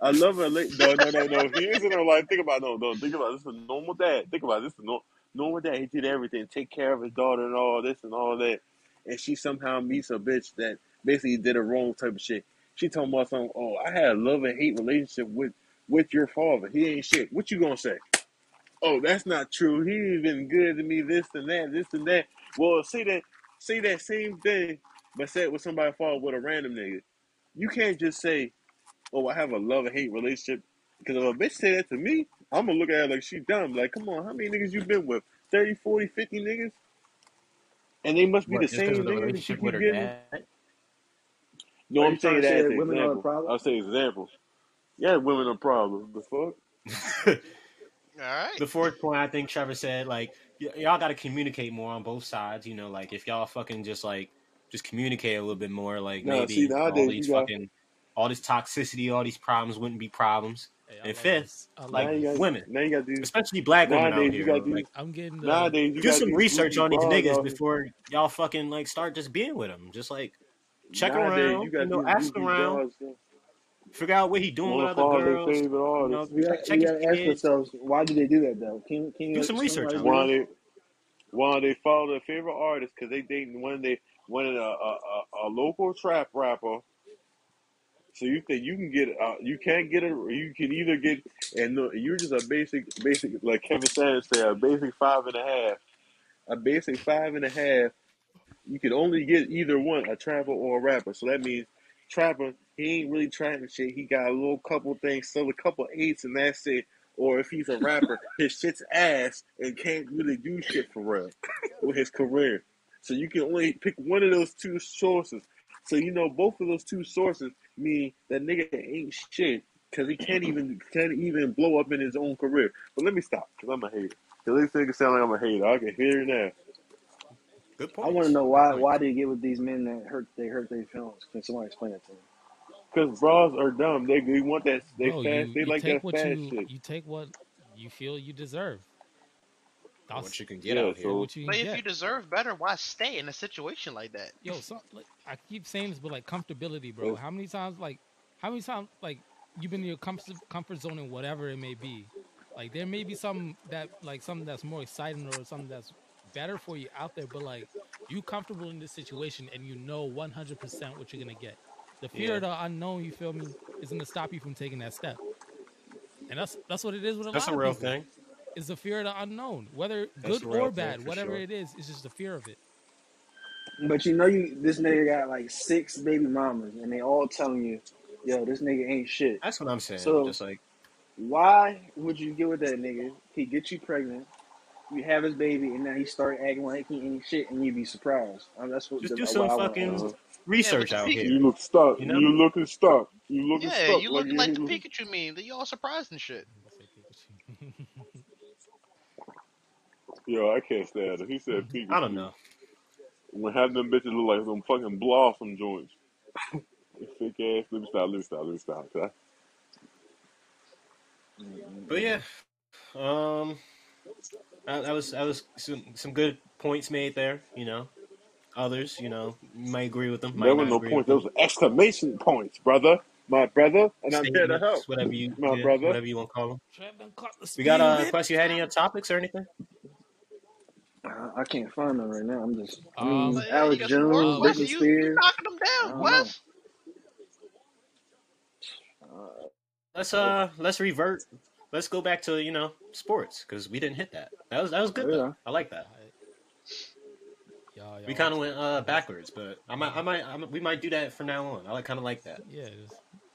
Speaker 2: I love her. La- no, no, no, no. He is in her life. Think about it. no, no. Think about it. this. Is a normal dad. Think about it. this. Is a normal normal dad. He did everything, take care of his daughter and all this and all that. And she somehow meets a bitch that basically did a wrong type of shit. She talking about something. Oh, I had a love and hate relationship with with your father. He ain't shit. What you gonna say? oh, that's not true. He's been good to me, this and that, this and that. Well, say that, say that same thing, but say it with somebody fall with a random nigga. You can't just say, oh, I have a love and hate relationship. Because if a bitch say that to me, I'm going to look at her like she dumb. Like, come on, how many niggas you been with? 30, 40, 50 niggas? And they must be the
Speaker 5: What? Just because
Speaker 2: same
Speaker 5: of the
Speaker 2: niggas that you
Speaker 5: relationship with
Speaker 2: keep
Speaker 5: her
Speaker 2: getting?
Speaker 5: dad?
Speaker 2: No,
Speaker 3: Are
Speaker 2: I'm
Speaker 3: you
Speaker 2: saying
Speaker 3: trying to
Speaker 2: that
Speaker 3: say
Speaker 2: as
Speaker 3: that
Speaker 2: an
Speaker 3: women are a
Speaker 2: example.
Speaker 3: problem?
Speaker 2: I'll say example. Yeah, women are problems. The fuck?
Speaker 4: All right.
Speaker 5: the fourth point I think Trevor said, like, y- y'all got to communicate more on both sides. You know, like if y'all fucking just like just communicate a little bit more, like
Speaker 2: Nah, see,
Speaker 5: maybe all
Speaker 2: nowadays
Speaker 5: these
Speaker 2: you got,
Speaker 5: fucking all this toxicity, all these problems wouldn't be problems.
Speaker 1: Hey, I
Speaker 5: And
Speaker 1: love
Speaker 5: fifth,
Speaker 1: this. I
Speaker 2: now
Speaker 1: love
Speaker 5: like
Speaker 2: you got,
Speaker 1: this.
Speaker 5: women,
Speaker 2: now you got these,
Speaker 5: especially black women out
Speaker 2: nowadays you
Speaker 5: here,
Speaker 2: got
Speaker 5: bro,
Speaker 2: these
Speaker 5: like
Speaker 1: Like I'm getting the
Speaker 2: nowadays you
Speaker 5: do
Speaker 2: got
Speaker 5: some
Speaker 2: these
Speaker 5: research
Speaker 2: goofy
Speaker 5: on these
Speaker 2: broads
Speaker 5: niggas
Speaker 2: out here.
Speaker 5: before y'all fucking like start just being with them. Just like check
Speaker 2: Nowadays
Speaker 5: around,
Speaker 2: you
Speaker 5: you
Speaker 2: got
Speaker 5: know,
Speaker 2: these
Speaker 5: around.
Speaker 2: goofy broads
Speaker 5: figure out what he doing with
Speaker 2: want to
Speaker 5: other
Speaker 2: follow their
Speaker 5: girls.
Speaker 2: favorite
Speaker 5: You know,
Speaker 2: artists.
Speaker 3: We
Speaker 5: check
Speaker 3: gotta we
Speaker 5: check his
Speaker 3: gotta ask
Speaker 5: kids.
Speaker 3: ourselves why do they do that though? Can can
Speaker 5: Do
Speaker 3: you
Speaker 5: some research
Speaker 3: summarize
Speaker 2: Why
Speaker 5: on it.
Speaker 3: yours?
Speaker 2: they why they follow their favorite artists because they dating one they one of the, a, a a local trap rapper. So you think you can get uh, you can't get a you can either get and no, you're just a basic basic like Kevin Sanders said a basic five and a half a basic five and a half you can only get either one, a trapper or a rapper. So that means trapper, he ain't really trapping shit. He got a little couple things, still a couple eights, and that's it. Or if he's a rapper, his shit's ass and can't really do shit for real with his career. So you can only pick one of those two sources. So you know both of those two sources mean that nigga ain't shit because he can't even can't even blow up in his own career. But let me stop because I'm a hater. Because this nigga sound like I'm a hater. I can hear it now.
Speaker 5: Good
Speaker 3: I want to
Speaker 5: points.
Speaker 3: know
Speaker 5: Good
Speaker 3: why
Speaker 5: points.
Speaker 3: why they get with these men that hurt they hurt their feelings. Can someone explain it to me?
Speaker 2: Because bras are dumb. They, they want that. They
Speaker 1: bro.
Speaker 2: fast.
Speaker 1: You
Speaker 2: They
Speaker 1: you
Speaker 2: like
Speaker 1: take
Speaker 2: that
Speaker 1: what
Speaker 2: fast
Speaker 1: you
Speaker 2: shit.
Speaker 1: you take what you feel you deserve.
Speaker 5: Or
Speaker 1: That's
Speaker 5: what you can get
Speaker 2: Yeah.
Speaker 5: out here.
Speaker 1: get
Speaker 2: So
Speaker 1: what you
Speaker 4: But
Speaker 1: can
Speaker 4: if you
Speaker 1: get.
Speaker 4: deserve better, why stay in a situation like that?
Speaker 1: Yo, so like I keep saying this, but like comfortability, bro.
Speaker 2: it's,
Speaker 1: How many times like how many times like you've been in your comfort comfort zone in whatever it may be? Like there may be some that like something that's more exciting or something that's better for you out there, but like you comfortable in this situation and you know one hundred percent what you're gonna get. The fear
Speaker 5: Yeah.
Speaker 1: of the unknown, you feel me, is gonna stop you from taking that step. And that's that's what it is with a
Speaker 5: That's
Speaker 1: lot
Speaker 5: a real
Speaker 1: of people.
Speaker 5: thing.
Speaker 1: It's the fear of the unknown, whether
Speaker 5: That's
Speaker 1: good
Speaker 5: a real
Speaker 1: or
Speaker 5: thing,
Speaker 1: bad,
Speaker 5: for
Speaker 1: whatever
Speaker 5: sure.
Speaker 1: it is, it's just the fear of it.
Speaker 3: But you know, you this nigga got like six baby mamas, and they all telling you, "Yo, this nigga ain't shit."
Speaker 5: That's what I'm saying.
Speaker 3: So-
Speaker 5: Just like
Speaker 3: Why would you get with that nigga? He get you pregnant, you have his baby, and now he start acting like he ain't shit, and you be surprised. I mean, that's what,
Speaker 5: just do
Speaker 3: that's
Speaker 5: some
Speaker 3: what I want to
Speaker 5: fucking
Speaker 3: understand.
Speaker 5: research out
Speaker 4: Pikachu.
Speaker 5: here.
Speaker 2: You look stuck.
Speaker 5: You
Speaker 2: You,
Speaker 5: know?
Speaker 2: looking stuck. You looking
Speaker 4: Yeah,
Speaker 2: stuck.
Speaker 4: you
Speaker 2: Like
Speaker 4: look
Speaker 2: you
Speaker 4: like
Speaker 2: ain't
Speaker 4: the
Speaker 2: looking.
Speaker 4: Pikachu meme. That you all surprised and shit.
Speaker 1: I'm gonna say Pikachu.
Speaker 2: Yo, I can't stand it. He said
Speaker 5: I don't
Speaker 2: Pikachu.
Speaker 5: know.
Speaker 2: When half them bitches look like some fucking blossom joints. (laughs) Thick ass. Let me stop. Let me stop. Let me stop. 'Cause
Speaker 5: But yeah, um, I, I was I was some some good points made there. You know, others, you know, might agree with them,
Speaker 2: I- There
Speaker 5: might
Speaker 2: were
Speaker 5: not
Speaker 2: no
Speaker 5: agree
Speaker 2: points.
Speaker 5: with
Speaker 2: There
Speaker 5: them.
Speaker 2: was exclamation points, brother. My brother, and I'm here to help.
Speaker 5: Statements, whatever you
Speaker 2: My
Speaker 5: yeah,
Speaker 2: brother.
Speaker 5: whatever you want to call them.
Speaker 1: Trev done caught the
Speaker 5: We got
Speaker 1: speeding
Speaker 5: uh,
Speaker 1: bit.
Speaker 5: Quest. You had any other topics or anything?
Speaker 3: uh, I, I can't find them right now. I'm just, I
Speaker 1: Um,
Speaker 3: mean,
Speaker 4: But Uh, yeah, you
Speaker 3: Alex
Speaker 4: got some more
Speaker 3: Jones,
Speaker 1: um,
Speaker 4: questions.
Speaker 3: Britney
Speaker 4: You you
Speaker 3: Spears.
Speaker 4: knocking them
Speaker 3: I don't
Speaker 4: down,
Speaker 3: know.
Speaker 4: Quest.
Speaker 3: Uh,
Speaker 5: Let's uh, let's revert. Let's go back to you know sports because we didn't hit that. That was that was good though.
Speaker 3: yeah.
Speaker 5: I like that.
Speaker 1: I- y'all,
Speaker 5: We
Speaker 1: y'all
Speaker 5: kind of
Speaker 1: was
Speaker 5: went uh
Speaker 1: y'all was
Speaker 5: backwards, but I might, I
Speaker 1: y'all,
Speaker 5: might, I might we might do that from now on. I like kind of like that.
Speaker 1: yeah, just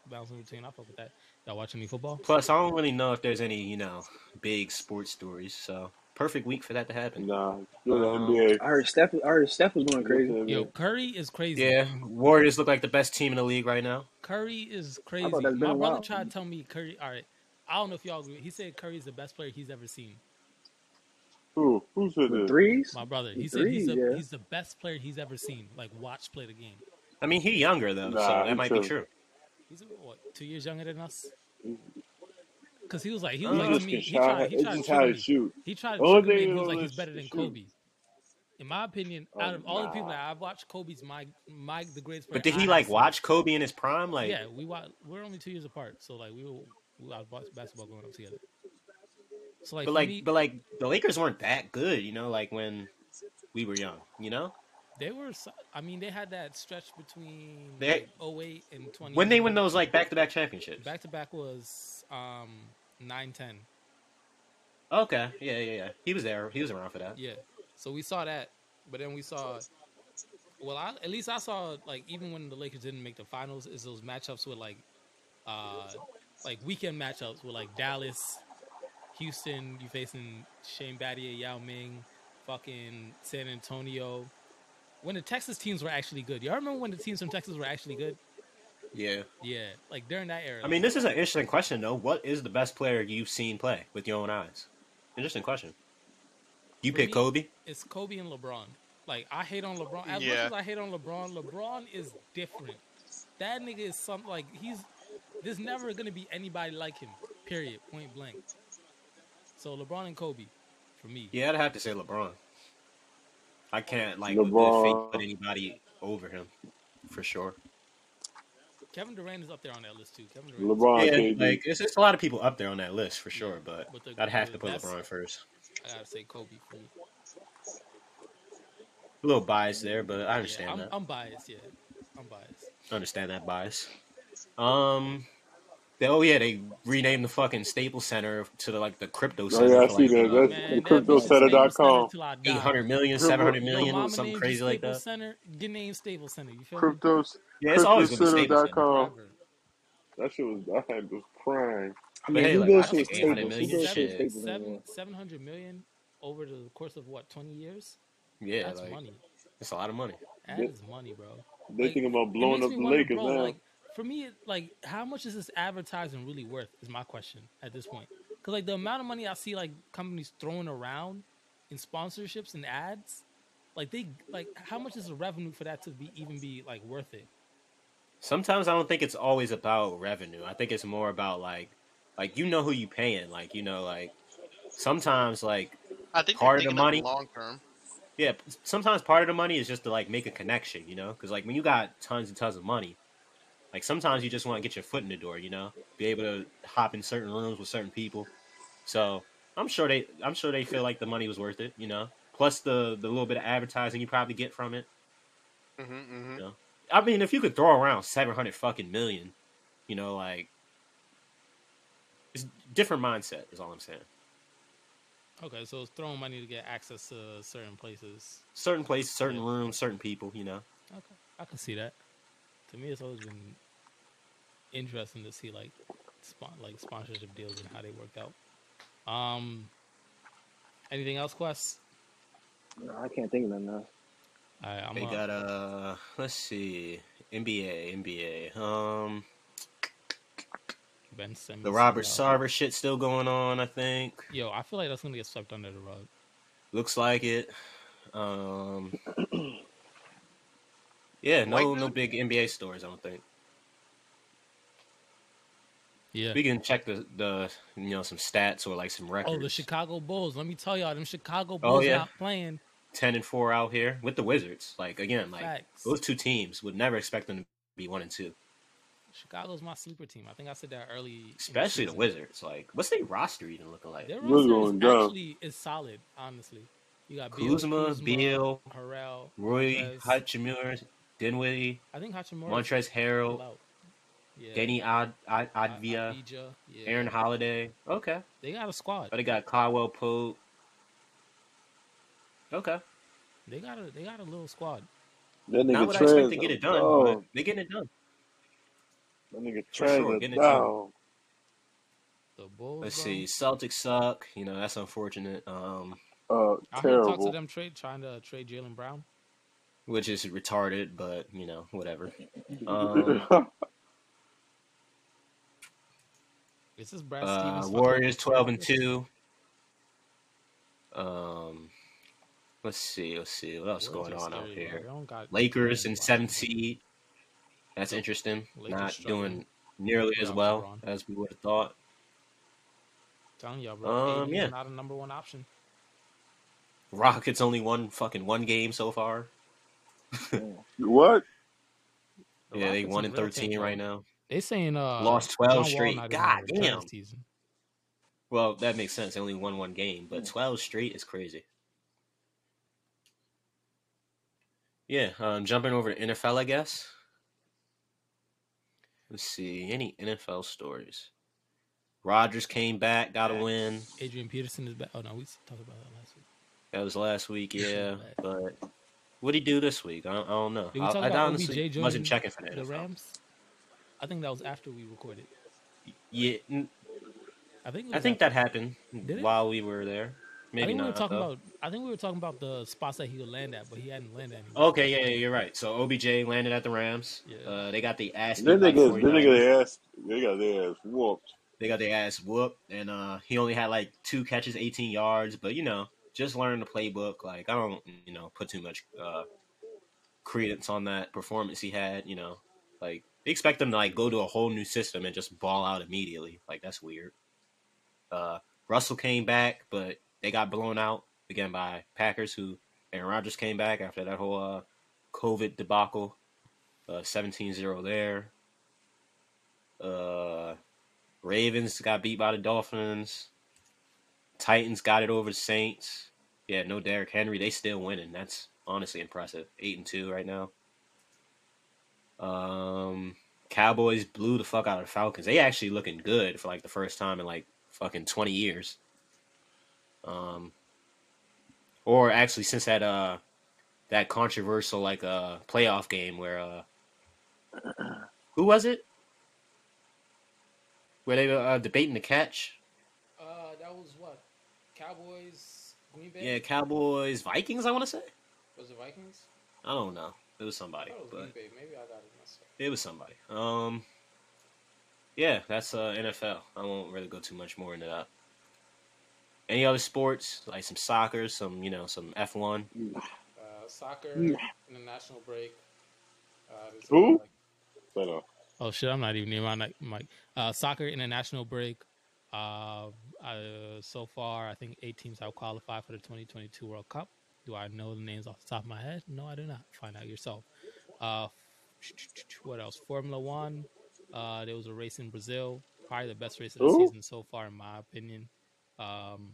Speaker 1: bouncing between. I fuck with that. Y'all watching any football?
Speaker 5: Plus, I don't really know if there's any you know big sports stories. So perfect week for that to happen.
Speaker 2: Nah, go to
Speaker 5: Um,
Speaker 2: NBA.
Speaker 3: I heard Steph. I heard Steph was going
Speaker 2: Go to
Speaker 3: crazy.
Speaker 1: Yo,
Speaker 2: NBA.
Speaker 1: Curry is crazy.
Speaker 5: yeah, Warriors look like the best team in the league right now.
Speaker 1: Curry is
Speaker 3: I thought
Speaker 1: crazy.
Speaker 3: that's been
Speaker 1: My
Speaker 3: a
Speaker 1: brother
Speaker 3: while.
Speaker 1: tried to tell me Curry. All right, I don't know if y'all agree. He said Curry is the best player he's ever seen.
Speaker 2: Who? Who said
Speaker 3: With
Speaker 2: this?
Speaker 3: threes,
Speaker 1: My brother. He
Speaker 3: with
Speaker 1: said he's
Speaker 3: threes,
Speaker 1: a
Speaker 3: yeah.
Speaker 1: he's the best player he's ever seen. Like watch play the game.
Speaker 5: I mean, he younger though, so
Speaker 2: Nah,
Speaker 5: that
Speaker 2: he
Speaker 5: might be
Speaker 2: tripping.
Speaker 5: true.
Speaker 1: He's what two years younger than us.
Speaker 3: Mm.
Speaker 1: Cause he was like he was
Speaker 2: He
Speaker 1: like
Speaker 5: Uh,
Speaker 1: to
Speaker 2: just can shot.
Speaker 1: me. He tried he
Speaker 2: It's
Speaker 1: tried
Speaker 2: just how
Speaker 1: tricking
Speaker 2: he
Speaker 1: me.
Speaker 2: shoot.
Speaker 1: He tried
Speaker 2: The only thing
Speaker 1: tricking me, and
Speaker 2: he
Speaker 1: he was
Speaker 2: don't
Speaker 1: like
Speaker 2: know
Speaker 1: he's
Speaker 2: is
Speaker 1: better than
Speaker 2: shoot.
Speaker 1: Kobe. In my opinion, out
Speaker 2: Oh,
Speaker 1: of all the people
Speaker 2: nah.
Speaker 1: that I've watched, Kobe's my my the greatest player
Speaker 5: but did
Speaker 1: I
Speaker 5: he
Speaker 1: have
Speaker 5: like
Speaker 1: seen.
Speaker 5: watch Kobe in his prime? Like,
Speaker 1: Yeah, we wa- we're only two years apart, so like we were we I watched basketball growing up together. So like
Speaker 5: but
Speaker 1: for
Speaker 5: like,
Speaker 1: me,
Speaker 5: but like, the Lakers weren't that good, you know. Like when we were young, you know.
Speaker 1: they were. so- I mean, they had that stretch between
Speaker 5: They
Speaker 1: like 08 and
Speaker 5: when they win
Speaker 1: 20.
Speaker 5: those like back-to-back championships.
Speaker 1: Back to back was um 9 10.
Speaker 5: Okay, yeah, yeah, yeah. He was there. He was around for that.
Speaker 1: Yeah. So we saw that, but then we saw well, I, at least I saw like even when the Lakers didn't make the finals, is those matchups with like uh like weekend matchups with like Dallas, Houston, you facing Shane Battier, Yao Ming, fucking San Antonio. When the Texas teams were actually good, y'all remember when the teams from Texas were actually good?
Speaker 5: Yeah.
Speaker 1: Yeah, like during that era,
Speaker 5: I
Speaker 1: like
Speaker 5: mean, this is an interesting question though. What is the best player you've seen play with your own eyes? Interesting question. You
Speaker 1: for
Speaker 5: pick
Speaker 1: me,
Speaker 5: Kobe.
Speaker 1: it's Kobe and LeBron. Like I hate on LeBron as much
Speaker 4: Yeah.
Speaker 1: as I hate on LeBron. LeBron is different. That nigga is something like he's. There's never gonna be anybody like him. Period. Point blank. So LeBron and Kobe, for me.
Speaker 5: Yeah, I'd have to say LeBron. I can't like with good faith put
Speaker 2: LeBron.
Speaker 5: anybody over him for sure.
Speaker 1: Kevin Durant is up there on that list too. Kevin Durant is
Speaker 2: LeBron,
Speaker 5: Yeah,
Speaker 2: KD.
Speaker 5: like it's just a lot of people up there on that list for
Speaker 1: yeah,
Speaker 5: sure. But
Speaker 1: but the
Speaker 5: I'd have
Speaker 1: the
Speaker 5: to put
Speaker 1: best
Speaker 5: LeBron first.
Speaker 1: I gotta say Kobe for me.
Speaker 5: A little bias there, but I
Speaker 1: Yeah,
Speaker 5: understand
Speaker 1: I'm
Speaker 5: that.
Speaker 1: I'm biased. Yeah, I'm biased.
Speaker 5: I understand that bias. Um. They, oh yeah, they renamed the fucking Staples Center to the, like the Crypto
Speaker 2: Oh yeah,
Speaker 5: Center
Speaker 2: I
Speaker 5: for
Speaker 2: see
Speaker 5: like
Speaker 2: that.
Speaker 5: uh,
Speaker 2: That's the
Speaker 1: Man, that bitch is Staples Center
Speaker 2: CryptoCenter.com.
Speaker 1: till I die.
Speaker 5: 800 million,
Speaker 2: Crypto,
Speaker 5: 700
Speaker 1: Your
Speaker 5: million,
Speaker 1: mama
Speaker 5: something
Speaker 1: named you
Speaker 5: crazy like
Speaker 1: Staples
Speaker 5: that.
Speaker 1: Center. Your name Staples Center. You feel me?
Speaker 2: cryptos,
Speaker 5: Yeah, it's always going to be Staples Center.
Speaker 2: CryptoCenter.com.
Speaker 1: Forever.
Speaker 2: That shit was that hype was prime.
Speaker 3: I
Speaker 5: But
Speaker 3: mean,
Speaker 5: hey,
Speaker 3: who
Speaker 5: like I
Speaker 3: goes
Speaker 1: That's
Speaker 3: to a
Speaker 5: think 800
Speaker 1: crazy.
Speaker 3: Staples? Who goes
Speaker 5: million,
Speaker 3: to a
Speaker 1: Seven,
Speaker 5: shit.
Speaker 3: Staples
Speaker 1: seven,
Speaker 3: anymore?
Speaker 1: seven hundred million over the course of what twenty years?
Speaker 5: Yeah,
Speaker 1: That's
Speaker 5: like
Speaker 1: money.
Speaker 5: it's a lot of money.
Speaker 1: That
Speaker 2: They,
Speaker 1: is money, bro.
Speaker 2: they
Speaker 1: Like,
Speaker 2: thinking about
Speaker 1: it
Speaker 2: blowing
Speaker 1: makes
Speaker 2: up
Speaker 1: me
Speaker 2: the
Speaker 1: wonder,
Speaker 2: Lakers
Speaker 1: bro.
Speaker 2: now.
Speaker 1: Like, for me, it- like, how much is this advertising really worth? Is my question at this point. Cause like the amount of money I see like companies throwing around in sponsorships and ads, like they like how much is the revenue for that to be even be like worth it?
Speaker 5: Sometimes I don't think it's always about revenue. I think it's more about like, like you know who you paying. Like you know, like sometimes like
Speaker 4: I think they're
Speaker 5: part of the
Speaker 4: thinking in the
Speaker 5: money.
Speaker 4: long term.
Speaker 5: Yeah, sometimes part of the money is just to like make a connection. You know, because like when you got tons and tons of money, like sometimes you just want to get your foot in the door. You know, be able to hop in certain rooms with certain people. So I'm sure they, I'm sure they feel like the money was worth it. You know, plus the the little bit of advertising you probably get from it.
Speaker 4: hmm hmm
Speaker 5: You know, I mean, if you could throw around seven hundred fucking million, you know, like it's different mindset is all I'm saying.
Speaker 1: Okay, so it's throwing money to get access to certain places.
Speaker 5: Certain place, certain room, certain people, you know.
Speaker 1: Okay, I can see that. To me, it's always been interesting to see like spon- like sponsorship deals and how they work out. Um, anything else, Quest?
Speaker 3: No, I can't think of nothing else.
Speaker 1: All right, I'm
Speaker 5: they
Speaker 1: gonna-
Speaker 5: got uh let's see. NBA, NBA. Um
Speaker 1: Ben Simmons.
Speaker 5: the
Speaker 1: and,
Speaker 5: Robert
Speaker 1: uh,
Speaker 5: Sarver shit still going on, I think.
Speaker 1: Yo, I feel like that's gonna get swept under the rug.
Speaker 5: Looks like it. Um Yeah, no
Speaker 4: White
Speaker 5: no
Speaker 4: dude?
Speaker 5: big NBA stories, I don't think.
Speaker 1: Yeah.
Speaker 5: We can check the, the you know some stats or like some records.
Speaker 1: Oh, the Chicago Bulls. Let me tell y'all, them Chicago
Speaker 5: Oh,
Speaker 1: Bulls
Speaker 5: yeah.
Speaker 1: not playing.
Speaker 5: Ten and four out here with the Wizards. Like again, like
Speaker 1: Facts.
Speaker 5: those two teams would never expect them to be one and two,
Speaker 1: Chicago's my sleeper team. I think I said that early. in
Speaker 5: especially the
Speaker 1: season.
Speaker 5: Wizards. Like, what's their roster even looking like?
Speaker 1: Their
Speaker 2: We're
Speaker 1: roster
Speaker 2: going
Speaker 1: is
Speaker 2: down.
Speaker 1: actually is solid. Honestly, you got Beal,
Speaker 5: Kuzma, Beal,
Speaker 1: Harrell,
Speaker 5: Roy,
Speaker 1: Lopez.
Speaker 5: Hutchimura, Dinwiddie,
Speaker 1: I think Hachimura.
Speaker 5: Montrez Harrell,
Speaker 1: Yeah.
Speaker 5: Denny Ad, Ad,
Speaker 1: I-
Speaker 5: Advia,
Speaker 1: Adija, Yeah.
Speaker 5: Aaron Holiday. Okay.
Speaker 1: They got a squad.
Speaker 5: Oh, they got Caldwell Pope. Okay.
Speaker 1: They got a they got a little squad.
Speaker 2: That
Speaker 5: Not
Speaker 2: nigga
Speaker 5: what I expect
Speaker 2: Trez,
Speaker 5: to get it done,
Speaker 2: oh,
Speaker 5: but they're getting it done.
Speaker 2: that nigga
Speaker 5: For
Speaker 2: Trez
Speaker 5: sure,
Speaker 2: is
Speaker 5: getting it done.
Speaker 2: down.
Speaker 1: The Bulls.
Speaker 5: Let's
Speaker 1: though,
Speaker 5: see. Celtics suck. You know, that's unfortunate. Um,
Speaker 2: Uh,
Speaker 1: I heard talks
Speaker 2: terrible. (laughs)
Speaker 1: to them trade trying to trade Jalen Brown.
Speaker 5: which is retarded, but, you know, whatever. Um,
Speaker 1: Uh, Is this Brad
Speaker 5: uh,
Speaker 1: Stevens? fucking up
Speaker 5: Warriors
Speaker 1: the
Speaker 5: 12 and
Speaker 1: (laughs) Warriors?
Speaker 5: 2. Um, let's see. Let's see. What else is
Speaker 1: Warriors
Speaker 5: going
Speaker 1: are
Speaker 5: on out
Speaker 1: scary, bro.
Speaker 5: here?
Speaker 1: They don't got
Speaker 5: Lakers
Speaker 1: nobody
Speaker 5: in
Speaker 1: blocking
Speaker 5: seventh
Speaker 1: them.
Speaker 5: seed. That's interesting.
Speaker 1: Lakers
Speaker 5: Not
Speaker 1: struggling.
Speaker 5: doing nearly as
Speaker 1: Without
Speaker 5: well
Speaker 1: LeBron.
Speaker 5: as we would have thought.
Speaker 1: Telling y'all, bro.
Speaker 5: Um,
Speaker 1: AD
Speaker 5: yeah.
Speaker 1: is not a number one option.
Speaker 5: Rockets only won fucking one game so far.
Speaker 2: What?
Speaker 1: The
Speaker 5: yeah, they
Speaker 1: Rockets
Speaker 5: one
Speaker 1: in
Speaker 5: and
Speaker 1: real tank
Speaker 5: thirteen right
Speaker 1: mode.
Speaker 5: now.
Speaker 1: They saying uh
Speaker 5: Lost twelve
Speaker 1: John Wall
Speaker 5: straight.
Speaker 1: not even gonna
Speaker 5: God
Speaker 1: return
Speaker 5: damn.
Speaker 1: this season.
Speaker 5: Well, that makes sense. They only won one game, but twelve straight is crazy. Yeah, um, jumping over to NFL, I guess. Let's see any NFL stories. Rodgers came back, got a win.
Speaker 1: Adrian Peterson is back. Oh no, we talked about that last week.
Speaker 5: That was last week, yeah.
Speaker 1: Right.
Speaker 5: But what would he do this week? I don't, I don't know.
Speaker 1: Did we
Speaker 5: I,
Speaker 1: talk
Speaker 5: I
Speaker 1: about
Speaker 5: honestly
Speaker 1: OBJ
Speaker 5: wasn't
Speaker 1: joining
Speaker 5: checking for that.
Speaker 1: The Rams. I think that was after we recorded.
Speaker 5: Yeah, n-
Speaker 1: I think. It was
Speaker 5: I think
Speaker 1: after.
Speaker 5: that happened
Speaker 1: Did it?
Speaker 5: while we were there.
Speaker 1: I
Speaker 5: Maybe
Speaker 1: think we were
Speaker 5: not
Speaker 1: talking
Speaker 5: though.
Speaker 1: about. I think we were talking about the spots that he would land at, but he hadn't landed anywhere.
Speaker 5: Okay, yeah, yeah, you're right. So OBJ landed at the Rams.
Speaker 1: Yeah.
Speaker 5: Uh, they got the ass
Speaker 2: Then
Speaker 5: beat by
Speaker 2: they
Speaker 5: the
Speaker 2: get, then they get
Speaker 5: 49ers.
Speaker 2: their ass, they got their ass whooped.
Speaker 5: They got their ass whooped, and uh, he only had like two catches, 18 yards. But you know, just learn the playbook. Like I don't, you know, put too much uh, credence on that performance he had. You know, like they expect them to like go to a whole new system and just ball out immediately. Like that's weird. Uh, Russell came back, but they got blown out again by Packers, who Aaron Rodgers came back after that whole uh, COVID debacle. Uh, 17-0 there. Uh, Ravens got beat by the Dolphins. Titans got it over the Saints. Yeah, no Derrick Henry. They still winning. That's honestly impressive. Eight and two right now. Um, Cowboys blew the fuck out of the Falcons. They actually looking good for like the first time in like fucking twenty years. Um, or actually since that uh that controversial like uh playoff game where uh who was it? Where they were uh, debating the catch? Oh.
Speaker 1: Uh, that was what Cowboys, Green Bay.
Speaker 5: Yeah, Cowboys, Vikings. I want to say.
Speaker 1: Was it Vikings?
Speaker 5: I don't know. It was somebody, but
Speaker 1: Bay. Maybe I got it myself.
Speaker 5: it was somebody. Um, yeah, that's uh NFL. I won't really go too much more into that. Any other sports like some soccer, some you know, some F one.
Speaker 1: Uh, soccer international break. Uh,
Speaker 2: Who? But, uh,
Speaker 1: Oh shit! I'm not even near my ni- mic. Uh, soccer international break. Uh, uh, so far, I think eight teams have qualified for the 2022 World Cup. Do I know the names off the top of my head? No, I do not. Find out yourself. Uh, what else? Formula One. Uh, there was a race in Brazil, probably the best race of the
Speaker 2: Who?
Speaker 1: season so far, in my opinion. Um,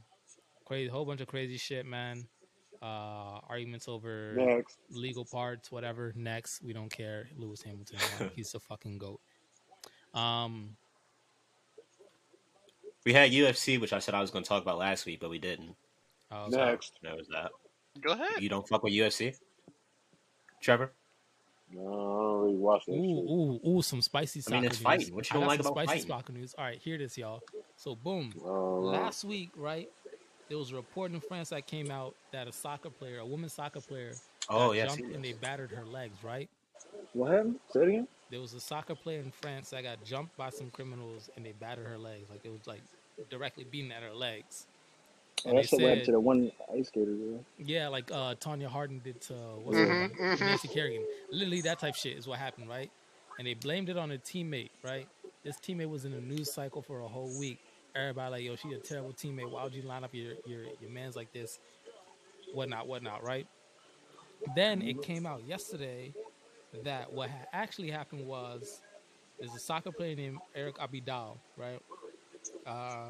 Speaker 1: crazy, whole bunch of crazy shit, man. uh, arguments over
Speaker 2: Next.
Speaker 1: legal parts, whatever. Next, we don't care. Lewis Hamilton,
Speaker 5: (laughs)
Speaker 1: man, he's a fucking goat. Um,
Speaker 5: We had UFC, which I said I was going to talk about last week, but we didn't.
Speaker 1: I was like,
Speaker 2: Next.
Speaker 5: That was that.
Speaker 4: Go ahead.
Speaker 5: You don't fuck with UFC, Trevor.
Speaker 2: No, I don't really watch that shit.
Speaker 1: ooh, ooh, ooh, some spicy
Speaker 5: I
Speaker 1: soccer
Speaker 5: mean, it's
Speaker 1: news.
Speaker 5: fighting. What
Speaker 1: I
Speaker 5: you don't
Speaker 1: got
Speaker 5: like
Speaker 1: some
Speaker 5: about
Speaker 1: spicy
Speaker 5: fighting?
Speaker 1: soccer news. All right, here it is, y'all. So, boom.
Speaker 2: All right.
Speaker 1: Last week, right, there was a report in France that came out that a soccer player, a women's soccer player,
Speaker 5: Oh
Speaker 1: got
Speaker 5: yeah, I
Speaker 1: jumped
Speaker 5: seen
Speaker 1: and
Speaker 5: that.
Speaker 1: they battered her legs, right?
Speaker 3: What happened? Say it again.
Speaker 1: There was a soccer player in France that got jumped by some criminals and they battered her legs. Like, it was like directly beating at her legs.
Speaker 3: Oh,
Speaker 1: And
Speaker 3: that's
Speaker 1: they
Speaker 3: what happened
Speaker 1: said-
Speaker 3: to the one ice skater. dude.
Speaker 1: Yeah, like uh, Tanya Hardin did to what's her
Speaker 4: Mhm,
Speaker 1: name?
Speaker 4: mhm.
Speaker 1: Nancy Kerrigan. Literally, that type shit is what happened, right? And they blamed it on a teammate, right? This teammate was in the news cycle for a whole week. Everybody like, yo, she a terrible teammate. Why would you line up your your your man's like this? Whatnot, whatnot, right? Then it came out yesterday that what ha- actually happened was there's a soccer player named Eric Abidal, right? Uh,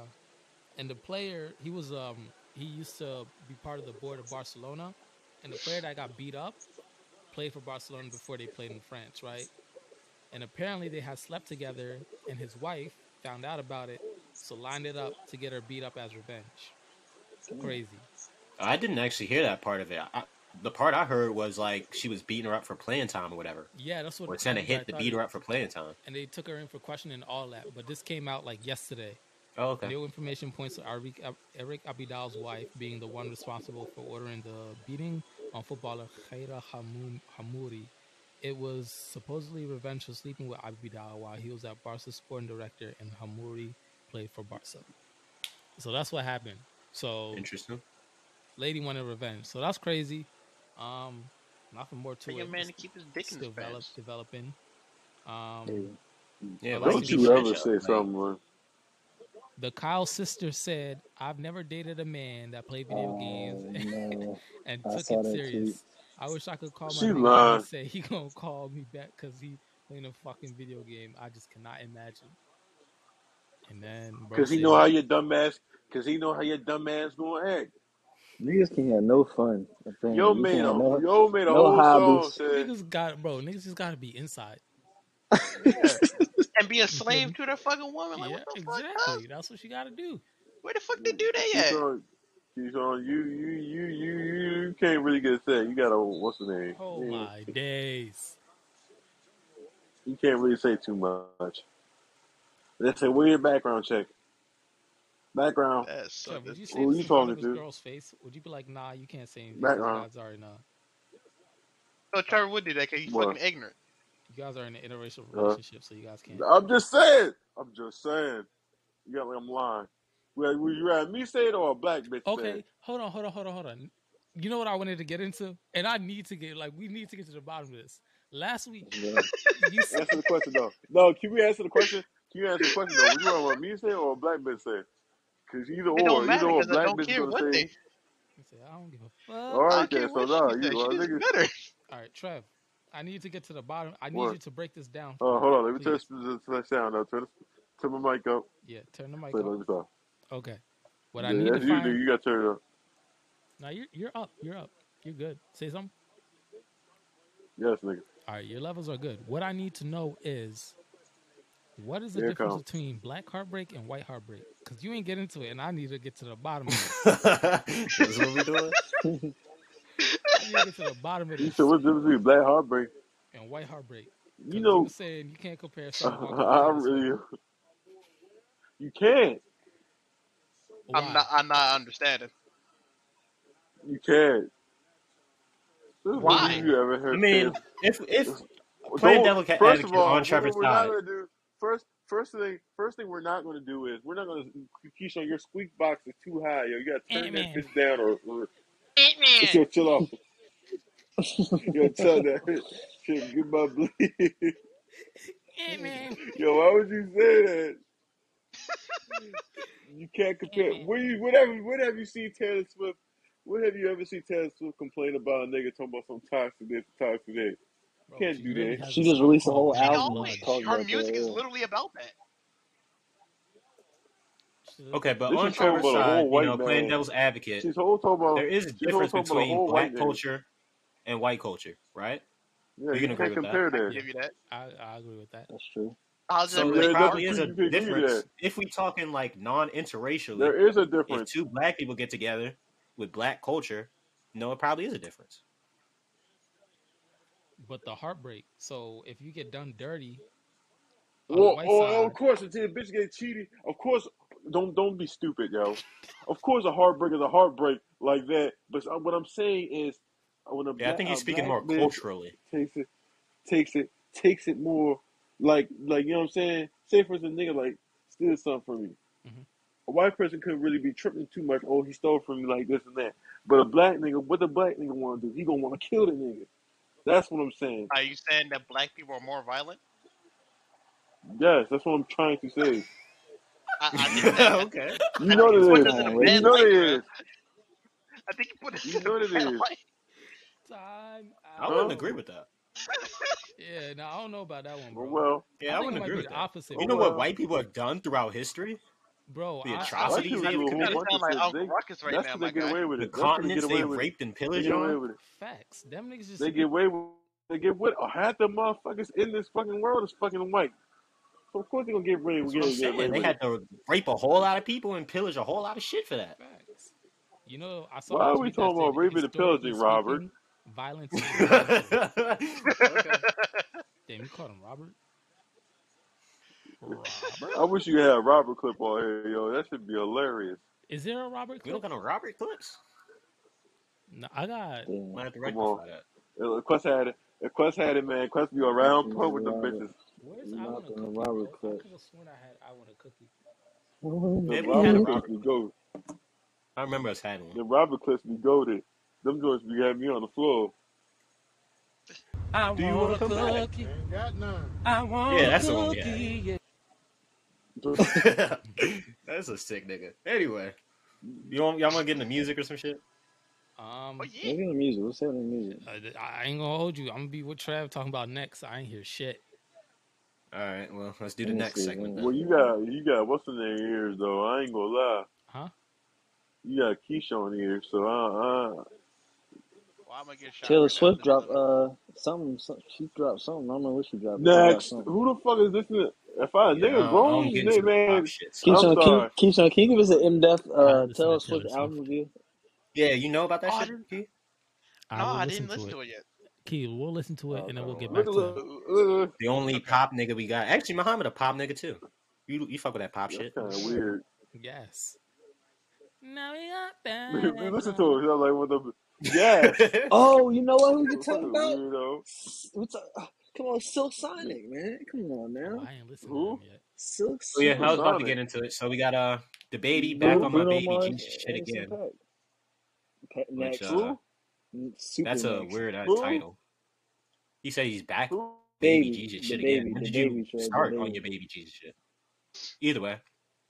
Speaker 1: and the player he was um he used to be part of the board of Barcelona, and the player that got beat up played for Barcelona before they played in France, right? And apparently they had slept together, and his wife found out about it, so lined it up to get her beat up as revenge. Crazy.
Speaker 5: I didn't actually hear that part of it. I, the part I heard was like she was beating her up for playing time or whatever,
Speaker 1: Yeah, that's what.
Speaker 5: or sent a
Speaker 1: the guy
Speaker 5: hit to
Speaker 1: thought
Speaker 5: beat
Speaker 1: it-
Speaker 5: her up for playing time.
Speaker 1: and they took her in for questioning and all that. But this came out like yesterday.
Speaker 5: Oh okay.
Speaker 1: New information points to Eric, Eric Abidal's wife being the one responsible for ordering the beating on footballer Khaira Hamoum, Hamouri. It was supposedly revenge for sleeping with Abidal while he was at Barca's sporting director, and Hamouri played for Barca. So that's what happened. So
Speaker 5: Interesting.
Speaker 1: lady wanted revenge. So that's crazy. Um, nothing more to
Speaker 4: Tell
Speaker 1: it.
Speaker 4: your man to
Speaker 1: It's
Speaker 4: keep his dick in
Speaker 1: still
Speaker 4: his
Speaker 1: develop,
Speaker 4: pants.
Speaker 1: developing.
Speaker 3: Hey,
Speaker 1: Um,
Speaker 5: Yeah.
Speaker 1: Well,
Speaker 5: why
Speaker 1: that's
Speaker 2: Don't
Speaker 5: would you
Speaker 2: you
Speaker 1: the-
Speaker 5: beat
Speaker 2: ever
Speaker 5: that up?
Speaker 2: say
Speaker 5: Like,
Speaker 2: something, man.
Speaker 1: The Kyle sister said, I've never dated a man that played video games
Speaker 3: oh no,
Speaker 1: and
Speaker 3: I
Speaker 1: took
Speaker 3: saw
Speaker 1: it
Speaker 3: that
Speaker 1: serious.
Speaker 3: tweet.
Speaker 1: I wish I could call my
Speaker 2: She
Speaker 1: nigga
Speaker 2: lying.
Speaker 1: and say he gonna call me back because he playing a fucking video game. I just cannot imagine. And then bro
Speaker 2: Cause he
Speaker 1: said,
Speaker 2: know how your dumb ass. Cause he know how your dumb ass gonna act.
Speaker 3: Niggas can't have no fun.
Speaker 2: Yo
Speaker 3: Apparently, we
Speaker 2: made
Speaker 3: can't have
Speaker 2: a
Speaker 3: no
Speaker 2: yo made a
Speaker 3: no
Speaker 2: whole song
Speaker 3: hobbies.
Speaker 2: said
Speaker 1: "Niggas got bro, niggas just gotta be inside."
Speaker 4: Yeah. And be a slave to their fucking woman. Like,
Speaker 1: yeah,
Speaker 4: what the fuck, cuz?
Speaker 1: exactly. That's what you gotta do.
Speaker 4: Where the fuck they do
Speaker 2: she's
Speaker 4: that at?
Speaker 2: on she's on you you you you you you can't really get set. You gotta what's the name?
Speaker 1: Oh
Speaker 2: You,
Speaker 1: my days.
Speaker 2: you can't really say too much. They say where your background check? Background.
Speaker 4: That's so
Speaker 1: Trev, would you say
Speaker 2: Who
Speaker 1: this
Speaker 2: you
Speaker 1: in front
Speaker 2: talking
Speaker 1: of this
Speaker 2: to?
Speaker 1: girl's face? Would you be like, nah, you can't say anything. These
Speaker 2: Background.
Speaker 1: guys already know.
Speaker 4: No, Trevor would do that because he's
Speaker 2: What?
Speaker 4: fucking ignorant.
Speaker 1: You guys are in an interracial
Speaker 2: Uh,
Speaker 1: relationship, so you guys can't.
Speaker 2: I'm just saying. I'm just saying. You got like I'm lying. Well, would you rather me say it or a black bitch say it?
Speaker 1: Okay, hold on, hold on, hold on, hold on. You know what I wanted to get into, and I need to get like we need to get to the bottom of this. Last week,
Speaker 3: Yeah.
Speaker 1: you s-
Speaker 2: Answer the question though. No, can we answer the question? Can you answer the question though? Would you rather what me say it or a black bitch say? it? Cause either
Speaker 4: It don't
Speaker 2: or, either
Speaker 4: matter
Speaker 2: or, a
Speaker 4: because I
Speaker 2: black
Speaker 4: don't
Speaker 2: bitch is
Speaker 4: care
Speaker 2: gonna
Speaker 4: what
Speaker 2: say,
Speaker 4: they.
Speaker 1: you say, I don't give a
Speaker 2: "All
Speaker 1: fuck.
Speaker 4: I
Speaker 2: right
Speaker 4: don't care
Speaker 2: then." So
Speaker 4: what she
Speaker 2: nah,
Speaker 4: said.
Speaker 2: you
Speaker 4: She
Speaker 2: a
Speaker 4: just
Speaker 2: nigga.
Speaker 4: better.
Speaker 1: All right, Trev, I need to get to the bottom. I need
Speaker 2: What?
Speaker 1: you to break this down for
Speaker 2: Oh,
Speaker 1: me,
Speaker 2: hold on. Let me turn
Speaker 1: please.
Speaker 2: this, this, this sound up. Turn, this- turn my mic up.
Speaker 1: Yeah, turn the mic
Speaker 2: Wait,
Speaker 1: up.
Speaker 2: let me talk.
Speaker 1: Okay. What I
Speaker 2: uh, Yeah,
Speaker 1: need to
Speaker 2: that's you,
Speaker 1: find
Speaker 2: nigga. You got to turn it up.
Speaker 1: now, you're you're up, you're up, you're good. Say something.
Speaker 2: Yes, nigga.
Speaker 1: All right, your levels are good. What I need to know is what is the
Speaker 2: Here it
Speaker 1: difference
Speaker 2: comes.
Speaker 1: between black heartbreak and white heartbreak? Because you ain't get into it, and I need to get to the bottom of it.
Speaker 5: this (laughs) is what we doing.
Speaker 1: I need to get to the bottom of
Speaker 2: You said
Speaker 1: this.
Speaker 2: what's the difference between black heartbreak?
Speaker 1: and white heartbreak.
Speaker 2: You
Speaker 1: Because you were
Speaker 2: know,
Speaker 1: saying you can't
Speaker 2: (laughs)
Speaker 1: compare Starbucks to
Speaker 2: I
Speaker 1: Taylor Swift.
Speaker 2: really, you can't.
Speaker 4: I'm not.
Speaker 1: Why?
Speaker 4: I'm not understanding.
Speaker 2: You can't. This is what
Speaker 4: Why?
Speaker 1: Why?
Speaker 2: you ever
Speaker 5: I
Speaker 2: heard
Speaker 5: mean,
Speaker 2: is
Speaker 5: if if (laughs) playing
Speaker 2: Don't.
Speaker 5: devil ca-
Speaker 2: First of
Speaker 5: advocate
Speaker 2: all,
Speaker 5: on
Speaker 2: what
Speaker 5: Trevor's
Speaker 2: we're not
Speaker 5: side,
Speaker 2: gonna do first. First thing, first thing we're not gonna do is we're not gonna. Keisha, your squeak box is too high. Yo, you gotta turn
Speaker 1: Ant
Speaker 2: that
Speaker 1: Man.
Speaker 2: bitch down or, or
Speaker 4: Ant
Speaker 2: it's
Speaker 4: Man.
Speaker 2: your chill off. (laughs) Yo, tell that shit. Get my bleed.
Speaker 1: Ant Man.
Speaker 2: (laughs) Yo, why would you say that? You can't
Speaker 1: Ant
Speaker 2: compare.
Speaker 1: Man.
Speaker 2: What you, whatever, what have you seen Taylor Swift? What have you ever seen Taylor Swift complain about a nigga talking about some toxic this, toxic that?
Speaker 1: Bro,
Speaker 2: Can't
Speaker 1: she
Speaker 2: do
Speaker 1: literally
Speaker 2: that.
Speaker 1: has a
Speaker 3: She just
Speaker 1: song
Speaker 3: released a
Speaker 1: called
Speaker 3: whole
Speaker 4: She
Speaker 1: Bad
Speaker 3: album
Speaker 4: always.
Speaker 1: Blood.
Speaker 3: talking
Speaker 4: Her
Speaker 3: about
Speaker 4: music is
Speaker 3: that.
Speaker 4: literally about that.
Speaker 5: Okay, but
Speaker 2: This
Speaker 5: on
Speaker 2: is talking
Speaker 5: Trevor's
Speaker 2: about a
Speaker 5: side,
Speaker 2: whole
Speaker 5: you know,
Speaker 2: white
Speaker 5: playing
Speaker 2: man.
Speaker 5: devil's advocate,
Speaker 2: She's all talking about.
Speaker 5: there is a
Speaker 2: she's all
Speaker 5: difference
Speaker 2: talking about a
Speaker 5: between
Speaker 2: whole white
Speaker 5: black
Speaker 2: man.
Speaker 5: culture and white culture, right?
Speaker 2: Yeah,
Speaker 5: You
Speaker 2: you
Speaker 5: can agree
Speaker 2: can't
Speaker 5: with that.
Speaker 2: compare
Speaker 4: I can
Speaker 2: that.
Speaker 1: Yeah.
Speaker 4: give you that.
Speaker 1: I, I agree with that.
Speaker 3: That's true.
Speaker 4: I'll just
Speaker 5: So
Speaker 4: agree
Speaker 2: Yeah,
Speaker 5: there
Speaker 4: with
Speaker 2: that's
Speaker 4: Howard.
Speaker 5: probably
Speaker 2: you
Speaker 5: is a
Speaker 2: you can give you that.
Speaker 5: difference if we talking like non-interracially.
Speaker 2: There is a
Speaker 5: If
Speaker 2: difference.
Speaker 5: two black people get together with black culture, no, it probably is a difference.
Speaker 1: But the heartbreak. So if you get done dirty on the
Speaker 2: Well,
Speaker 1: white
Speaker 2: oh, oh,
Speaker 1: side,
Speaker 2: of course, until the bitch get cheated. Of course, don't don't be stupid, yo. Of course, a heartbreak is a heartbreak like that. But so- what I'm saying is, when a
Speaker 5: Yeah, I
Speaker 2: black
Speaker 5: think
Speaker 2: a
Speaker 5: he's speaking
Speaker 2: black
Speaker 5: more
Speaker 2: man
Speaker 5: culturally.
Speaker 2: takes it, takes it, takes it more like like you know what I'm saying. Say for instance, a nigga like steals something from me.
Speaker 5: Mm-hmm.
Speaker 1: Mhm.
Speaker 2: A white person couldn't really be tripping too much. Oh, he stole from me like this and that. But a black nigga, what the black nigga want to do? He gonna want to kill the nigga. That's what I'm saying.
Speaker 4: Are you saying that black people are more violent?
Speaker 2: Yes, that's what I'm trying to say.
Speaker 4: I,
Speaker 1: (laughs)
Speaker 4: I think that I,
Speaker 5: okay.
Speaker 2: You
Speaker 4: I think (laughs)
Speaker 2: know
Speaker 4: you
Speaker 2: that
Speaker 4: put
Speaker 2: is.
Speaker 4: us in a
Speaker 3: Man,
Speaker 2: You
Speaker 4: bad
Speaker 2: know
Speaker 3: racist.
Speaker 4: light,
Speaker 2: that
Speaker 4: bro.
Speaker 2: is.
Speaker 4: I think you put us
Speaker 2: You
Speaker 4: in a
Speaker 2: know that
Speaker 4: bad
Speaker 2: is.
Speaker 4: light.
Speaker 1: time
Speaker 5: I
Speaker 1: out.
Speaker 5: wouldn't
Speaker 2: Huh?
Speaker 5: agree with that.
Speaker 1: Yeah, no, I don't know about that one,
Speaker 2: Oh
Speaker 1: bro.
Speaker 2: well.
Speaker 1: I
Speaker 5: Yeah, I
Speaker 1: think it
Speaker 5: wouldn't
Speaker 1: might
Speaker 5: agree
Speaker 1: be
Speaker 5: with
Speaker 1: the
Speaker 5: that.
Speaker 1: opposite,
Speaker 2: Oh
Speaker 5: You know
Speaker 1: bro.
Speaker 5: what
Speaker 2: well.
Speaker 5: white people have done throughout history?
Speaker 1: Bro,
Speaker 5: The
Speaker 1: I, I
Speaker 2: White
Speaker 5: atrocities
Speaker 2: people do
Speaker 5: they have
Speaker 2: a
Speaker 4: You
Speaker 2: whole
Speaker 4: gotta
Speaker 2: bunch
Speaker 5: committed,
Speaker 2: of
Speaker 4: sound like
Speaker 2: shit.
Speaker 4: Uncle
Speaker 2: They
Speaker 4: Ruckus right
Speaker 2: that's
Speaker 4: now,
Speaker 2: what they
Speaker 4: my
Speaker 2: get
Speaker 4: guy.
Speaker 2: away with
Speaker 5: the
Speaker 2: it. That's what they get
Speaker 5: continents
Speaker 2: away
Speaker 5: they've
Speaker 2: with it.
Speaker 5: raped and
Speaker 2: They
Speaker 5: pillaged
Speaker 2: get away
Speaker 5: on.
Speaker 2: with it.
Speaker 1: facts. Them niggas just
Speaker 2: They get away with. They get with half the motherfuckers in this fucking world is fucking white. So of course they gonna get away
Speaker 5: That's
Speaker 2: with
Speaker 5: what I'm
Speaker 2: get, get away
Speaker 5: saying. They
Speaker 2: with it.
Speaker 5: had to rape a whole lot of people and pillage a whole lot of shit for
Speaker 1: (laughs)
Speaker 5: that.
Speaker 1: facts. You know, I saw
Speaker 2: Why
Speaker 1: a
Speaker 2: are we
Speaker 1: tweet that
Speaker 2: talking
Speaker 1: said,
Speaker 2: about raping the
Speaker 1: historically
Speaker 2: pillaging, Robert?
Speaker 1: speaking, violence is
Speaker 5: (laughs)
Speaker 1: racial.
Speaker 5: okay.
Speaker 1: Damn, you called him Robert?
Speaker 2: I
Speaker 1: Robert?
Speaker 2: wish you had a Robert clip on here, yo. That should be hilarious.
Speaker 1: Is there a Robert
Speaker 5: We don't
Speaker 1: clip?
Speaker 5: got no Robert clips.
Speaker 1: No, I got
Speaker 3: Damn.
Speaker 5: Might have to
Speaker 2: Come on.
Speaker 5: rectify that.
Speaker 2: If Quest had it. If Quest had it, man. Quest be around
Speaker 3: Nothing
Speaker 2: punk
Speaker 3: on
Speaker 2: with them
Speaker 3: Robert.
Speaker 2: bitches.
Speaker 1: where's I want a
Speaker 3: Nothing on
Speaker 1: cookie,
Speaker 3: Robert
Speaker 1: bro? I
Speaker 3: Clip.
Speaker 1: could have sworn I had I want a cookie.
Speaker 2: The
Speaker 5: Yeah, we had a
Speaker 2: Robert clips
Speaker 5: Robert
Speaker 2: be
Speaker 5: clip.
Speaker 2: goated.
Speaker 5: I remember us having one.
Speaker 2: The Robert clips be goated. Them joints be having me on the floor.
Speaker 7: I
Speaker 5: Do you want
Speaker 7: want
Speaker 5: to
Speaker 7: a
Speaker 5: come back?
Speaker 7: cookie. I want
Speaker 5: Yeah,
Speaker 7: a
Speaker 5: that's the one we had.
Speaker 7: cookie. Yeah.
Speaker 5: (laughs) that's a sick nigga. Anyway, you want y'all want to get into music or some shit?
Speaker 4: Oh
Speaker 1: Um,
Speaker 4: yeah.
Speaker 3: Look at the music. What's happening in the music?
Speaker 1: I, I ain't gonna hold you. I'm gonna be with Trav talking about next. I ain't hear shit.
Speaker 5: All right, well, let's do
Speaker 3: Let
Speaker 5: the
Speaker 3: me
Speaker 5: next
Speaker 3: see. Let
Speaker 5: segment
Speaker 3: me
Speaker 5: then.
Speaker 2: Well, you
Speaker 3: see.
Speaker 2: got you got what's in their ears though. I ain't gonna lie.
Speaker 1: Huh?
Speaker 2: You got Keyshawn here, so I, I
Speaker 4: Well, I'm gonna get shot
Speaker 3: Taylor
Speaker 4: right now
Speaker 3: Swift
Speaker 4: since
Speaker 3: dropped
Speaker 4: uh,
Speaker 3: uh something. Some, she dropped something. I don't know what she dropped, but she dropped
Speaker 2: next.
Speaker 3: something.
Speaker 2: Who the fuck is listening? If I
Speaker 5: Yeah, I
Speaker 2: nigga
Speaker 5: don't, I
Speaker 2: grown
Speaker 5: don't get into
Speaker 2: nigga
Speaker 5: the pop
Speaker 2: man,
Speaker 5: shit, so
Speaker 2: I'm
Speaker 3: Keyshawn, can you,
Speaker 2: sorry.
Speaker 3: Keyshawn, can you give us an in-depth
Speaker 1: I
Speaker 3: uh,
Speaker 1: listen to
Speaker 3: Taylor Swift
Speaker 1: Taylor
Speaker 3: album
Speaker 1: Swift.
Speaker 3: review?
Speaker 5: yeah, you know about that
Speaker 4: Oh, I
Speaker 5: shit,
Speaker 4: didn't.
Speaker 5: Key?
Speaker 1: I
Speaker 4: No,
Speaker 1: will
Speaker 4: I
Speaker 1: listen
Speaker 4: didn't
Speaker 1: to
Speaker 4: listen
Speaker 1: it.
Speaker 4: to it yet.
Speaker 1: Key, we'll listen to it and
Speaker 3: Okay,
Speaker 1: then we'll get
Speaker 2: Oh, Look
Speaker 1: back
Speaker 2: at
Speaker 3: well,
Speaker 1: to
Speaker 2: look, look,
Speaker 5: The only
Speaker 4: Okay.
Speaker 5: pop nigga we got. Actually, Muhammad a pop nigga too. You you fuck with that pop
Speaker 2: that's (laughs)
Speaker 5: shit?
Speaker 2: kind of
Speaker 1: yeah.
Speaker 2: weird.
Speaker 1: Yes. Now we got (laughs)
Speaker 2: we
Speaker 1: that
Speaker 2: listen to
Speaker 1: echo.
Speaker 2: him. I was like, what the? Yes,
Speaker 3: Oh, you know what? We could
Speaker 2: what
Speaker 3: talk
Speaker 2: the
Speaker 3: about.
Speaker 2: weirdo?
Speaker 3: S- We talk, uh, come on, Silk Sonic, man. Come on
Speaker 1: Oh,
Speaker 3: now,
Speaker 1: I ain't listened to him
Speaker 2: Who?
Speaker 1: yet.
Speaker 3: Silk
Speaker 5: oh yeah,
Speaker 2: Silk
Speaker 5: I was
Speaker 3: Sonic,
Speaker 5: about to get
Speaker 2: Sonic.
Speaker 5: into it. So we got uh the baby back
Speaker 3: Bru-
Speaker 5: on my
Speaker 2: Who?
Speaker 3: Bruno
Speaker 5: baby
Speaker 3: Mars,
Speaker 5: King shit
Speaker 3: Anderson
Speaker 5: again,
Speaker 3: Paak, Paak
Speaker 5: which
Speaker 3: next,
Speaker 5: uh
Speaker 2: Who?
Speaker 3: N- mm,
Speaker 5: that's
Speaker 3: super
Speaker 5: a
Speaker 3: next,
Speaker 5: weird ass
Speaker 2: Who?
Speaker 5: title. He said he's back,
Speaker 2: Who?
Speaker 5: baby
Speaker 3: baby,
Speaker 5: Jesus
Speaker 3: the
Speaker 5: shit again.
Speaker 3: baby,
Speaker 5: When
Speaker 3: the
Speaker 5: did you
Speaker 3: baby, Trev, the
Speaker 5: start on your
Speaker 3: baby.
Speaker 5: baby Jesus shit? Either way,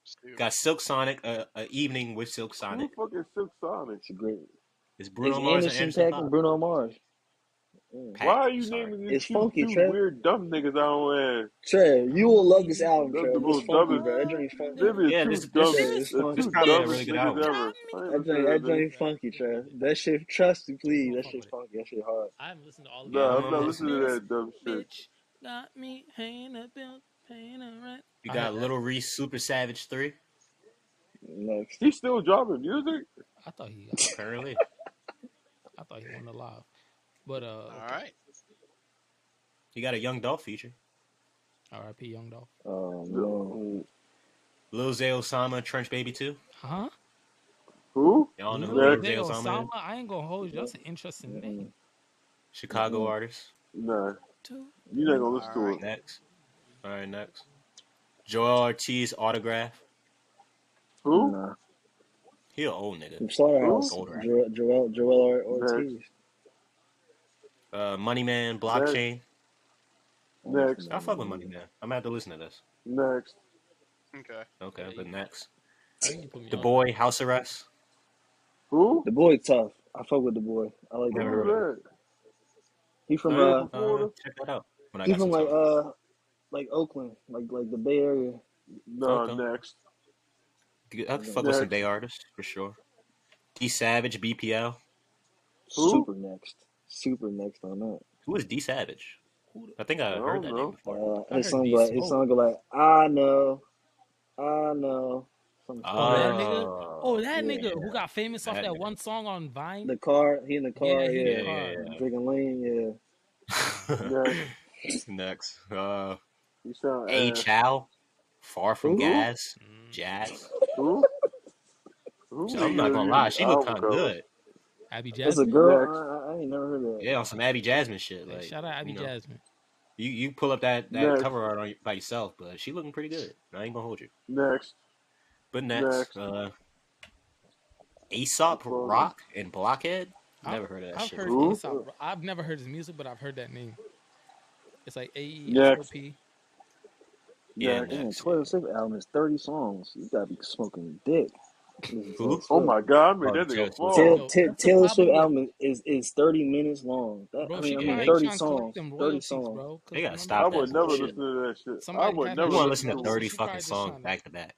Speaker 4: Stupid.
Speaker 5: got Silk Sonic, uh, a evening with Silk
Speaker 2: Who
Speaker 5: Sonic.
Speaker 2: the fuck is Silk Sonic?
Speaker 3: It's a great.
Speaker 5: It's
Speaker 3: It's
Speaker 5: Bruno Mars and
Speaker 3: Anderson
Speaker 5: Anderson
Speaker 3: Paak and
Speaker 5: Pop.
Speaker 3: Bruno Mars. Mm. Yeah.
Speaker 5: Pack.
Speaker 2: Why are
Speaker 5: I'm
Speaker 2: you
Speaker 5: sorry.
Speaker 2: naming these
Speaker 3: It's
Speaker 2: two
Speaker 3: funky,
Speaker 2: two
Speaker 3: Trev.
Speaker 2: weird dumb niggas I don't ass?
Speaker 3: Trev, you will love this album,
Speaker 2: That's the
Speaker 3: Trev. It's
Speaker 2: most
Speaker 3: funky,
Speaker 2: dumbest.
Speaker 3: bro. That joint funky.
Speaker 2: They be the
Speaker 5: Yeah,
Speaker 2: two
Speaker 5: this this
Speaker 2: dumbest,
Speaker 3: Trev, it's
Speaker 2: the
Speaker 5: this
Speaker 2: two
Speaker 3: funky,
Speaker 5: probably a
Speaker 3: Trev.
Speaker 2: dumbest
Speaker 5: really good
Speaker 2: niggas
Speaker 5: album.
Speaker 2: ever. I ain't listening
Speaker 3: That joint,
Speaker 2: to this.
Speaker 3: that joint funky, Trev. That shit, trust me,
Speaker 1: I'm
Speaker 3: please.
Speaker 1: gonna
Speaker 3: That
Speaker 1: fuck with it.
Speaker 3: shit's funky. That shit hard.
Speaker 1: I haven't listened to all of
Speaker 5: Yeah,
Speaker 1: it
Speaker 5: I'm
Speaker 2: Nah,
Speaker 1: yet.
Speaker 2: I'm
Speaker 5: on
Speaker 2: not
Speaker 5: this
Speaker 2: listening to
Speaker 5: too.
Speaker 1: This
Speaker 2: that dumb shit.
Speaker 1: bitch got me hanging a bill, paying a rent.
Speaker 5: You
Speaker 1: I heard
Speaker 5: got
Speaker 1: that.
Speaker 5: Little Reese Super Savage three
Speaker 3: Next.
Speaker 2: He's still dropping music.
Speaker 1: I thought he got.
Speaker 5: apparently.
Speaker 1: I thought he won the live. But uh,
Speaker 4: All
Speaker 1: okay.
Speaker 4: right.
Speaker 5: You got a Young Dolph feature.
Speaker 1: R.I.P. Young Dolph.
Speaker 3: Oh no.
Speaker 2: The-
Speaker 5: Lil Zay Osama Trench Baby two.
Speaker 1: Huh?
Speaker 2: Who?
Speaker 5: Y'all know who
Speaker 2: Next.
Speaker 1: Lil
Speaker 5: Lil
Speaker 1: Zay
Speaker 5: Zay Osama
Speaker 1: Osama.
Speaker 5: is?
Speaker 1: I ain't gonna hold you.
Speaker 3: Nope.
Speaker 1: That's an interesting name.
Speaker 3: Mm-mm.
Speaker 1: Mm-hmm.
Speaker 5: Chicago
Speaker 3: Mm-mm.
Speaker 5: artist.
Speaker 2: Nah,
Speaker 1: Two,
Speaker 2: you're not
Speaker 1: three.
Speaker 2: gonna listen
Speaker 4: All
Speaker 2: to
Speaker 4: right.
Speaker 2: it.
Speaker 5: Next. All right, next. Joel Ortiz autograph.
Speaker 2: Who?
Speaker 3: Nah.
Speaker 5: He an old nigga,
Speaker 3: From
Speaker 2: Who?
Speaker 3: Slaughterhouse,
Speaker 5: older actor.
Speaker 3: Joel, Joel, Joel Or-
Speaker 2: Next.
Speaker 3: Ortiz.
Speaker 5: Uh, Money Man,
Speaker 2: Next.
Speaker 5: Blockchain.
Speaker 3: I don't listen
Speaker 2: Next.
Speaker 3: to
Speaker 5: I
Speaker 3: that
Speaker 5: fuck
Speaker 3: nigga
Speaker 5: with Money
Speaker 3: music.
Speaker 5: Man. I'm gonna have to listen to this.
Speaker 2: Next.
Speaker 4: Okay.
Speaker 1: I
Speaker 5: Okay,
Speaker 1: think
Speaker 5: but
Speaker 1: you.
Speaker 5: next.
Speaker 1: I think you put me
Speaker 5: The
Speaker 1: on to
Speaker 5: Boy, House Arrest.
Speaker 2: Who?
Speaker 3: The boy tough. I fuck with the boy. I like the
Speaker 5: Never
Speaker 3: boy.
Speaker 2: Who's
Speaker 5: heard of it.
Speaker 2: that?
Speaker 3: He from
Speaker 2: That ain't from
Speaker 3: uh,
Speaker 5: Uh,
Speaker 2: Florida.
Speaker 5: check that out when I
Speaker 3: he
Speaker 5: got
Speaker 3: from
Speaker 5: some
Speaker 3: like
Speaker 5: time.
Speaker 3: uh, like Oakland, like like the Bay Area.
Speaker 2: Nah,
Speaker 5: Okay.
Speaker 2: next.
Speaker 5: I fuck with some day artists for sure. D Savage, BPL.
Speaker 4: Who?
Speaker 3: Super next. Super next on that.
Speaker 5: Who is D Savage? I think I
Speaker 4: I don't
Speaker 5: heard that
Speaker 4: know.
Speaker 5: name before.
Speaker 3: Uh,
Speaker 1: I
Speaker 3: his
Speaker 1: heard
Speaker 3: song
Speaker 1: D
Speaker 3: go like his
Speaker 1: Smoke.
Speaker 3: song go like I know, I know. Some
Speaker 5: Oh,
Speaker 1: Oh, that
Speaker 3: like
Speaker 1: nigga. Oh, that
Speaker 3: yeah.
Speaker 1: nigga who got famous off
Speaker 5: That
Speaker 1: that
Speaker 5: nigga.
Speaker 1: one song on Vine.
Speaker 3: the car. He in the car.
Speaker 1: yeah, he
Speaker 3: Yeah,
Speaker 1: in the
Speaker 5: yeah,
Speaker 1: car.
Speaker 5: yeah,
Speaker 3: drinking lean.
Speaker 5: yeah.
Speaker 2: Yeah,
Speaker 5: (laughs) Next, uh,
Speaker 2: you sound
Speaker 5: A
Speaker 2: ass.
Speaker 5: Chow, Far from
Speaker 3: Who?
Speaker 5: Gas,
Speaker 1: Mm.
Speaker 5: Jazz.
Speaker 2: Who? Who Oh,
Speaker 5: She-
Speaker 2: do
Speaker 5: I'm
Speaker 2: you
Speaker 5: not gonna lie,
Speaker 2: use
Speaker 5: she looked
Speaker 2: album
Speaker 5: kind of
Speaker 2: covers?
Speaker 5: good.
Speaker 1: Abby
Speaker 3: Yeah, it's a
Speaker 1: Jasmine.
Speaker 2: Next.
Speaker 3: girl. I, I, I ain't never heard of.
Speaker 5: Yeah, on some Abby Jasmine shit.
Speaker 1: Hey,
Speaker 5: Like
Speaker 1: shout out Abby
Speaker 5: you know,
Speaker 1: Jasmine.
Speaker 5: you, you pull up that that
Speaker 2: Next.
Speaker 5: cover art on, by yourself, but she looking pretty good. I ain't gonna hold you.
Speaker 2: Next.
Speaker 5: But next,
Speaker 2: Next.
Speaker 5: uh,
Speaker 2: I'm
Speaker 5: Aesop
Speaker 2: closing.
Speaker 5: Rock and Blockhead.
Speaker 1: I've
Speaker 5: Never heard of that
Speaker 1: I've
Speaker 5: shit
Speaker 1: heard
Speaker 5: before.
Speaker 2: Who?
Speaker 1: Aesop. Ro- I've never heard his music, but I've heard that name. It's like A E S O
Speaker 2: Next.
Speaker 1: P.
Speaker 3: That.
Speaker 5: Yeah,
Speaker 2: Next.
Speaker 3: Damn,
Speaker 5: next. Yeah.
Speaker 3: Twenty Six album is thirty songs. You gotta be smoking dick. Listen to Taylor
Speaker 5: Who?
Speaker 2: Oh
Speaker 3: Swift.
Speaker 2: my god, I made
Speaker 5: Oh,
Speaker 2: that
Speaker 5: Taylor
Speaker 2: nigga
Speaker 5: Swift.
Speaker 3: Taylor,
Speaker 2: fall.
Speaker 1: Yo,
Speaker 3: Ta-
Speaker 1: that's the
Speaker 3: Taylor Swift
Speaker 1: problem with
Speaker 3: album is, is thirty minutes long. That, I
Speaker 1: bro.
Speaker 3: mean,
Speaker 1: She
Speaker 3: I mean
Speaker 5: Yeah,
Speaker 1: probably
Speaker 5: they
Speaker 3: thirty
Speaker 1: trying to collect
Speaker 3: songs,
Speaker 1: them
Speaker 3: thirty
Speaker 1: royalties,
Speaker 3: songs.
Speaker 1: bro. Cause
Speaker 5: they gotta
Speaker 1: remember
Speaker 2: I
Speaker 5: stop
Speaker 1: that
Speaker 2: would
Speaker 5: that
Speaker 2: never
Speaker 1: (laughs) bullshit.
Speaker 2: listen
Speaker 5: bullshit.
Speaker 2: to that shit. I
Speaker 1: Somebody
Speaker 2: would
Speaker 1: had
Speaker 5: You
Speaker 1: her
Speaker 2: never
Speaker 5: want to
Speaker 1: listen
Speaker 2: listen
Speaker 5: listen
Speaker 2: to
Speaker 1: to that
Speaker 5: to
Speaker 1: shit.
Speaker 5: thirty
Speaker 1: She
Speaker 5: fucking
Speaker 1: probably just
Speaker 5: songs
Speaker 1: trying to.
Speaker 5: back to back.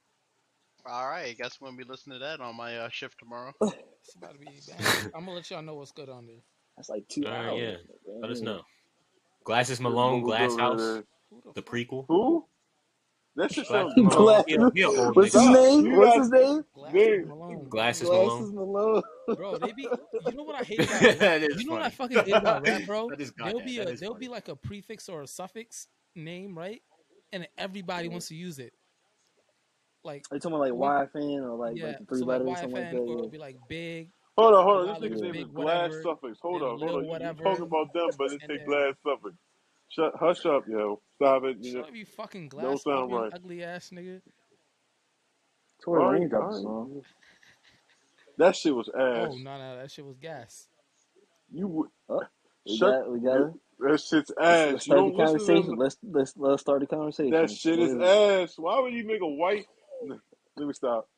Speaker 4: All right, guess we'll be listening to that on my uh, shift
Speaker 3: (laughs)
Speaker 4: tomorrow.
Speaker 1: It's about to be banging. I'm gonna let y'all know what's good on there.
Speaker 3: That's like two
Speaker 5: All right, Uh, yeah.
Speaker 3: hours. Like,
Speaker 5: Let us
Speaker 3: damn.
Speaker 5: know. Glasses
Speaker 2: this
Speaker 5: Malone,
Speaker 2: movie
Speaker 5: Glass House,
Speaker 2: over
Speaker 1: Who the
Speaker 5: the
Speaker 1: fuck?
Speaker 5: prequel.
Speaker 2: there. Who? That shit sounds
Speaker 5: Glasses
Speaker 2: grown.
Speaker 5: Malone.
Speaker 3: Glass.
Speaker 5: He a, he a old
Speaker 3: What's his
Speaker 5: nigga.
Speaker 2: Stop.
Speaker 3: name?
Speaker 2: You
Speaker 3: What's
Speaker 2: got
Speaker 3: his name?
Speaker 1: Glasses
Speaker 2: nigga.
Speaker 1: Malone,
Speaker 5: Glasses
Speaker 1: bro.
Speaker 5: Malone.
Speaker 2: (laughs)
Speaker 3: Glasses Malone.
Speaker 1: Bro, they be. You know what (laughs) I
Speaker 5: (laughs)
Speaker 1: hate about rap?
Speaker 5: that is
Speaker 1: You know what I
Speaker 5: funny.
Speaker 1: fucking hate about rap,
Speaker 5: (laughs)
Speaker 1: bro?
Speaker 5: I just got
Speaker 1: There'll
Speaker 5: that.
Speaker 1: be
Speaker 5: That
Speaker 1: a
Speaker 5: is
Speaker 1: there'll be
Speaker 5: funny.
Speaker 1: like a prefix or a suffix name, right? And everybody
Speaker 3: Yeah.
Speaker 1: wants to use it. Like
Speaker 3: Are you talking about like
Speaker 1: one,
Speaker 3: Y fan or like
Speaker 1: yeah.
Speaker 3: like the three
Speaker 1: So like
Speaker 3: letters, something like
Speaker 1: YFN, or it'll
Speaker 3: that?
Speaker 1: be like Big.
Speaker 2: Hold on,
Speaker 1: For a
Speaker 2: hold on. This
Speaker 1: while it
Speaker 3: Yeah,
Speaker 2: nigga's
Speaker 1: was
Speaker 3: yeah.
Speaker 2: name is
Speaker 1: Big
Speaker 2: Glass
Speaker 1: whatever,
Speaker 2: Suffix. Hold
Speaker 1: then
Speaker 2: on, hold
Speaker 1: Lil
Speaker 2: on. You, you
Speaker 1: whatever,
Speaker 2: talking about them, but it's
Speaker 1: and
Speaker 2: say
Speaker 1: then
Speaker 2: Glass Suffix. Shut, hush up, yo. Stop it.
Speaker 1: Should
Speaker 2: You
Speaker 1: I be fucking
Speaker 2: don't
Speaker 1: glass
Speaker 2: sound
Speaker 1: covering
Speaker 2: right.
Speaker 1: ugly ass nigga?
Speaker 3: Tory
Speaker 2: All right,
Speaker 3: Lane dropped a
Speaker 2: all
Speaker 3: song.
Speaker 2: right. That shit was
Speaker 1: Oh
Speaker 2: ass.
Speaker 1: no no that shit was gas.
Speaker 2: You would
Speaker 3: Oh, we
Speaker 2: shut.
Speaker 3: got we got
Speaker 2: You,
Speaker 3: it.
Speaker 2: that shit's
Speaker 3: Let's,
Speaker 2: ass.
Speaker 3: let's
Speaker 2: You
Speaker 3: start the
Speaker 2: don't listen to
Speaker 3: conversation.
Speaker 2: them.
Speaker 3: Let's let's let's start the
Speaker 2: That
Speaker 3: conversation.
Speaker 2: shit
Speaker 3: What
Speaker 2: is
Speaker 3: is it?
Speaker 2: ass. Why would you make a white? Let me stop.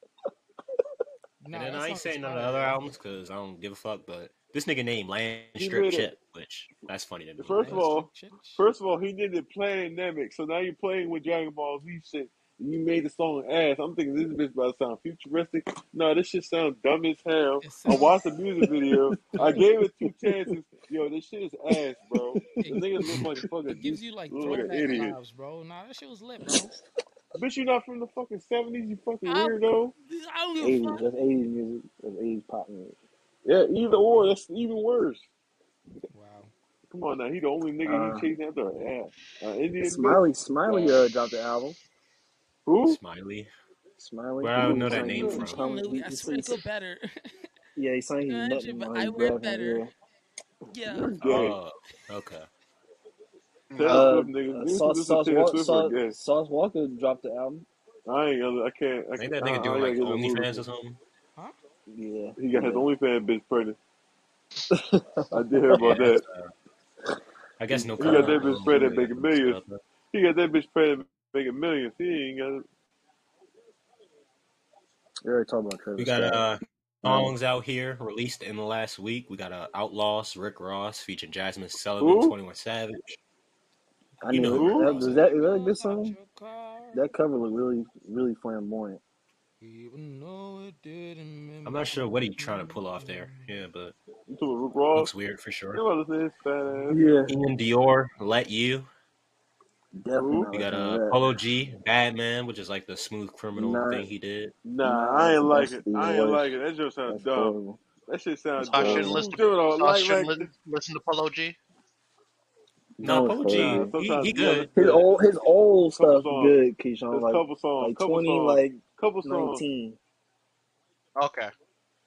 Speaker 5: And
Speaker 1: Nah,
Speaker 5: then
Speaker 1: that
Speaker 5: I
Speaker 1: song
Speaker 5: ain't
Speaker 1: is
Speaker 5: saying none of the
Speaker 1: fire,
Speaker 5: other
Speaker 1: bro.
Speaker 5: albums because I don't give a fuck. But this nigga named Land
Speaker 2: He
Speaker 5: Strip
Speaker 2: made it.
Speaker 5: Chip, which that's funny to me.
Speaker 2: First of
Speaker 1: Land
Speaker 2: all,
Speaker 1: Strip Church.
Speaker 2: first of all, he did it pandemic. So now you're playing with Dragon Ball Z shit. And you made the song ass. I'm thinking this bitch about to sound futuristic. No, this shit sounds dumb as hell.
Speaker 1: It
Speaker 2: I
Speaker 1: sounds
Speaker 2: watched the music video. I
Speaker 1: yo.
Speaker 2: gave it two chances. Yo, this shit is ass, bro.
Speaker 1: It
Speaker 2: The nigga's look
Speaker 5: (laughs)
Speaker 2: like a
Speaker 1: it
Speaker 2: fucking
Speaker 1: gives
Speaker 2: you
Speaker 1: you like
Speaker 2: look like an
Speaker 1: throwback
Speaker 2: idiot.
Speaker 1: vibes, bro. Nah, that shit was lit, bro.
Speaker 2: Bitch, you not from the fucking seventies, you fucking
Speaker 1: I
Speaker 2: weirdo.
Speaker 1: I don't give a
Speaker 3: Eighties.
Speaker 1: fuck.
Speaker 3: That's eighties music. That's eighties pop music.
Speaker 2: Yeah, either or that's even worse.
Speaker 1: Wow.
Speaker 2: Come on now, he the only nigga you
Speaker 3: Uh,
Speaker 2: chasing after an ass. An Indian bitch?
Speaker 3: Smiley Smiley
Speaker 2: Nah.
Speaker 3: uh, dropped the album.
Speaker 5: Uh,
Speaker 2: Who?
Speaker 5: Smiley.
Speaker 3: Smiley.
Speaker 5: Where
Speaker 3: He
Speaker 5: I
Speaker 3: did.
Speaker 5: know
Speaker 3: He
Speaker 5: that
Speaker 3: sang.
Speaker 5: name
Speaker 3: He,
Speaker 1: Only,
Speaker 3: he
Speaker 5: from.
Speaker 3: come.
Speaker 1: only
Speaker 3: He,
Speaker 1: I
Speaker 3: he,
Speaker 1: swear
Speaker 3: he,
Speaker 1: to go better. (laughs)
Speaker 3: yeah. He sang. He's
Speaker 1: Imagine,
Speaker 3: nutting
Speaker 1: but
Speaker 3: while
Speaker 1: I
Speaker 3: he's
Speaker 1: wear
Speaker 3: grabbing
Speaker 1: better.
Speaker 3: her.
Speaker 1: Yeah.
Speaker 2: You're gay.
Speaker 5: Oh, okay.
Speaker 3: Yeah.
Speaker 2: Taylor
Speaker 4: No,
Speaker 3: Uh,
Speaker 2: Swift niggas, niggas
Speaker 3: uh
Speaker 2: who
Speaker 3: Sauce
Speaker 2: listen to
Speaker 3: Sauce
Speaker 2: Taylor
Speaker 3: Walk
Speaker 2: Swift are
Speaker 3: Sauce,
Speaker 2: gay.
Speaker 3: Sauce Walker dropped the album.
Speaker 2: I ain't gonna, I can't, I
Speaker 5: Ain't
Speaker 2: can't,
Speaker 5: that
Speaker 2: I, I
Speaker 5: nigga doing
Speaker 2: ain't
Speaker 5: like
Speaker 2: gonna get no movie.
Speaker 5: OnlyFans or something?
Speaker 1: Huh?
Speaker 3: Yeah.
Speaker 2: He got his
Speaker 3: Yeah.
Speaker 2: OnlyFans bitch (laughs) pregnant. I did hear
Speaker 5: Yeah,
Speaker 2: about
Speaker 5: that's. (laughs)
Speaker 2: that.
Speaker 5: Uh, I guess
Speaker 3: He,
Speaker 5: no
Speaker 2: He got
Speaker 5: cover
Speaker 2: that
Speaker 5: up
Speaker 2: bitch
Speaker 5: on the
Speaker 2: pregnant
Speaker 5: way.
Speaker 2: making millions.
Speaker 5: Stuff.
Speaker 2: He got that bitch pregnant making millions. He ain't got
Speaker 3: we already talked about
Speaker 5: We
Speaker 3: Travis
Speaker 5: got
Speaker 3: Scott.
Speaker 5: uh
Speaker 3: Uh,
Speaker 5: songs out here released in the last week. We got uh Outlaws, Rick Ross featuring Jasmine Sullivan,
Speaker 2: Who?
Speaker 5: Twenty One Savage.
Speaker 3: I
Speaker 5: You know
Speaker 3: mean,
Speaker 5: who
Speaker 2: Who?
Speaker 3: that,
Speaker 5: Rick Ross
Speaker 3: was
Speaker 5: is.
Speaker 3: that is that a good
Speaker 1: About
Speaker 3: song?
Speaker 1: your car.
Speaker 3: That cover looked really really flamboyant.
Speaker 1: Even though it didn't mean
Speaker 5: I'm not sure what he trying to pull off there.
Speaker 1: much.
Speaker 5: Yeah, but
Speaker 2: You talking about Rick Ross?
Speaker 5: looks weird for
Speaker 2: You
Speaker 5: sure.
Speaker 2: know what I'm saying? Fat ass.
Speaker 3: Yeah,
Speaker 5: Ian Dior, Let You.
Speaker 3: definitely
Speaker 2: Who?
Speaker 3: not
Speaker 5: We got
Speaker 3: listening to
Speaker 5: uh
Speaker 3: that.
Speaker 5: Polo G, Bad Man, which is like the smooth criminal
Speaker 3: Nah,
Speaker 5: thing he did.
Speaker 2: Nah,
Speaker 3: nah,
Speaker 2: I
Speaker 3: that's
Speaker 2: ain't like
Speaker 3: that's
Speaker 2: it.
Speaker 3: even
Speaker 2: I ain't
Speaker 3: worse.
Speaker 2: like it. That just sound
Speaker 3: That's
Speaker 2: dumb.
Speaker 3: horrible.
Speaker 2: That shit
Speaker 3: That's
Speaker 2: sound
Speaker 4: so I
Speaker 2: dumb.
Speaker 4: shouldn't
Speaker 3: horrible.
Speaker 2: Smooth
Speaker 4: listen.
Speaker 2: criminal.
Speaker 4: So I
Speaker 2: Like,
Speaker 4: shouldn't
Speaker 2: like,
Speaker 4: listen, listen to Polo G.
Speaker 3: No,
Speaker 5: No,
Speaker 3: it's
Speaker 5: Polo
Speaker 3: Polo
Speaker 2: nah.
Speaker 5: G,
Speaker 3: G.
Speaker 5: he
Speaker 2: Sometimes
Speaker 5: he
Speaker 2: you gotta listen
Speaker 5: good,
Speaker 2: to
Speaker 3: His
Speaker 2: that.
Speaker 5: but
Speaker 3: old his old
Speaker 2: Couple
Speaker 3: stuff
Speaker 2: songs.
Speaker 3: good, Keyshawn.
Speaker 2: There's
Speaker 3: Like
Speaker 2: couple songs.
Speaker 3: like
Speaker 2: Couple
Speaker 3: twenty,
Speaker 2: songs.
Speaker 3: like
Speaker 2: Couple songs.
Speaker 3: nineteen.
Speaker 4: Okay.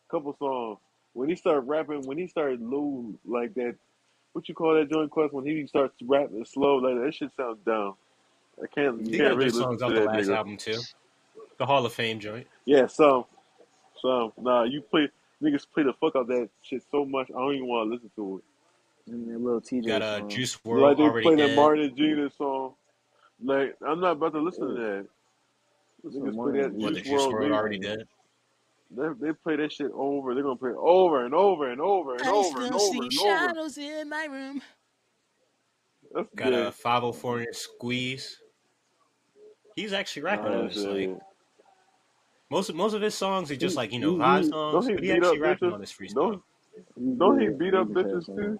Speaker 2: couple songs. When he started rapping, when he started low like that, what you call that joint quest? When he starts rapping slow like that, that shit sounds dumb. I can't, you
Speaker 5: they
Speaker 2: can't really
Speaker 5: got good
Speaker 2: listen
Speaker 5: songs
Speaker 2: to
Speaker 5: off the
Speaker 2: that
Speaker 5: last
Speaker 2: nigga.
Speaker 5: album too. The Hall of Fame joint.
Speaker 2: Yeah, some, some. Nah, you play niggas play the fuck out that shit so much. I don't even want to listen to it.
Speaker 3: And that little
Speaker 5: Got
Speaker 3: TJ
Speaker 5: uh
Speaker 3: song.
Speaker 5: Juice World
Speaker 2: Like they
Speaker 5: already
Speaker 2: play that
Speaker 5: dead.
Speaker 2: Martin and Gina song. Like I'm not about to listen to
Speaker 3: Ew,
Speaker 2: that.
Speaker 3: listen to
Speaker 2: Niggas play
Speaker 3: Martin
Speaker 2: that
Speaker 3: and
Speaker 5: What
Speaker 2: Juice
Speaker 5: the
Speaker 3: Gina.
Speaker 5: Juice
Speaker 2: World.
Speaker 5: World
Speaker 2: They,
Speaker 5: already
Speaker 3: Martin.
Speaker 5: dead.
Speaker 2: they they play that shit over. They're gonna play it over and over and over and
Speaker 1: I
Speaker 2: over and
Speaker 1: still
Speaker 2: over
Speaker 1: see
Speaker 2: and over.
Speaker 1: shadows in my room.
Speaker 2: That's
Speaker 5: Got uh, oh
Speaker 2: gay.
Speaker 5: a 504 inch squeeze. He's actually rapping
Speaker 2: Nah,
Speaker 5: on
Speaker 2: that's
Speaker 5: this. Like
Speaker 2: it.
Speaker 5: Most most of his songs are just
Speaker 2: He-
Speaker 5: like you know
Speaker 2: he-
Speaker 5: vibe
Speaker 2: he-
Speaker 5: songs,
Speaker 2: don't he
Speaker 5: but he
Speaker 2: beat up
Speaker 5: actually rapping
Speaker 2: bitches?
Speaker 5: on his freestyle.
Speaker 2: Don't-
Speaker 3: He's
Speaker 2: Don't he
Speaker 3: good.
Speaker 2: beat up
Speaker 3: He's a
Speaker 2: bitches
Speaker 3: pass, man.
Speaker 2: too?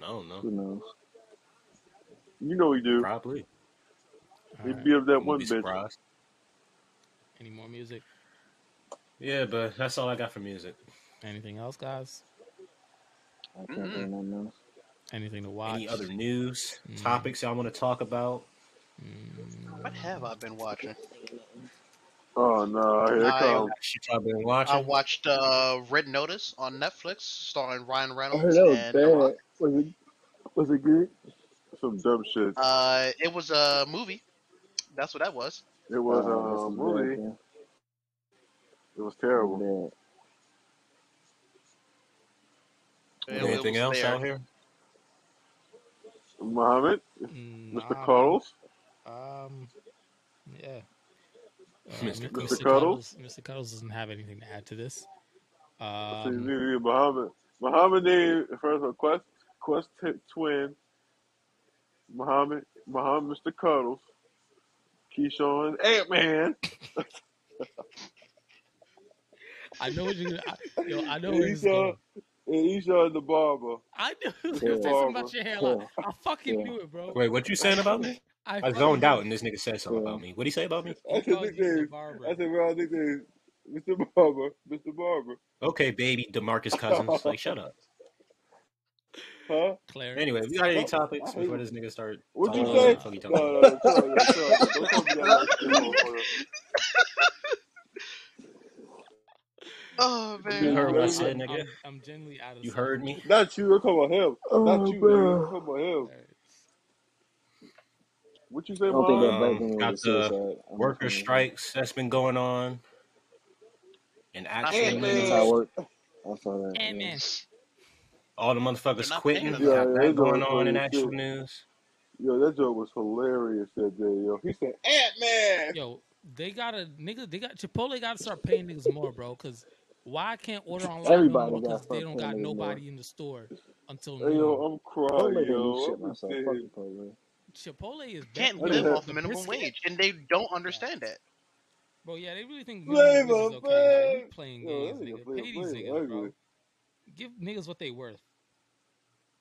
Speaker 5: I don't know.
Speaker 3: Who knows?
Speaker 2: You know he do.
Speaker 5: Probably.
Speaker 2: He
Speaker 1: All right.
Speaker 2: beat up that
Speaker 5: I wouldn't
Speaker 2: one
Speaker 5: be
Speaker 2: bitch.
Speaker 5: surprised.
Speaker 1: Any more music?
Speaker 5: Yeah, but that's all I got for music.
Speaker 1: Anything else, guys?
Speaker 3: I can't think of nothing else.
Speaker 1: Anything to watch?
Speaker 5: Any other news
Speaker 1: Mm.
Speaker 5: topics y'all want to talk about?
Speaker 4: What have I been watching?
Speaker 2: Oh no, here it
Speaker 4: I-
Speaker 2: comes.
Speaker 5: Shit y'all been
Speaker 4: I
Speaker 5: watching?
Speaker 4: watched uh, Red Notice on Netflix, starring Ryan
Speaker 3: I heard
Speaker 4: Reynolds
Speaker 3: that was
Speaker 4: and The Rock.
Speaker 3: bad. Was it? Was it good?
Speaker 2: Some dumb shit.
Speaker 4: Uh, it was a movie. That's what that was.
Speaker 2: It was uh,
Speaker 3: Oh, this
Speaker 2: a
Speaker 3: is bad.
Speaker 2: movie.
Speaker 3: Man.
Speaker 2: It was
Speaker 3: This is
Speaker 2: terrible.
Speaker 3: bad.
Speaker 4: It, it
Speaker 5: Anything
Speaker 4: was
Speaker 5: else
Speaker 4: there.
Speaker 5: out here?
Speaker 2: Muhammad, Mr.
Speaker 1: Mm, Nah, man.
Speaker 2: Cuddles,
Speaker 1: Um, yeah. Uh,
Speaker 5: Mr.
Speaker 1: Mr.
Speaker 5: Cool.
Speaker 2: Mr.
Speaker 1: Cuddles.
Speaker 2: Cuddles.
Speaker 1: Mr. Cuddles doesn't have anything to add to this.
Speaker 2: I see
Speaker 1: Um,
Speaker 2: you, Muhammad. Muhammad named first of Quest Quest t- twin. Muhammad Muhammad Mr. Cuddles. Keyshawn Ant Man.
Speaker 1: I know what you're gonna. I, yo, I know
Speaker 2: And
Speaker 1: where this is
Speaker 2: Eshawn
Speaker 1: going.
Speaker 2: and Eshawn the barber.
Speaker 1: I (laughs) knew he was
Speaker 2: The
Speaker 1: gonna say something about
Speaker 2: barber.
Speaker 1: your hairline.
Speaker 3: Yeah,
Speaker 1: I fucking
Speaker 3: yeah,
Speaker 1: knew it, bro.
Speaker 5: Wait, what you saying about (laughs) me?
Speaker 1: I
Speaker 5: I
Speaker 1: fucking
Speaker 5: zoned
Speaker 1: knew
Speaker 5: out,
Speaker 1: it.
Speaker 5: and this nigga said something
Speaker 3: yeah.
Speaker 5: about me. What he say about me?
Speaker 1: He
Speaker 2: That's his
Speaker 1: called you the
Speaker 2: nickname.
Speaker 1: barber.
Speaker 2: That's his real nickname. Mr. Barber. Mr. Barber.
Speaker 5: Okay, baby, Demarcus (laughs) Cousins. Like, shut up.
Speaker 2: huh?
Speaker 1: Claire.
Speaker 5: Anyway, we got any
Speaker 2: Don't, I
Speaker 5: topics
Speaker 2: hate
Speaker 5: before this nigga start
Speaker 2: What'd you
Speaker 5: talking about what
Speaker 2: say?
Speaker 5: the
Speaker 1: Uh,
Speaker 5: fuck he talking
Speaker 2: No,
Speaker 5: about?
Speaker 2: no, no, chill, yo, chill, yo. Don't call me that like that, motherfucker.
Speaker 4: Oh
Speaker 5: You
Speaker 2: Dude,
Speaker 4: man.
Speaker 5: heard
Speaker 1: I'm,
Speaker 5: what I
Speaker 2: let me-
Speaker 5: said,
Speaker 1: I'm,
Speaker 5: nigga.
Speaker 1: I'm, I'm genuinely out of
Speaker 5: You
Speaker 1: sorts.
Speaker 5: heard me.
Speaker 2: Not you, I'm talking about him. Not
Speaker 3: Oh,
Speaker 2: you, nigga.
Speaker 3: bro.
Speaker 2: I'm talking about him.
Speaker 1: All right.
Speaker 2: What you say,
Speaker 3: I don't think
Speaker 2: Muhammad?
Speaker 3: that black
Speaker 5: Um,
Speaker 3: woman was
Speaker 5: got
Speaker 3: a
Speaker 5: the
Speaker 3: suicide. I'm just
Speaker 5: worker
Speaker 3: saying that.
Speaker 5: strikes that's been going on, and
Speaker 4: Not fan
Speaker 5: actual
Speaker 4: of
Speaker 2: Ant
Speaker 3: That's how it
Speaker 2: Man.
Speaker 5: news.
Speaker 3: worked. I saw that.
Speaker 1: Ant
Speaker 3: Yeah.
Speaker 1: Man.
Speaker 5: All the
Speaker 4: They're
Speaker 5: motherfuckers
Speaker 4: not fan
Speaker 5: quitting.
Speaker 4: of
Speaker 2: Yo,
Speaker 4: that.
Speaker 5: Got
Speaker 2: that
Speaker 5: that
Speaker 2: joke
Speaker 5: going
Speaker 2: was
Speaker 5: on in
Speaker 2: funny as
Speaker 5: actual
Speaker 2: shit.
Speaker 5: news.
Speaker 2: Yo, that joke was hilarious that day, yo. He said, Ant Man!
Speaker 1: Yo, they gotta nigga. They got Chipotle. Gotta start paying niggas more, bro. Cause why I can't order online no
Speaker 3: Everybody
Speaker 1: more?
Speaker 3: got to
Speaker 1: Cause they
Speaker 3: start
Speaker 1: don't
Speaker 3: paying
Speaker 1: got
Speaker 3: niggas more.
Speaker 1: nobody in the store until
Speaker 2: Hey,
Speaker 1: noon.
Speaker 5: Mm.
Speaker 2: yo, um, I'm crying,
Speaker 3: Chipotle didn't do
Speaker 2: yo.
Speaker 3: shit
Speaker 2: I'm just
Speaker 3: myself. Fuck
Speaker 2: saying.
Speaker 3: Chipotle.
Speaker 1: Chipotle is better
Speaker 4: Can't
Speaker 2: I
Speaker 1: than
Speaker 2: just
Speaker 4: live
Speaker 2: had
Speaker 4: off
Speaker 1: the
Speaker 4: minimum
Speaker 1: brisket.
Speaker 4: wage, and they don't
Speaker 1: Facts.
Speaker 4: understand that.
Speaker 1: Bro, yeah, they really think minimum wage is
Speaker 2: flavor,
Speaker 1: okay. Like we
Speaker 2: man.
Speaker 1: playing
Speaker 2: Yo,
Speaker 1: games,
Speaker 2: that nigga
Speaker 1: nigga.
Speaker 2: playing,
Speaker 1: Pay these
Speaker 2: playing
Speaker 1: niggas,
Speaker 2: ugly.
Speaker 1: bro. Give niggas what they worth.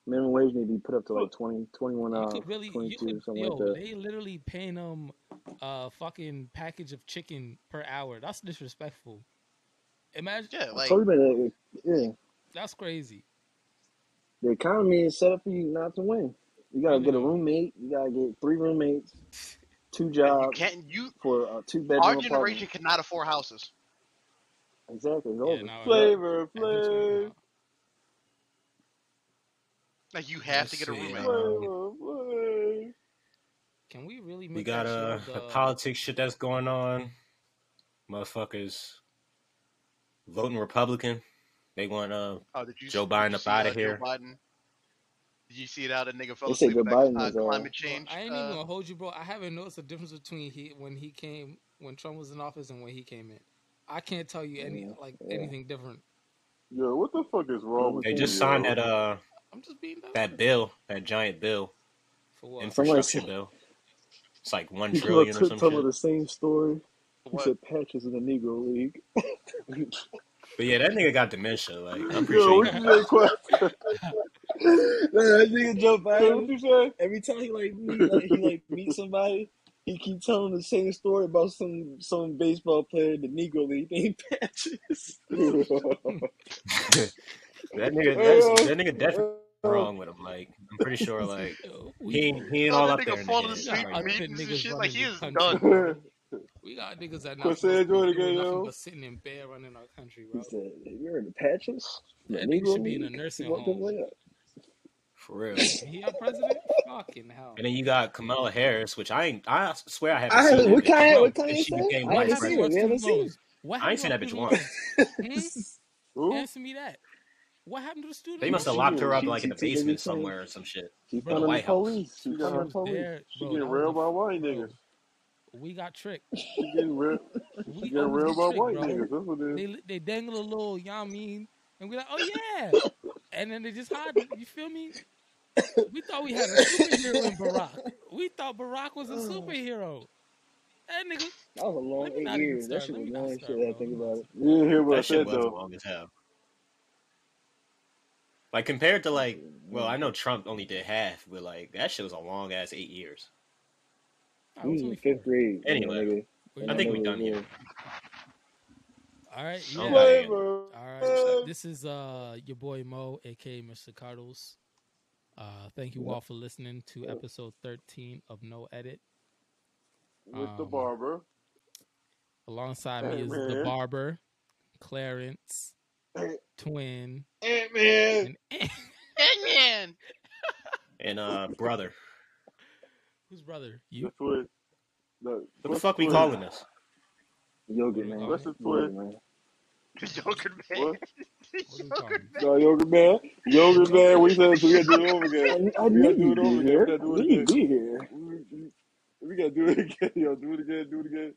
Speaker 3: Minimum wage need to be put up to like
Speaker 2: Look,
Speaker 3: 20, 21
Speaker 1: You
Speaker 3: uh,
Speaker 1: could really, you
Speaker 3: 22,
Speaker 1: could,
Speaker 3: something like
Speaker 1: yo,
Speaker 3: that.
Speaker 1: they literally paying them a fucking package of chicken per hour. That's disrespectful. Imagine,
Speaker 4: Yeah,
Speaker 3: I
Speaker 4: like
Speaker 3: told you about that. Yeah.
Speaker 1: that's crazy.
Speaker 3: The economy is set up for you not to win. You got to
Speaker 1: Really
Speaker 3: get a
Speaker 1: though,
Speaker 3: roommate. You got to get three roommates, two
Speaker 4: and you
Speaker 3: jobs
Speaker 4: can't. You
Speaker 3: for a two
Speaker 4: our
Speaker 3: bedroom apartment.
Speaker 4: generation cannot afford houses.
Speaker 3: Exactly. It's
Speaker 1: yeah,
Speaker 3: over.
Speaker 1: no, no,
Speaker 2: flavor,
Speaker 1: eventually,
Speaker 2: flav,
Speaker 1: no.
Speaker 4: Like you have
Speaker 5: Let's
Speaker 4: to get a
Speaker 5: see.
Speaker 4: roommate.
Speaker 5: Um,
Speaker 2: flavor, flav.
Speaker 1: Can we really
Speaker 5: we
Speaker 1: make
Speaker 5: got
Speaker 1: that shit
Speaker 5: uh,
Speaker 1: up?
Speaker 5: the
Speaker 1: The
Speaker 5: politics shit that's going on. Motherfuckers voting Republican. They want uh
Speaker 4: Oh, did you
Speaker 5: Joe
Speaker 4: s- did
Speaker 5: Biden
Speaker 4: you
Speaker 5: up
Speaker 4: see
Speaker 5: out of
Speaker 4: uh, Joe
Speaker 5: here.
Speaker 4: Biden? Did you see it out? A nigga fell
Speaker 3: They say
Speaker 4: asleep
Speaker 3: Joe
Speaker 4: with that
Speaker 3: Biden
Speaker 4: uh,
Speaker 3: is uh
Speaker 4: climate
Speaker 1: bro,
Speaker 4: change.
Speaker 1: I ain't even
Speaker 4: Uh,
Speaker 1: gonna hold you, bro. I haven't noticed the difference between he when he came, when Trump was in office, and when he came in. I can't tell you any
Speaker 3: yeah,
Speaker 1: like
Speaker 3: yeah.
Speaker 1: anything different.
Speaker 2: Yo, what the fuck is wrong
Speaker 3: Only
Speaker 2: with
Speaker 5: They
Speaker 2: you,
Speaker 3: thing
Speaker 5: just
Speaker 3: is
Speaker 5: signed
Speaker 2: yo?
Speaker 5: that uh
Speaker 1: I'm just being dead
Speaker 5: that
Speaker 1: honest.
Speaker 5: bill, that giant bill,
Speaker 1: For what?
Speaker 3: somebody
Speaker 5: infrastructure
Speaker 3: said
Speaker 5: bill. It's like one
Speaker 3: he came up
Speaker 5: trillion or
Speaker 3: to
Speaker 5: some
Speaker 3: tell me
Speaker 5: shit.
Speaker 3: the same story. He
Speaker 4: what?
Speaker 3: said Patches in the Negro League.
Speaker 5: But yeah, that nigga got dementia. Like I'm pretty
Speaker 2: (laughs) Yo,
Speaker 5: sure he
Speaker 3: (laughs)
Speaker 2: what
Speaker 5: got (laughs)
Speaker 2: you say,
Speaker 5: Alzheimer's.
Speaker 2: Quest?
Speaker 1: (laughs)
Speaker 3: Man, that nigga Joe
Speaker 2: Yo, what
Speaker 3: Biden.
Speaker 2: you say?
Speaker 3: Every time he like meet like he like meet somebody, he keep telling the same story about some some baseball player in the Negro League named (laughs) Patches.
Speaker 5: that
Speaker 2: Hey,
Speaker 5: nigga, (laughs) that's
Speaker 2: yo,
Speaker 5: that nigga definitely
Speaker 2: yo.
Speaker 5: wrong with him. Like I'm pretty sure, like
Speaker 1: Yo,
Speaker 5: he
Speaker 1: we
Speaker 5: ain't he ain't
Speaker 4: Oh,
Speaker 5: all
Speaker 4: that
Speaker 5: up
Speaker 4: nigga
Speaker 5: there in the
Speaker 4: falling
Speaker 1: we
Speaker 5: head. All
Speaker 4: asleep
Speaker 1: got
Speaker 4: with
Speaker 5: right, man.
Speaker 1: unfit
Speaker 4: meetings and
Speaker 1: niggas
Speaker 4: shit. Like
Speaker 1: running
Speaker 4: he
Speaker 1: this
Speaker 4: is
Speaker 1: country,
Speaker 4: done.
Speaker 1: bro. We got niggas that not
Speaker 2: Quest, say it
Speaker 1: supposed to be
Speaker 2: join again,
Speaker 1: doing nothing
Speaker 2: yo.
Speaker 1: but sitting in bed running our country,
Speaker 3: he
Speaker 1: bro.
Speaker 3: said, "You're in the Patches in the
Speaker 1: That nigga
Speaker 3: Negro
Speaker 1: should be in a
Speaker 3: League." He
Speaker 1: nursing
Speaker 3: woke him
Speaker 1: home.
Speaker 3: way up.
Speaker 5: for real.
Speaker 1: And he our president? Fucking hell.
Speaker 5: And then you got Kamala Harris, which I ain't, I swear I haven't
Speaker 3: I
Speaker 5: seen
Speaker 3: haven't.
Speaker 5: that
Speaker 3: What Kanye?
Speaker 5: bitch
Speaker 1: Bro,
Speaker 3: What
Speaker 5: since
Speaker 3: Kanye
Speaker 5: she
Speaker 3: say?
Speaker 5: became
Speaker 3: I
Speaker 1: what
Speaker 5: vice
Speaker 3: haven't
Speaker 1: happened
Speaker 3: seen it.
Speaker 1: to
Speaker 5: president.
Speaker 3: We
Speaker 1: our student loans? What
Speaker 3: haven't seen
Speaker 5: I
Speaker 1: happened
Speaker 5: ain't
Speaker 1: to
Speaker 5: seen
Speaker 1: our
Speaker 5: that bitch
Speaker 1: student
Speaker 5: once.
Speaker 1: loans? Hmm?
Speaker 3: it.
Speaker 2: (laughs) Who?
Speaker 1: Answer me that. What happened to the student
Speaker 5: They
Speaker 3: she
Speaker 5: must have
Speaker 1: loans,
Speaker 3: she
Speaker 5: locked
Speaker 1: bro?
Speaker 5: her up
Speaker 3: she
Speaker 5: like
Speaker 3: she
Speaker 5: in the
Speaker 3: took
Speaker 5: basement
Speaker 3: everything.
Speaker 5: somewhere or some shit,
Speaker 3: She
Speaker 5: or the
Speaker 3: funding
Speaker 1: Bro,
Speaker 3: the
Speaker 5: White House.
Speaker 3: police. She
Speaker 2: She got her.
Speaker 1: she
Speaker 3: funding the
Speaker 1: was
Speaker 3: police.
Speaker 1: there,
Speaker 2: She
Speaker 1: bro.
Speaker 2: getting
Speaker 1: That was a
Speaker 2: railed
Speaker 1: f-
Speaker 2: by white niggas.
Speaker 1: bro. We got tricked.
Speaker 2: She getting
Speaker 1: (laughs)
Speaker 2: railed. She
Speaker 1: We
Speaker 2: getting
Speaker 1: almost
Speaker 2: railed
Speaker 1: get
Speaker 2: by
Speaker 1: tricked,
Speaker 2: white
Speaker 1: bro.
Speaker 2: niggas. That's what it is.
Speaker 1: They li- they dangle a little, you know what I mean? And we're like, oh yeah. And then they just hide it. You feel me? We thought we
Speaker 2: Oh.
Speaker 1: had a superhero in Barack. We thought Barack was a superhero. That nigga.
Speaker 3: That was a long
Speaker 1: Let me
Speaker 3: eight
Speaker 1: not even
Speaker 3: years.
Speaker 1: start.
Speaker 3: That shit
Speaker 1: Let
Speaker 3: was
Speaker 1: me not
Speaker 3: long
Speaker 1: start,
Speaker 3: shit. I
Speaker 1: bro.
Speaker 3: think about it.
Speaker 2: You didn't hear what I
Speaker 5: That shit
Speaker 2: said
Speaker 5: was
Speaker 2: though.
Speaker 5: long as hell. Like compared to like, well, I know Trump only did half, but like that shit was a long ass eight years.
Speaker 1: I
Speaker 3: He
Speaker 1: was
Speaker 3: was in
Speaker 1: 24.
Speaker 3: fifth grade. when that
Speaker 5: Anyway,
Speaker 3: nigga-
Speaker 1: What you
Speaker 3: when
Speaker 5: I
Speaker 3: that
Speaker 5: think
Speaker 1: doing?
Speaker 5: we
Speaker 3: nigga
Speaker 5: done
Speaker 3: was
Speaker 5: here.
Speaker 3: there.
Speaker 1: All right,
Speaker 5: I
Speaker 1: yeah.
Speaker 5: don't got it.
Speaker 2: Flavor.
Speaker 1: All
Speaker 5: Some
Speaker 1: right.
Speaker 5: stuff.
Speaker 1: This is uh your boy Mo, aka Mr. Cardos. Uh thank you
Speaker 3: Yep.
Speaker 1: all for listening to episode 13 of No Edit.
Speaker 2: With the
Speaker 1: Um,
Speaker 2: barber.
Speaker 1: Alongside me is the
Speaker 2: Amen.
Speaker 1: barber, Clarence, Twin,
Speaker 4: Ant Man.
Speaker 1: and (laughs) Ant-
Speaker 4: Ant Man. (laughs)
Speaker 5: And uh, brother,
Speaker 1: whose brother? You?
Speaker 2: That's what. Look,
Speaker 5: what the
Speaker 2: what's
Speaker 5: fuck we
Speaker 2: what-
Speaker 5: calling this?
Speaker 1: What
Speaker 3: Yogurt
Speaker 1: we
Speaker 3: man.
Speaker 1: calling
Speaker 2: What's
Speaker 1: it?
Speaker 2: the
Speaker 3: Yogurt
Speaker 2: twin?
Speaker 3: man.
Speaker 4: Yogurt Man. (laughs)
Speaker 2: What?
Speaker 1: What are we calling it?
Speaker 2: No, yogurt man. Yogurt man. We said so we gotta do it over
Speaker 3: I,
Speaker 2: again.
Speaker 3: I
Speaker 2: We
Speaker 3: knew
Speaker 2: gotta do it
Speaker 3: you'd be
Speaker 2: over again. We
Speaker 3: here.
Speaker 2: gotta
Speaker 3: I
Speaker 2: do it
Speaker 3: knew
Speaker 2: again.
Speaker 3: you'd be here.
Speaker 2: We, we- we gotta do it (laughs) again. Yo, do it again. Do it again.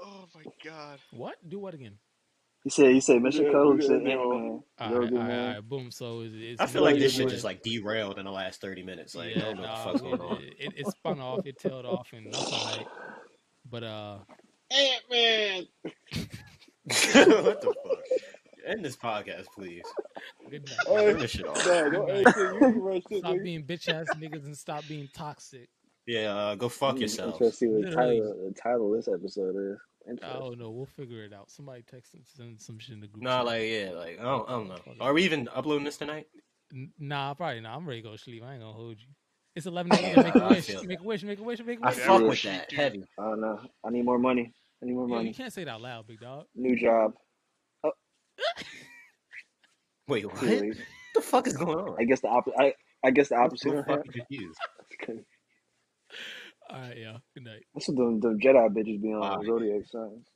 Speaker 4: Oh my God.
Speaker 1: What? Do what again?
Speaker 3: He said. He said.
Speaker 2: Do
Speaker 3: Mmr.
Speaker 2: the do
Speaker 3: Coach
Speaker 2: the
Speaker 3: said
Speaker 2: ending
Speaker 3: Ant
Speaker 2: off.
Speaker 3: Man.
Speaker 1: All right, all
Speaker 3: Yogurt
Speaker 1: right, all
Speaker 3: man.
Speaker 1: right. boom. So it's, it's
Speaker 5: I feel
Speaker 1: no
Speaker 5: like
Speaker 1: edit
Speaker 5: this
Speaker 2: Yogurt
Speaker 5: shit
Speaker 1: where
Speaker 5: just like derailed in the last thirty minutes. Like, I
Speaker 1: Yeah,
Speaker 5: don't know what the
Speaker 1: nah,
Speaker 5: fuck's
Speaker 1: it
Speaker 5: going on.
Speaker 1: it, it it spun off, it tailed off, and that's all right. But uh,
Speaker 4: Ant Man.
Speaker 5: (laughs) what the fuck? End this podcast, please.
Speaker 1: good
Speaker 2: man.
Speaker 1: night, y'all.
Speaker 2: Hey,
Speaker 5: Turn this shit off.
Speaker 2: nah,
Speaker 1: Good
Speaker 2: don't
Speaker 1: night.
Speaker 2: hey, shit. You can run
Speaker 1: (laughs)
Speaker 2: shit,
Speaker 1: Stop
Speaker 2: nigga.
Speaker 1: being bitch ass niggas and stop being toxic.
Speaker 5: Yeah, uh, go fuck
Speaker 3: I'm interested to
Speaker 5: yourselves.
Speaker 3: see what the
Speaker 1: Literally,
Speaker 3: title the title of this episode is.
Speaker 1: I
Speaker 3: Interesting.
Speaker 1: don't know. We'll figure it out. Somebody text and send some shit in the group
Speaker 5: Nah,
Speaker 1: chat.
Speaker 5: like yeah, like I don't, I don't know.
Speaker 1: Fuck it.
Speaker 5: Are we even uploading this tonight?
Speaker 1: N- Nah, probably not. I'm ready to go to sleep. I ain't gonna hold you. It's
Speaker 5: (laughs)
Speaker 1: 11 a.m. Make a
Speaker 5: Yeah, I
Speaker 1: wish.
Speaker 5: feel that.
Speaker 1: Make a wish. Make a wish. Make a
Speaker 5: I
Speaker 1: wish.
Speaker 3: Yeah.
Speaker 5: fuck with that heavy.
Speaker 3: I don't know. I need more money. I need more
Speaker 1: Yo, you
Speaker 3: money.
Speaker 1: can't say that loud, big dog.
Speaker 3: New job. Oh,
Speaker 5: Wait, what?
Speaker 3: too
Speaker 5: What
Speaker 3: late.
Speaker 5: the fuck is going on?
Speaker 3: I guess the op- I, I guess the
Speaker 5: I'm
Speaker 3: opposite
Speaker 5: so
Speaker 3: of him.
Speaker 5: fucking confused.
Speaker 3: (laughs)
Speaker 1: All right, yeah. Good night.
Speaker 3: That's what them, them Jedi bitches be on
Speaker 5: All
Speaker 3: Zodiac signs.